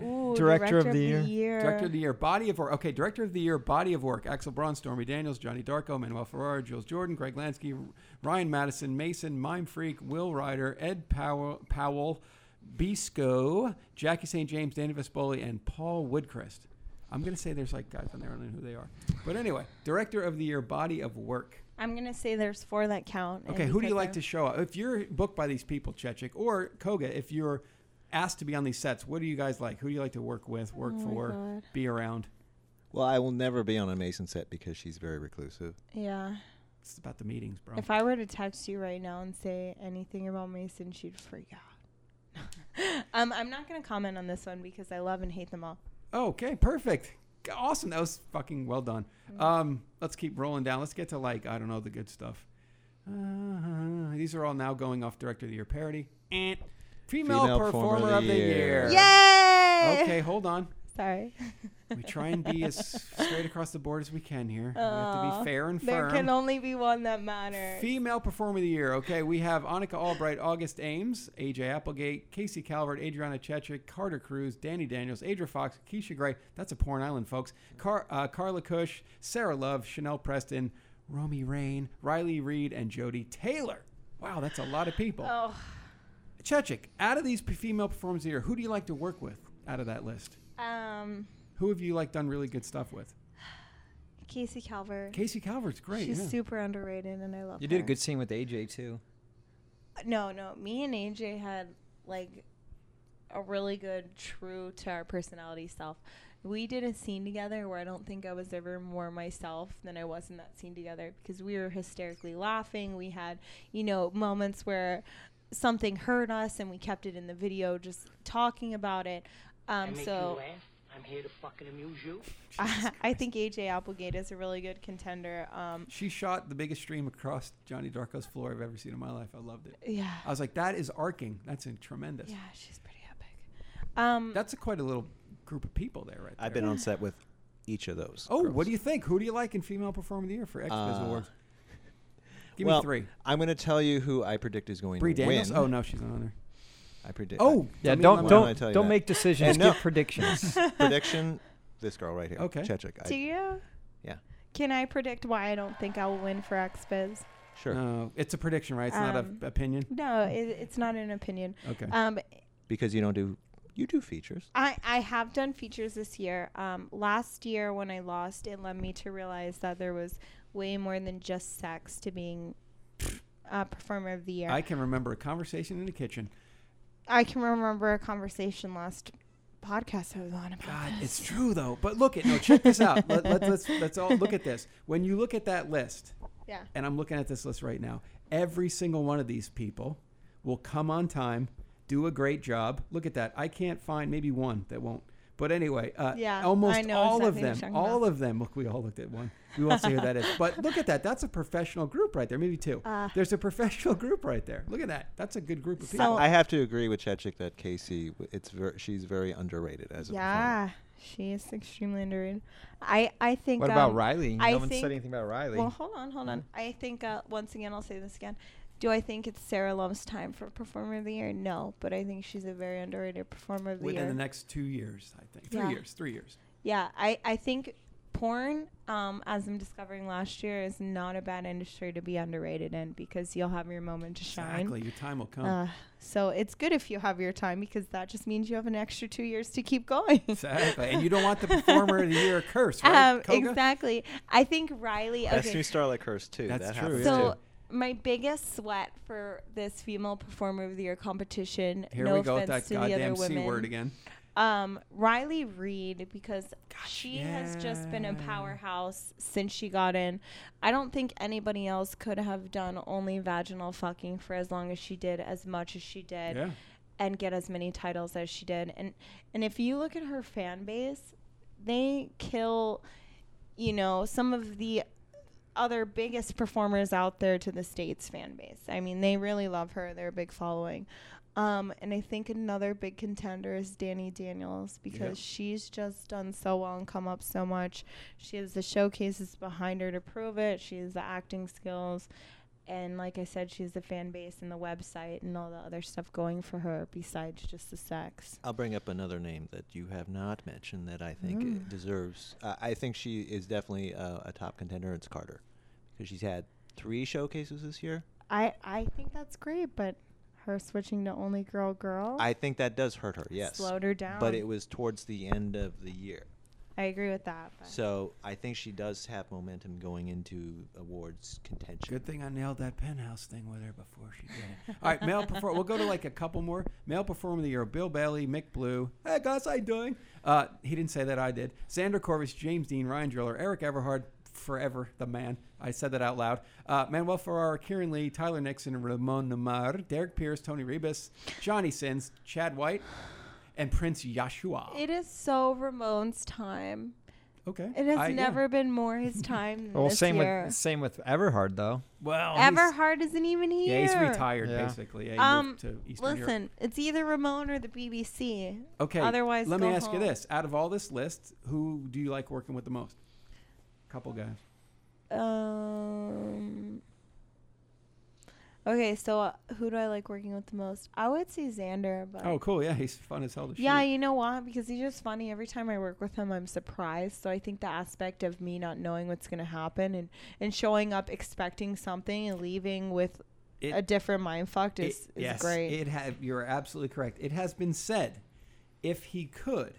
S10: Ooh, Director Director of of the the Year. Year.
S3: Director of the year. Body of work. Okay, director of the year. Body of work. Axel Braun, Stormy Daniels, Johnny Darko, Manuel Ferrara, Jules Jordan, Greg Lansky, Ryan Madison, Mason, Mime Freak, Will Ryder, Ed Powell, Powell Bisco, Jackie St. James, Danny Vespoli, and Paul Woodcrest. I'm gonna say there's like guys on there. I don't know who they are. But anyway, director of the year. Body of work.
S10: I'm gonna say there's four that count. and
S3: Okay, who do you
S10: because
S3: like
S10: I-
S3: to show up? If you're booked by these people, Chechik or Koga, if you're asked to be on these sets, what do you guys like? Who do you like to work with, work
S10: Oh my
S3: for,
S10: God.
S3: be around?
S4: Well, I will never be on a Mason set because she's very reclusive.
S10: Yeah.
S3: It's about the meetings, bro.
S10: If I were to text you right now and say anything about Mason, she'd freak out. um, I'm not gonna comment on this one because I love and hate them all.
S3: okay, perfect. G- Awesome. That was fucking well done.
S10: Mm.
S3: Um, let's keep rolling down. Let's get to like, I don't know, the good stuff. Uh, these are all now going off director of the year parody. And female,
S4: Female
S3: performer, of the year.
S10: Yay!
S3: Okay, hold on.
S10: Sorry.
S3: We try and be as straight across the board as we can here. we have to
S10: Aw,
S3: be fair and
S10: There
S3: firm.
S10: can only be one that matters.
S3: Female Performer of the Year. Okay, we have Annika Albright, August Ames, AJ Applegate, Casey Calvert, Adriana Chechik, Carter Cruz, Danny Daniels, Adra Fox, Keisha Gray. That's a porn island, folks. Car- uh, Carla Cush, Sarah Love, Chanel Preston, Romy Rain, Riley Reed, and Jody Taylor. Wow, that's a lot of people.
S10: Oh,
S3: Chechik, out of these p- female performers of the year, who do you like to work with out of that list?
S10: um,
S3: Who have you like done really good stuff with?
S10: Casey Calvert.
S3: Casey Calvert's great.
S10: She's
S3: yeah.
S10: super underrated, and I love.
S2: You did a
S10: her. Uh,
S2: good scene with AJ too.
S10: No, no. Me and AJ had like a really good, true to our personality self. We did a scene together where I don't think I was ever more myself than I was in that scene together because we were hysterically laughing. We had, you know, moments where something hurt us and we kept it in the video just talking about it. Um, so
S6: I'm here to fucking amuse you.
S10: I, I think AJ Applegate is a really good contender. Um,
S3: She shot the biggest stream across Johnny Darko's floor I've ever seen in my life. I loved it.
S10: Yeah.
S3: I was like, that is arcing. That's a tremendous.
S10: yeah, she's pretty epic. Um,
S3: That's a quite a little group of people there, right?
S4: I've
S3: there.
S4: been on set with each of those.
S3: Oh, what do you think? Who do you like in female performer of the year for X Biz
S4: Uh,
S3: Awards? Give
S4: well,
S3: me three.
S4: I'm going to tell you who I predict is going
S3: Brie
S4: to
S3: Daniels?
S4: win.
S3: Oh no, she's not on there.
S4: I predict.
S3: Oh,
S2: Yeah,
S4: Tell me
S2: don't-
S4: when
S2: don't-
S4: I tell you
S2: don't
S4: that.
S2: make decisions,
S4: And
S2: give predictions.
S4: Prediction. This girl right here.
S3: Okay.
S4: Chechik.
S10: do
S4: I,
S10: you?
S4: yeah.
S10: Can I predict why I don't think I'll win for XBiz?
S4: Sure.
S2: Uh.
S3: No, it's a prediction, right? It's not
S10: Um,
S3: an opinion.
S10: No, it, it's not an opinion.
S3: Okay.
S10: Um,
S4: Because you don't do you do features.
S10: I, I have done features this year. Um, last year when I lost, it led me to realize that there was way more than just sex to being a performer of the year.
S3: I can remember a conversation in the kitchen.
S10: I can remember a conversation last podcast I was on about.
S3: God,
S10: this.
S3: it's true though. But look at no, check this out. Let, let, let's let's all look at this. When you look at that list,
S10: Yeah.
S3: and I'm looking at this list right now. Every single one of these people will come on time, do a great job. Look at that. I can't find maybe one that won't. But anyway, uh,
S10: Yeah,
S3: almost
S10: I know
S3: all
S10: exactly what you're
S3: of them,
S10: talking
S3: all
S10: about.
S3: of them. Look, we all looked at one. We won't say who that is, but look at that. That's a professional group right there. Maybe two.
S10: Uh.
S3: There's a professional group right there. Look at that. That's a good group of people.
S10: So-
S4: I have to agree with Chechik that Casey. w- It's ver- she's very underrated as a
S10: Yeah, She is extremely underrated. I I think.
S2: What about
S10: um,
S2: Riley?
S10: I
S2: No one
S10: think-
S2: said anything about Riley.
S10: Well, hold on, hold on. I think uh, once again, I'll say this again. Do I think it's Sarah Lum's time for Performer of the Year? No, but I think she's a very underrated Performer of the
S3: within
S10: Year.
S3: the next two years, I think. Three
S10: Yeah.
S3: years, three years.
S10: Yeah, I, I think porn, um, as I'm discovering last year, is not a bad industry to be underrated in because you'll have your moment to shine.
S3: Exactly, your time will come.
S10: Uh, so it's good if you have your time because that just means you have an extra two years to keep going.
S3: Exactly. and you don't want the performer of the year curse, right?
S10: Um,
S3: Koga?
S10: exactly. I think Riley.
S4: Best
S10: okay.
S4: new starlight curse too.
S3: That's
S4: that
S3: true,
S4: happens
S3: yeah.
S4: too.
S10: So my biggest sweat for this female performer of the year competition.
S3: Here
S10: no
S3: we go with
S10: offense
S3: that
S10: to the other
S3: goddamn C
S10: women,
S3: word again.
S10: Um, Riley Reed because she has just been a powerhouse since she got in. I don't think anybody else could have done only vaginal fucking for as long as she did, as much as she did,
S12: Yeah.
S10: and get as many titles as she did. And and if you look at her fan base, they kill you know, some of the other biggest performers out there to the state's fan base. I mean, they really love her. They're a big following. Um, and I think another big contender is Danny Daniels because she's just done so well and come up so much. She has the showcases behind her to prove it. She has the acting skills. And like I said, she has the fan base and the website and all the other stuff going for her besides just the sex.
S4: I'll bring up another name that you have not mentioned that I think
S10: Mm.
S4: it deserves. Uh, I think she is definitely uh, a, a top contender. It's Carter because she's had three showcases this year.
S10: I, I think that's great, but her switching to only girl girl.
S4: I think that does hurt her. Yes,
S10: Slowed her down.
S4: But it was towards the end of the year,
S10: I agree with that.
S4: so I think she does have momentum going into awards contention.
S3: Good thing I nailed that penthouse thing with her before she did it. All right, male perform. We'll go to like a couple more. Male performer of the year: Bill Bailey, Mick Blue. Hey guys, how you doing? Uh, he didn't say that. I did. Sandra Corvus, James Dean, Ryan Driller, Eric Everhard, forever the man. I said that out loud. Uh, Manuel Ferrara, Kieran Lee, Tyler Nixon, Ramon Namar, Derek Pierce, Tony Rebus, Johnny Sins, Chad White, and Prince Yashua.
S10: It is so Ramon's time.
S3: Okay.
S10: It has
S2: I- yeah.
S10: never been more his time than
S2: well,
S10: this
S2: same
S10: year.
S2: with same with Everhard though.
S3: Well,
S10: Everhard isn't even
S3: Yeah,
S10: here.
S3: he's retired
S2: Yeah.
S3: basically. Yeah, he
S10: um,
S3: moved to Eastern Europe.
S10: listen, it's either Ramon or the BBC.
S3: Okay.
S10: Otherwise,
S3: let
S10: go
S3: me ask
S10: home.
S3: you this: out of all this list, who do you like working with the most? Couple guys.
S10: Um. Okay, so uh, who do I like working with the most? I would say Xander, but
S3: Oh, cool. Yeah, he's fun as hell to shoot.
S10: Uh, Yeah, you know why? Because he's just funny. Every time I work with him, I'm surprised. So I think the aspect of me not knowing what's going to happen and, and showing up expecting something and leaving with
S3: It-
S10: a different mind fucked
S3: It-
S10: is, is
S3: yes,
S10: great.
S3: It have you're absolutely correct. It has been said, if he could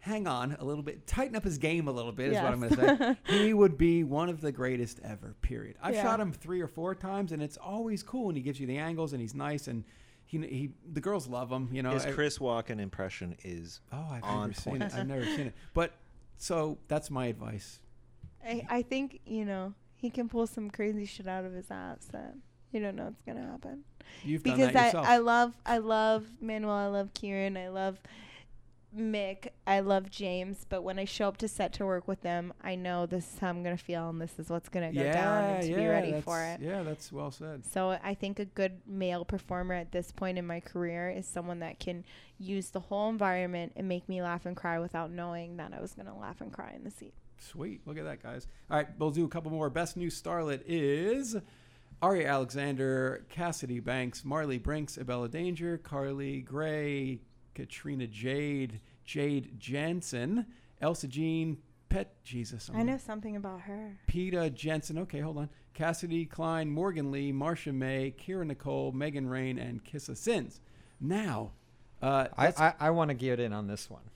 S3: hang on a little bit, tighten up his game a little bit, is what I'm
S10: Yes.
S3: going to say. he would be one of the greatest ever. Period. I've
S10: Yeah.
S3: shot him three or four times, and it's always cool. And he gives you the angles, and he's nice, and he he the girls love him. You know,
S4: His
S3: I-
S4: Chris Walken impression is
S3: Oh, I've
S4: on
S3: never seen
S4: point.
S3: it. I've never seen it. But so that's my advice.
S10: I, I think, you know, he can pull some crazy shit out of his ass that you don't know what's going to happen.
S3: You've done
S10: because
S3: that
S10: I,
S3: yourself.
S10: I love I love Manuel, I love Kieran, I love Mick, I love James, but when I show up to set to work with them, I know this is how I'm gonna feel and this is what's gonna go down and to be ready for
S3: that's-
S10: it.
S3: Yeah, that's well said.
S10: So I think a good male performer at this point in my career is someone that can use the whole environment and make me laugh and cry without knowing that I was gonna laugh and cry in the seat.
S3: Sweet. Look at that, guys. All right, we'll do a couple more. Best new starlet is Ari Alexander, Cassidy Banks, Marley Brinks, Abella Danger, Carly Gray, Katrina Jade, Jade Jensen, Elsa Jean, Pet Jesus.
S10: I know something about her.
S3: PETA Jensen. Okay, hold on. Cassidy Klein, Morgan Lee, Marsha May, Kira Nicole, Megan Rain, and Kissa Sins. Now, uh,
S2: I
S3: let's-
S2: I, I want to get in on this one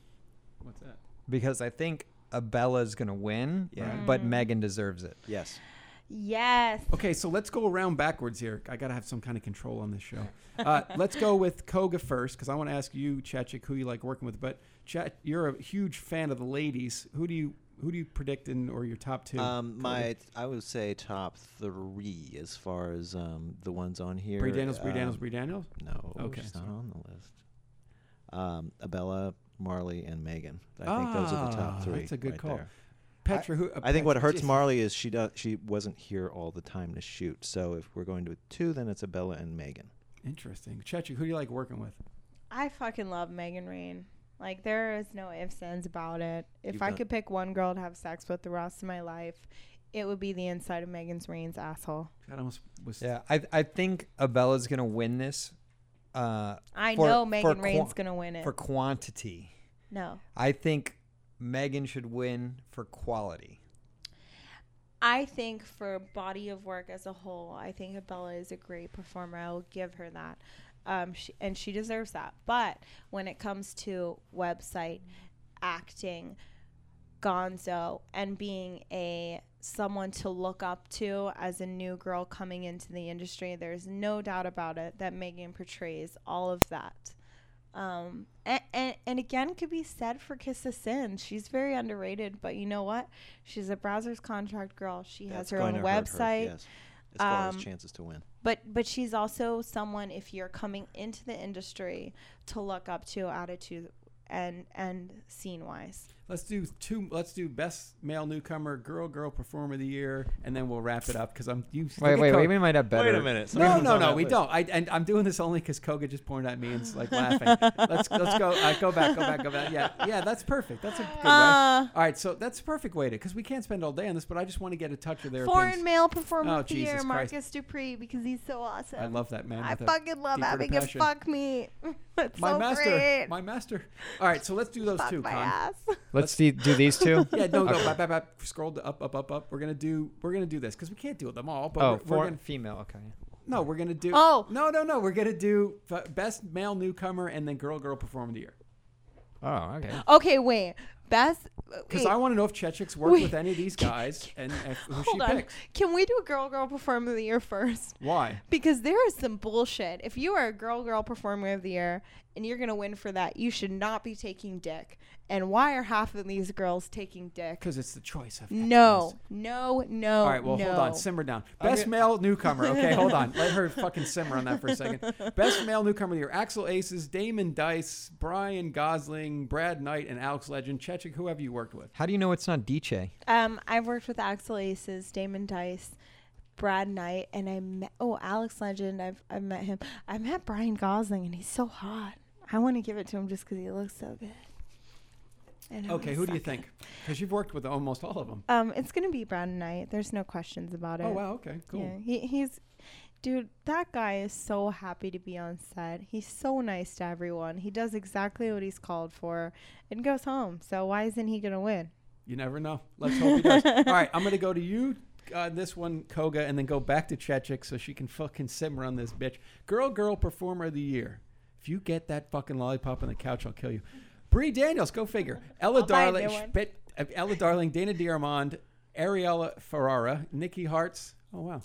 S3: what's that?
S2: because I think Abella's gonna win,
S3: Yeah. Right.
S2: but Megan deserves it.
S4: Yes.
S10: Yes.
S3: Okay, so let's go around backwards here. I got to have some kind of control on this show. Uh, let's go with Koga first because I want to ask you, Chachik, who you like working with. But Chat, you're a huge fan of the ladies. Who do you who do you predict in or your top two?
S4: Um,
S3: Koga?
S4: my I would say top three as far as um the ones on here.
S3: Bree Daniels, Bree
S4: um,
S3: Daniels, Bree Daniels?
S4: No,
S3: Okay,
S4: she's
S3: sorry.
S4: not on the list. Um, Abella, Marley, and Megan. I think those are the
S3: Ah,
S4: top three.
S3: That's a good
S4: right
S3: call.
S4: there.
S3: Petra, who? uh,
S4: I think what
S3: Pet-
S4: hurts
S3: Jesus.
S4: Marley is she does she wasn't here all the time to shoot. So if we're going to two, then it's Abella and Megan.
S3: Interesting. Chachik, who do you like working with?
S10: I fucking love Megan Rain. Like there is no ifs ands about it. If
S4: You've
S10: I
S4: done-
S10: could pick one girl to have sex with the rest of my life, it would be the inside of Megan's Rain's asshole.
S3: That almost was.
S2: Yeah, I I think Abella's gonna win this. Uh,
S10: I
S2: for-
S10: know
S2: for
S10: Megan
S2: quan-
S10: Rain's gonna win it.
S2: for quantity.
S10: No.
S2: I think Megan should win for quality.
S10: I think for body of work as a whole, I think Abella is a great performer. I will give her that. Um, she, and she deserves that. But when it comes to website acting, Gonzo and being a someone to look up to as a new girl coming into the industry, there's no doubt about it that Megan portrays all of that. Um, and, and, and again, could be said for Kiss of Sin. She's very underrated, but you know what? She's a browser's contract girl. She
S4: That's
S10: has her
S4: going
S10: own
S4: to hurt her,
S10: website.
S4: yes, as far as
S10: Um,
S4: chances to win.
S10: But but she's also someone if you're coming into the industry to look up to attitude and and scene wise.
S3: Let's do two. Let's do best male newcomer, girl, girl performer of the year, and then we'll wrap it up because I'm. You, look
S2: Wait,
S3: at
S2: wait,
S3: Koga.
S2: wait, we might have better- Wait a minute,
S3: No,
S2: something's
S3: no,
S2: on
S3: no,
S2: that
S3: we
S2: list.
S3: don't. I and I'm doing this only because Koga just pointed at me and is like laughing. let's let's go. Uh, go back. Go back. Go back. Yeah, yeah. That's perfect. That's a good
S10: Uh,
S3: way. All right, so that's a perfect way to because we can't spend all day on this, but I just want to get a touch of their
S10: Foreign
S3: opinions.
S10: male performer
S3: Oh,
S10: of the
S3: Jesus
S10: year,
S3: Christ.
S10: Marcus Dupree, because he's so awesome.
S3: I love that man
S10: I
S3: with a
S10: fucking love
S3: deeper
S10: having
S3: passion.
S10: him fuck me. It's
S3: My
S10: so
S3: master.
S10: great.
S3: My master. All right, so let's do those
S10: Fuck
S3: two.
S10: my
S3: Con.
S10: ass.
S2: Let's do, do these two.
S3: Yeah, no, no,
S2: Okay.
S3: bap, bap, bap. Scroll to up, up, up, up. We're gonna do. We're gonna do this because we can't do them all. But
S2: oh,
S3: we're,
S2: for
S3: we're gonna,
S2: female. Okay.
S3: no, we're gonna do.
S10: Oh.
S3: no, no, no. We're gonna do f- best male newcomer and then girl, girl performer of the year.
S2: Oh, okay.
S10: Okay, wait. Best.
S3: Because
S10: wait.
S3: I want to know if Chechik's worked
S10: Wait.
S3: with any of these guys and if, who she
S10: Hold on.
S3: picks.
S10: Can we do a girl girl performer of the year first?
S3: Why?
S10: Because there is some bullshit. If you are a girl girl performer of the year and you're gonna win for that, you should not be taking dick. And why are half of these girls taking dick?
S3: Because it's the choice of.
S10: No, no, no.
S3: All right, well, hold on.
S10: no.
S3: Simmer down. Best male newcomer. Okay, hold on. Let her fucking simmer on that for a second. Best male newcomer of the year. Axel Aces, Damon Dice, Brian Gosling, Brad Knight, and Alex Legend. Chechik, who have you worked with?
S2: How do you know it's not DJ?
S10: Um, I've worked with Axel Aces, Damon Dice, Brad Knight, and I met oh Alex Legend. I've I've met him. I met Brian Gosling, and he's so hot. I want to give it to him just because he looks so good. And I
S3: Okay,
S10: wanna
S3: who do you
S10: suck.
S3: think? Because you've worked with almost all of them.
S10: Um, it's gonna be Brad Knight. There's no questions about it.
S3: Oh, wow, okay, cool.
S10: Yeah, he he's, dude. That guy is so happy to be on set. He's so nice to everyone. He does exactly what he's called for, and goes home. So why isn't he gonna win?
S3: You never know. Let's hope he does. All right, I'm going to go to you, uh, this one, Koga, and then go back to Chechik so she can fucking simmer on this bitch. Girl, girl, performer of the year. If you get that fucking lollipop on the couch, I'll kill you. Brie Daniels, go figure. Ella
S10: I'll buy a new
S3: Darling,
S10: one.
S3: Spit- uh, Ella Darling, Dana Diarmond, Ariella Ferrara, Nikki Hartz. Oh wow,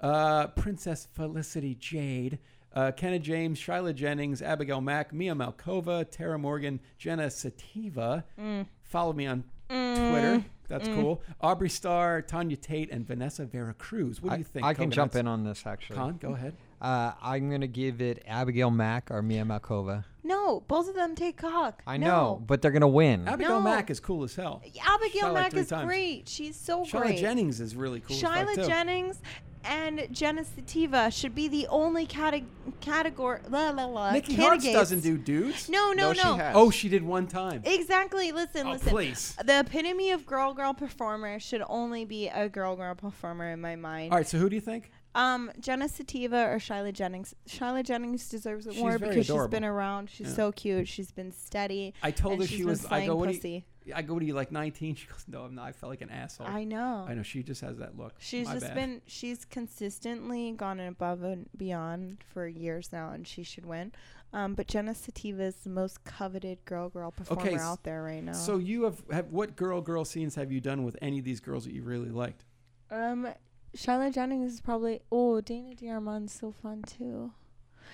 S3: uh, Princess Felicity Jade, uh, Kenna James, Shyla Jennings, Abigail Mack, Mia Malkova, Tara Morgan, Jenna Sativa.
S10: Mm.
S3: Follow me on Twitter. That's
S2: Mm.
S3: cool. Aubrey Starr, Tanya Tate, and Vanessa Vera Cruz. What do
S2: I-
S3: you think?
S2: I can jump
S3: Coconuts?
S2: in on this actually.
S3: Con, go ahead.
S2: Uh, I'm gonna give it Abigail Mack or Mia Malkova.
S10: No, both of them take cock.
S2: I
S10: No.
S2: know, but they're gonna win.
S3: Abigail
S10: No.
S3: Mack is cool as hell.
S10: Abigail
S3: Shot like
S10: Mack
S3: three
S10: is
S3: times.
S10: great. She's so
S3: Shyla
S10: Oh, great.
S3: Jennings is really cool. as fuck,
S10: Shyla
S3: too.
S10: Jennings and Jenna Sativa should be the only cate- category. La, la, la,
S3: Nikki Hartz
S10: candidates.
S3: doesn't do dudes.
S10: uh, No, no, No, she no. has.
S3: Oh, she did one time.
S10: Exactly. Listen,
S3: Oh,
S10: listen.
S3: please.
S10: The epitome of girl girl performer should only be a girl girl performer in my mind.
S3: All right, so who do you think?
S10: Um, Jenna Sativa or Shyla Jennings. Shyla Jennings deserves it
S3: She's very
S10: more because she's
S3: adorable.
S10: been around. She's
S3: Yeah.
S10: so cute. She's been steady.
S3: I told
S10: and
S3: her
S10: she's
S3: she
S10: been
S3: was. I
S10: slaying
S3: go. What do
S10: pussy.
S3: you? I go. What are you like? Nineteen? She goes. No, I'm not. I felt like an asshole.
S10: I know.
S3: I know. She just has that look.
S10: She's
S3: My
S10: just
S3: bad.
S10: been she's consistently gone above and beyond for years now, and she should win. Um, but Jenna Sativa is the most coveted girl girl performer
S3: okay s-
S10: out there right now.
S3: So you have, have what girl girl scenes have you done with any of these girls that you really liked?
S10: um, Shyla Jennings is probably oh Dana Diarmond's so fun too.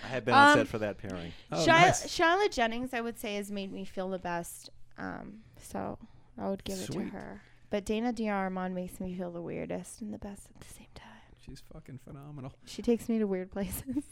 S4: I have been on
S10: Um,
S4: set for that pairing.
S3: Oh,
S10: Shy- Shyla Jennings, I would say, has made me feel the best. Um, so I would give it to
S3: Sweet.
S10: her. But Dana Diarmond makes me feel the weirdest and the best at the same time.
S3: She's fucking phenomenal,
S10: She takes me to weird places.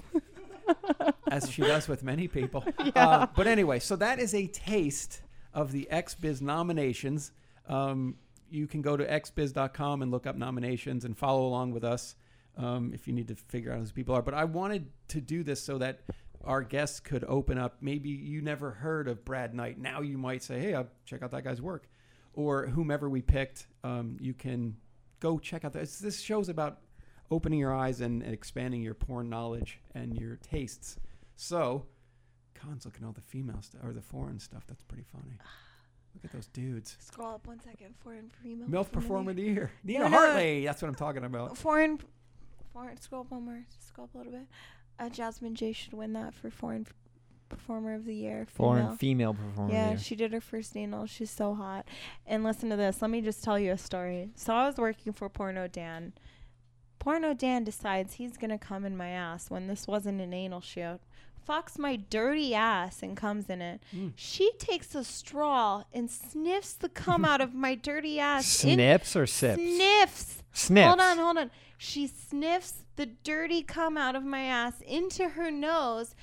S3: as she does with many people.
S10: Yeah.
S3: Uh, but anyway, so that is a taste of the XBiz nominations. Um, you can go to xbiz.com and look up nominations and follow along with us um, if you need to figure out who those people are. But I wanted to do this so that our guests could open up. Maybe you never heard of Brad Knight. Now you might say, hey, I'll check out that guy's work. Or whomever we picked, um, you can go check out. This, this show's about opening your eyes and expanding your porn knowledge and your tastes. So, Khan's looking at all the female stuff or the foreign stuff. That's pretty funny. Look at those dudes.
S10: Scroll up one second. Foreign female.
S3: MILF Performer of the Year. Nina
S10: No, no.
S3: Hartley. That's what I'm talking about.
S10: Foreign, foreign. Scroll up one more. Scroll up a little bit. Uh, Jasmine J should win that for foreign f- performer of the year.
S2: Foreign female performer of the
S10: Yeah,
S2: year.
S10: she did her first anal. She's so hot. And listen to this. Let me just tell you a story. So I was working for Porno Dan. Porno Dan decides he's gonna come in my ass when this wasn't an anal shoot. Fucks my dirty ass and comes in it.
S2: Mm.
S10: She takes a straw and sniffs the cum out of my dirty ass. in-
S2: Snips or sips?
S10: Sniffs. Hold
S2: Sniffs.
S10: on, hold on. She sniffs the dirty cum out of my ass into her nose,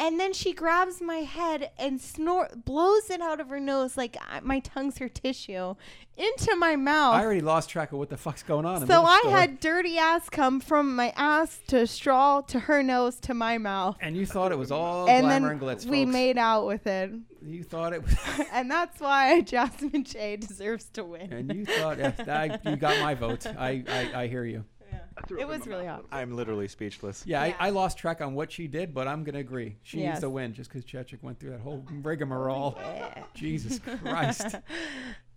S10: and then she grabs my head and snort, blows it out of her nose like I, my tongue's her tissue, into my mouth.
S3: I already lost track of what the fuck's going on. in
S10: Oh. so
S3: this
S10: I
S3: story.
S10: had dirty ass cum from my ass to straw to her nose to my mouth.
S3: And you thought it was all
S10: and then
S3: glamour and glitz,
S10: we
S3: folks.
S10: made out with it.
S3: You thought it was.
S10: and that's why Jasmine J deserves to win.
S3: And you thought yeah, I, you got my vote. I, I, I hear you.
S10: it was really hot.
S4: I'm literally speechless.
S3: Yeah, I, I lost track on what she did, but I'm gonna agree. She needs
S10: Yes.
S3: to win just because Chechik went through that whole rigmarole. Oh, Jesus Christ.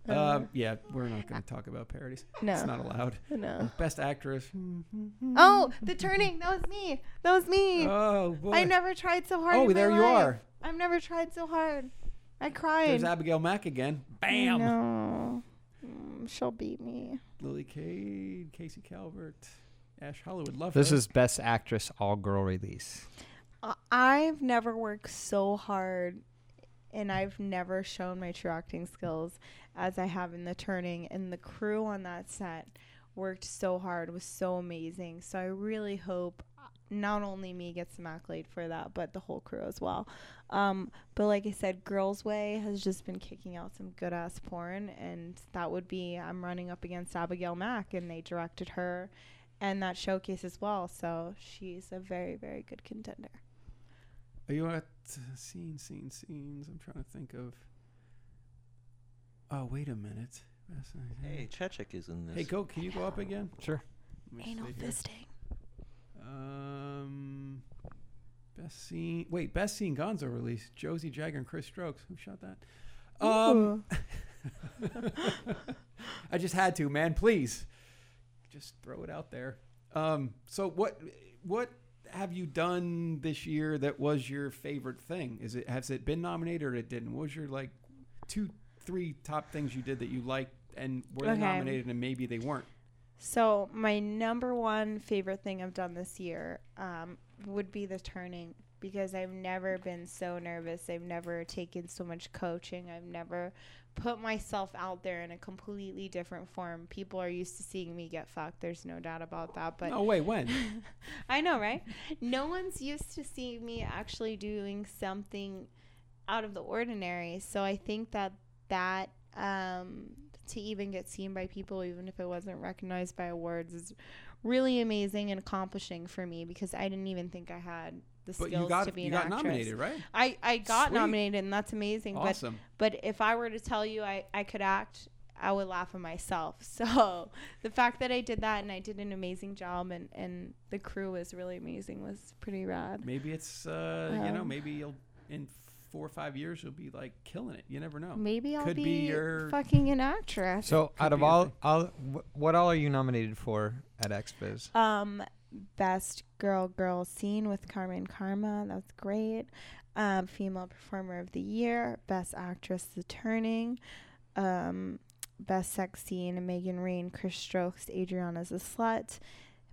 S3: um, yeah, we're not gonna talk about parodies.
S10: No.
S3: it's not allowed.
S10: No.
S3: Best actress.
S10: Oh, the turning. That was me. That was me.
S3: Oh, boy.
S10: I never tried so hard.
S3: Oh,
S10: in my
S3: there you
S10: life.
S3: are.
S10: I've never tried so hard. I
S3: There's
S10: cried.
S3: Abigail Mack again. Bam.
S10: No. Mm, She'll beat me.
S3: Lily Cade, Casey Calvert, Ash Hollywood. Love
S2: This
S3: her.
S2: is best actress all girl release.
S10: I- I've never worked so hard and I've never shown my true acting skills as I have in the turning and the crew on that set worked so hard was so amazing. So I really hope uh, not only me gets some accolade for that, but the whole crew as well. Um, but like I said, Girls Way has just been kicking out some good ass porn, and that would be I'm running up against Abigail Mack, and they directed her, and that showcase as well. So she's a very very good contender.
S3: Are you at uh, scene, scene, scenes? I'm trying to think of. Oh, wait a minute. That's not-
S4: Hey, Chechik is in this.
S3: Hey, go. Can you go up again?
S2: Sure.
S1: Anal fisting.
S3: Um, best scene. Wait, best scene. Gonzo release. Josie Jagger and Chris Strokes. Who shot that? Um, I just had to, man. Please, just throw it out there. Um, so what? What have you done this year that was your favorite thing? Is it has it been nominated or it didn't? What was your like two, three top things you did that you liked and were they
S10: Okay.
S3: nominated and maybe they weren't?
S10: So my number one favorite thing I've done this year um, would be the turning because I've never been so nervous. I've never taken so much coaching. I've never put myself out there in a completely different form. People are used to seeing me get fucked. There's no doubt about that. But
S3: No, wait, when?
S10: I know, right? No one's used to seeing me actually doing something out of the ordinary. So I think that that um, to even get seen by people, even if it wasn't recognized by awards, is really amazing and accomplishing for me because I didn't even think I had the
S3: But you
S10: skills
S3: got-
S10: to be
S3: you
S10: an
S3: got
S10: actress.
S3: nominated, right?
S10: I, I got
S3: Sweet.
S10: nominated, and that's amazing.
S3: Awesome.
S10: But but if I were to tell you I, I could act, I would laugh at myself. So the fact that I did that and I did an amazing job and, and the crew was really amazing was pretty rad.
S3: Maybe it's uh, you know,
S10: Um,
S3: maybe you'll in four or five years you'll be like killing it. You never know.
S10: Maybe I'll
S3: Could
S10: be,
S3: be, your
S10: fucking an actress.
S2: So out of
S3: be a
S2: all, all wh- what all are you nominated for at Expos?
S10: Um, best girl girl scene with Carmen Karma. That's great. Um, female performer of the year, best actress The Turning, um, best sex scene Megan Rain, Chris Strokes, Adriana's a slut.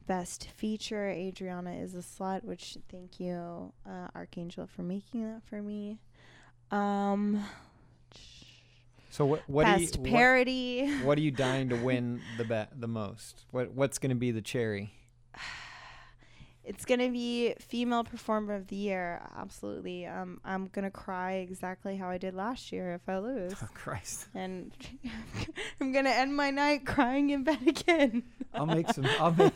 S10: Best feature Adriana is a slut, which thank you uh, Archangel for making that for me. Um,
S2: So what what do
S10: Best
S2: you, what-
S10: parody.
S2: What, are you dying to win the bet the most? What what's going to be the cherry?
S10: It's gonna be female performer of the year, absolutely. Um, I'm gonna cry exactly how I did last year if I lose.
S3: Christ.
S10: And I'm gonna end my night crying in bed again.
S3: I'll make some. I'll make.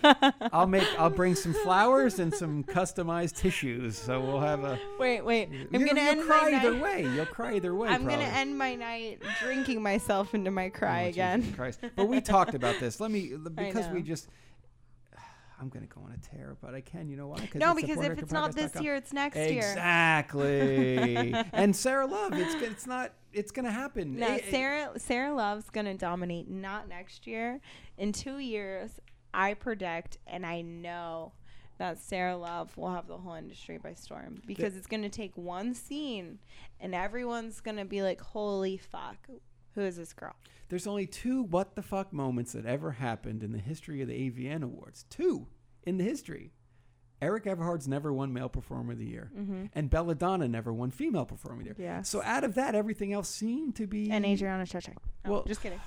S3: I'll make. I'll bring some flowers and some customized tissues. So we'll have a.
S10: Wait, wait.
S3: You-
S10: I'm
S3: you-
S10: gonna
S3: you'll
S10: end
S3: cry
S10: my
S3: either
S10: night.
S3: way. You'll cry either way.
S10: I'm
S3: probably.
S10: gonna end my night drinking myself into my cry
S3: Oh, Jesus
S10: again.
S3: Christ. But we talked about this. Let me
S10: I
S3: because we
S10: know.
S3: just. I'm gonna go on a tear, but I can. You know why?
S10: No,
S3: it's at
S10: because if it's not this
S3: porndirectorpodcast.com.
S10: year, it's next year.
S3: Exactly. and Sarah Love, it's g- it's not it's gonna happen.
S10: No,
S3: Eh, eh,
S10: Sarah Sarah Love's gonna dominate not next year. In two years, I predict and I know that Sarah Love will have the whole industry by storm because it's gonna take one scene and everyone's gonna be like, Holy fuck, who is this girl?
S3: There's only two what the fuck moments that ever happened in the history of the AVN Awards. Two in the history. Eric Everhard's never won Male Performer of the Year,
S10: Mhm.
S3: and Belladonna never won Female Performer of the Year.
S10: Yes.
S3: So out of that, everything else seemed to be
S10: And Adriana Chechik.
S3: Mm. Well-
S10: well, just kidding.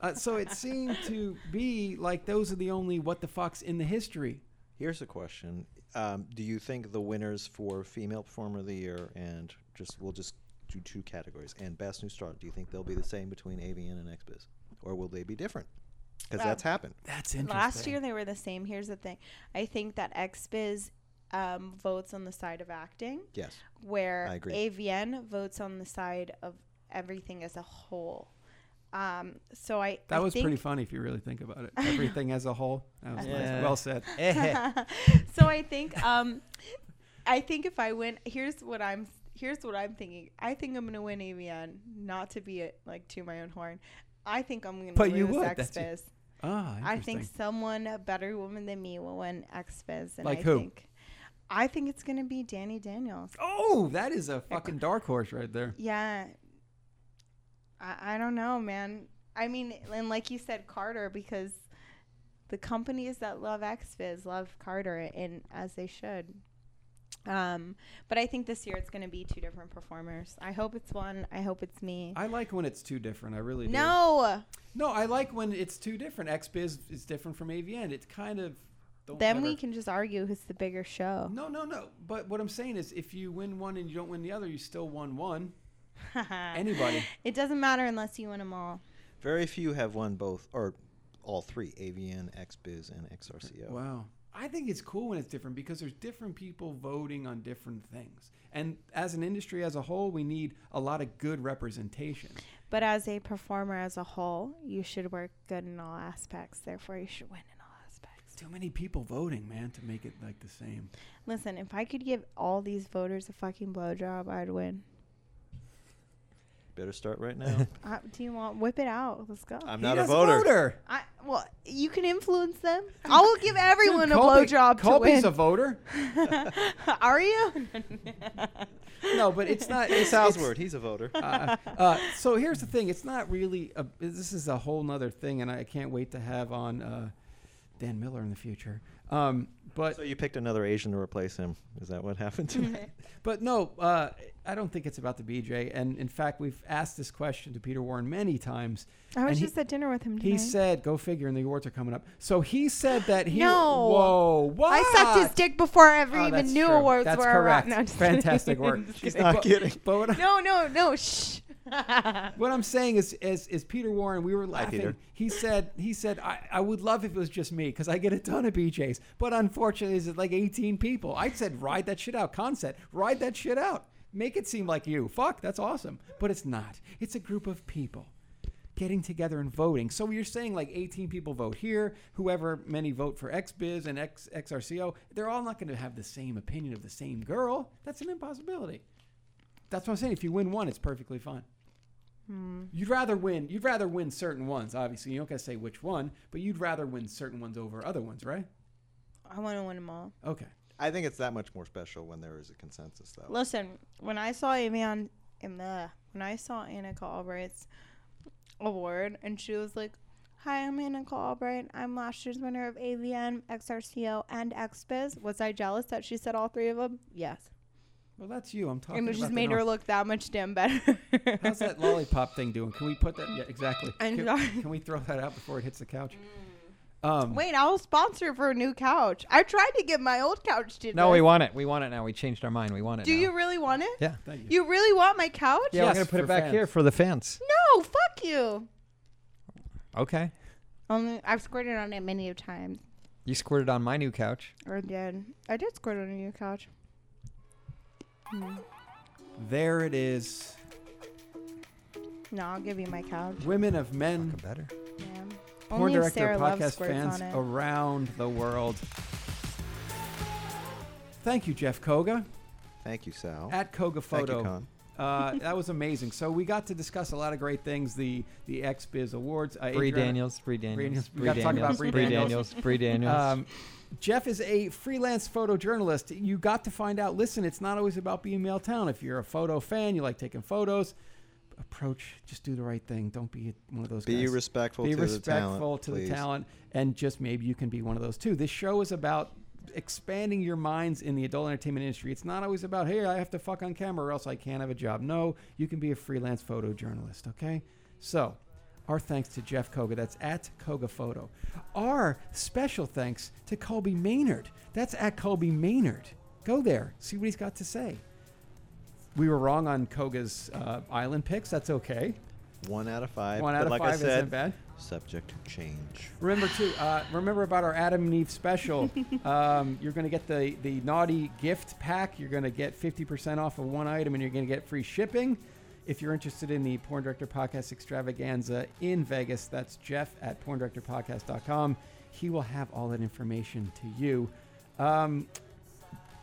S3: Uh, so it seemed to be like those are the only what the fucks in the history.
S4: Here's a question: um, Do you think the winners for female performer of the year and just we'll just do two categories and best new start? Do you think they'll be the same between AVN and XBiz, or will they be different? Because
S10: Uh,
S4: that's happened.
S3: That's
S10: Last year they were the same. Here's the thing. I think that XBiz um, votes on the side of acting.
S4: Yes.
S10: Where
S4: I agree.
S10: AVN votes on the side of everything as a whole. Um, so I
S3: That
S10: I
S3: was
S10: think-
S3: pretty funny if you really think about it. Everything as a whole. That was nice.
S10: Yeah.
S3: Well said.
S10: so I think um, I think if I win, here's what I'm here's what I'm thinking. I think I'm gonna win AVN, not to be like to my own horn. I think I'm gonna
S3: But
S10: lose
S3: you would, that's your-
S10: XBiz.
S3: Ah,
S10: I think
S3: interesting.
S10: someone a better woman than me will win XBiz, and
S3: Like
S10: I
S3: who?
S10: think I think it's gonna be Danny Daniels.
S3: Oh, that is a fucking dark horse right there.
S10: Yeah. I, I don't know, man. I mean, and like you said, Carter, because the companies that love XFiz love Carter, and as they should. Um, but I think this year it's going to be two different performers. I hope it's one. I hope it's me.
S3: I like when it's too different. I really do.
S10: no,
S3: No, I like when it's too different. XBiz is different from AVN. It's kind of. Don't
S10: then
S3: ever-
S10: we can just argue who's the bigger show.
S3: No, no, no. But what I'm saying is if you win one and you don't win the other, you still won one. Anybody.
S10: It doesn't matter unless you win them all.
S4: Very few have won both or all three: AVN, XBiz, and XRCO.
S3: Wow. I think it's cool when it's different because there's different people voting on different things. And as an industry as a whole, we need a lot of good representation.
S10: But as a performer as a whole, you should work good in all aspects. Therefore, you should win in all aspects.
S3: Too many people voting, man, to make it like the same.
S10: Listen, if I could give all these voters a fucking blowjob, I'd win.
S4: Better start right now.
S10: Uh, do you want whip it out? Let's go.
S4: I'm not a voter.
S10: I well, you can influence them. I will give everyone a
S3: Colby-
S10: blowjob to
S3: Colby's
S10: win.
S3: a voter.
S10: Are you?
S3: No, but it's not. It's
S4: Salsword. He's a voter.
S3: uh, uh, so here's the thing. It's not really. A, this is a whole nother thing, and I can't wait to have on uh, Dan Miller in the future. Um, but
S4: so you picked another Asian to replace him. Is that what happened?
S3: But no, uh, I don't think it's about the BJ. And in fact, we've asked this question to Peter Warren many times.
S10: I was
S3: and he-
S10: just at dinner with him
S3: he,
S10: tonight.
S3: said, "Go figure." And the awards are coming up. So he said that he.
S10: No.
S3: Whoa! What?
S10: I sucked his dick before I ever
S3: Oh,
S10: even
S3: that's
S10: knew
S3: true.
S10: awards
S3: That's
S10: were
S3: correct.
S10: around. No, I'm just kidding.
S3: Fantastic work.
S10: Just
S3: She's
S10: kidding.
S3: not But- kidding. but what I-
S10: no, no, no. Shh.
S3: What I'm saying is, is, is Peter Warren. We were laughing.
S4: Peter.
S3: He said, he said, I, I would love if it was just me because I get a ton of BJ's, but unfortunately, it's like 18 people. I said, ride that shit out, concept, ride that shit out, make it seem like you. Fuck, that's awesome, but it's not. It's a group of people getting together and voting. So you're saying like 18 people vote here, whoever many vote for XBiz and X, XRCO, they're all not going to have the same opinion of the same girl. That's an impossibility. That's what I'm saying. If you win one, it's perfectly fine. You'd rather win. You'd rather win certain ones. Obviously, you don't gotta say which one, but you'd rather win certain ones over other ones, right?
S10: I want to win them all.
S3: Okay.
S4: I think it's that much more special when there is a consensus, though.
S10: Listen, when I saw Avian in the when I saw Annika Albright's award and she was like, Hi, I'm Annika Albright. I'm last year's winner of AVN, XRCO, and XBiz. Was I jealous that she said all three of them? Yes.
S3: Well, that's you. I'm talking.
S10: and it
S3: about
S10: just
S3: the
S10: made her
S3: norm.
S10: look that much damn better.
S3: How's that lollipop thing doing? Can we put that? Yeah, exactly.
S10: I'm
S3: can,
S10: sorry. Mm.
S3: can we throw that out before it hits the couch? Um,
S10: Wait, I'll sponsor for a new couch. I tried to get my old couch to
S2: No, we
S10: this.
S2: want it. We want it now. We changed our mind. We want it.
S10: Do
S2: now.
S10: you really want it?
S2: Yeah.
S3: Thank
S10: You really want my couch?
S2: Yeah,
S3: Yes,
S2: we're gonna put
S3: for
S2: it back here
S3: fans.
S2: for the fans.
S10: No, fuck you.
S2: Okay.
S10: Oh Only I've squirted on it many a times.
S2: You squirted on my new couch.
S10: Or did I did squirt on your couch? Hmm.
S3: There it is.
S10: No, I'll give you my couch.
S3: Women of men.
S2: better.
S10: Yeah.
S3: Porn
S10: Only if
S3: director
S10: Sarah Love
S3: podcast
S10: squirts
S3: fans
S10: on it.
S3: around the world. Thank you, Jeff Koga.
S4: Thank you, Sal.
S3: At Koga
S4: Thank you,
S3: Photo.
S4: Con.
S3: Uh, that was amazing. So we got to discuss a lot of great things. The the X Biz Awards. Uh,
S2: Bree
S3: Adriana-
S2: Daniels, Bree Daniels,
S3: We
S2: Bree
S3: got to talk about
S2: Daniels,
S3: Bree
S2: Bree
S3: Daniels.
S2: Daniels, Bree Daniels.
S3: Um, Jeff is a freelance photojournalist. You got to find out. Listen, it's not always about being male town. If you're a photo fan, you like taking photos. Approach. Just do the right thing. Don't be one of those.
S4: Be
S3: guys.
S4: respectful
S3: Be
S4: to the talent,
S3: respectful to
S4: please.
S3: the talent, and just maybe you can be one of those too. This show is about expanding your minds in the adult entertainment industry. It's not always about hey, I have to fuck on camera or else I can't have a job. No, you can be a freelance photojournalist. Okay, so. Our thanks to Jeff Koga. That's at Koga Photo. Our special thanks to Colby Maynard. That's at Colby Maynard. Go there, see what he's got to say. We were wrong on Koga's uh, island picks. That's okay.
S4: One out of five.
S3: One out
S4: but
S3: of
S4: like I
S3: five isn't
S4: said,
S3: bad.
S4: Subject to change.
S3: Remember too. Uh, remember about our Adam and Eve special. um, you're going to get the the naughty gift pack. You're going to get 50% off of one item, and you're going to get free shipping. If you're interested in the Porn Director Podcast Extravaganza in Vegas, that's Jeff at PornDirectorPodcast.com. He will have all that information to you. Um,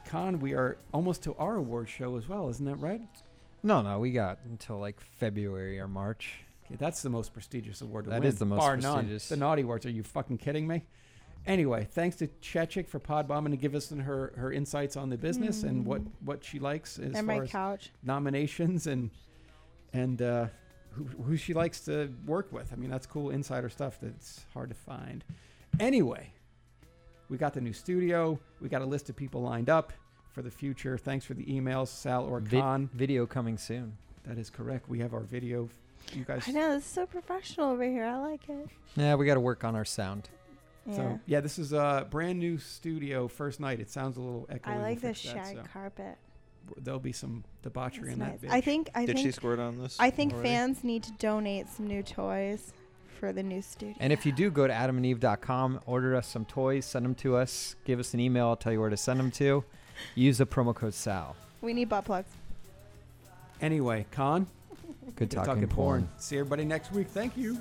S3: Con, we are almost to our award show as well, isn't that right?
S2: no, no, we got until like February or March.
S3: Okay, that's the most prestigious award. to
S2: That
S3: win,
S2: is the most
S3: bar
S2: prestigious.
S3: None. The naughty awards. Are you fucking kidding me? Anyway, thanks to Chechik for pod bombing to give us her her insights on the business
S10: Mm.
S3: and what what she likes as
S10: And my
S3: far as
S10: couch.
S3: nominations and and uh, who, who she likes to work with. I mean, that's cool insider stuff that's hard to find. Anyway, we got the new studio. We got a list of people lined up for the future. Thanks for the emails, Sal or
S2: Vid-
S3: Khan.
S2: video coming soon.
S3: That is correct. We have our video. You guys
S10: I know this is so professional over here. I like it.
S2: Yeah, we got to work on our sound.
S10: Yeah.
S3: So yeah, this is a brand new studio first night. It sounds a little echoey.
S10: I
S3: We'll
S10: like the
S3: fix that,
S10: shag
S3: so
S10: carpet.
S3: There'll be some debauchery in that.
S10: I
S3: bitch.
S10: think I
S4: Did
S10: think
S4: she squirt on this
S10: I think
S4: already?
S10: fans need to donate some new toys for the new studio.
S2: And if you do go to adamandeve.com, order us some toys, send them to us, give us an email, I'll tell you where to send them to. Use the promo code SAL.
S10: We need butt plugs.
S3: Anyway, Con.
S2: Good talking porn.
S3: See everybody next week. Thank you.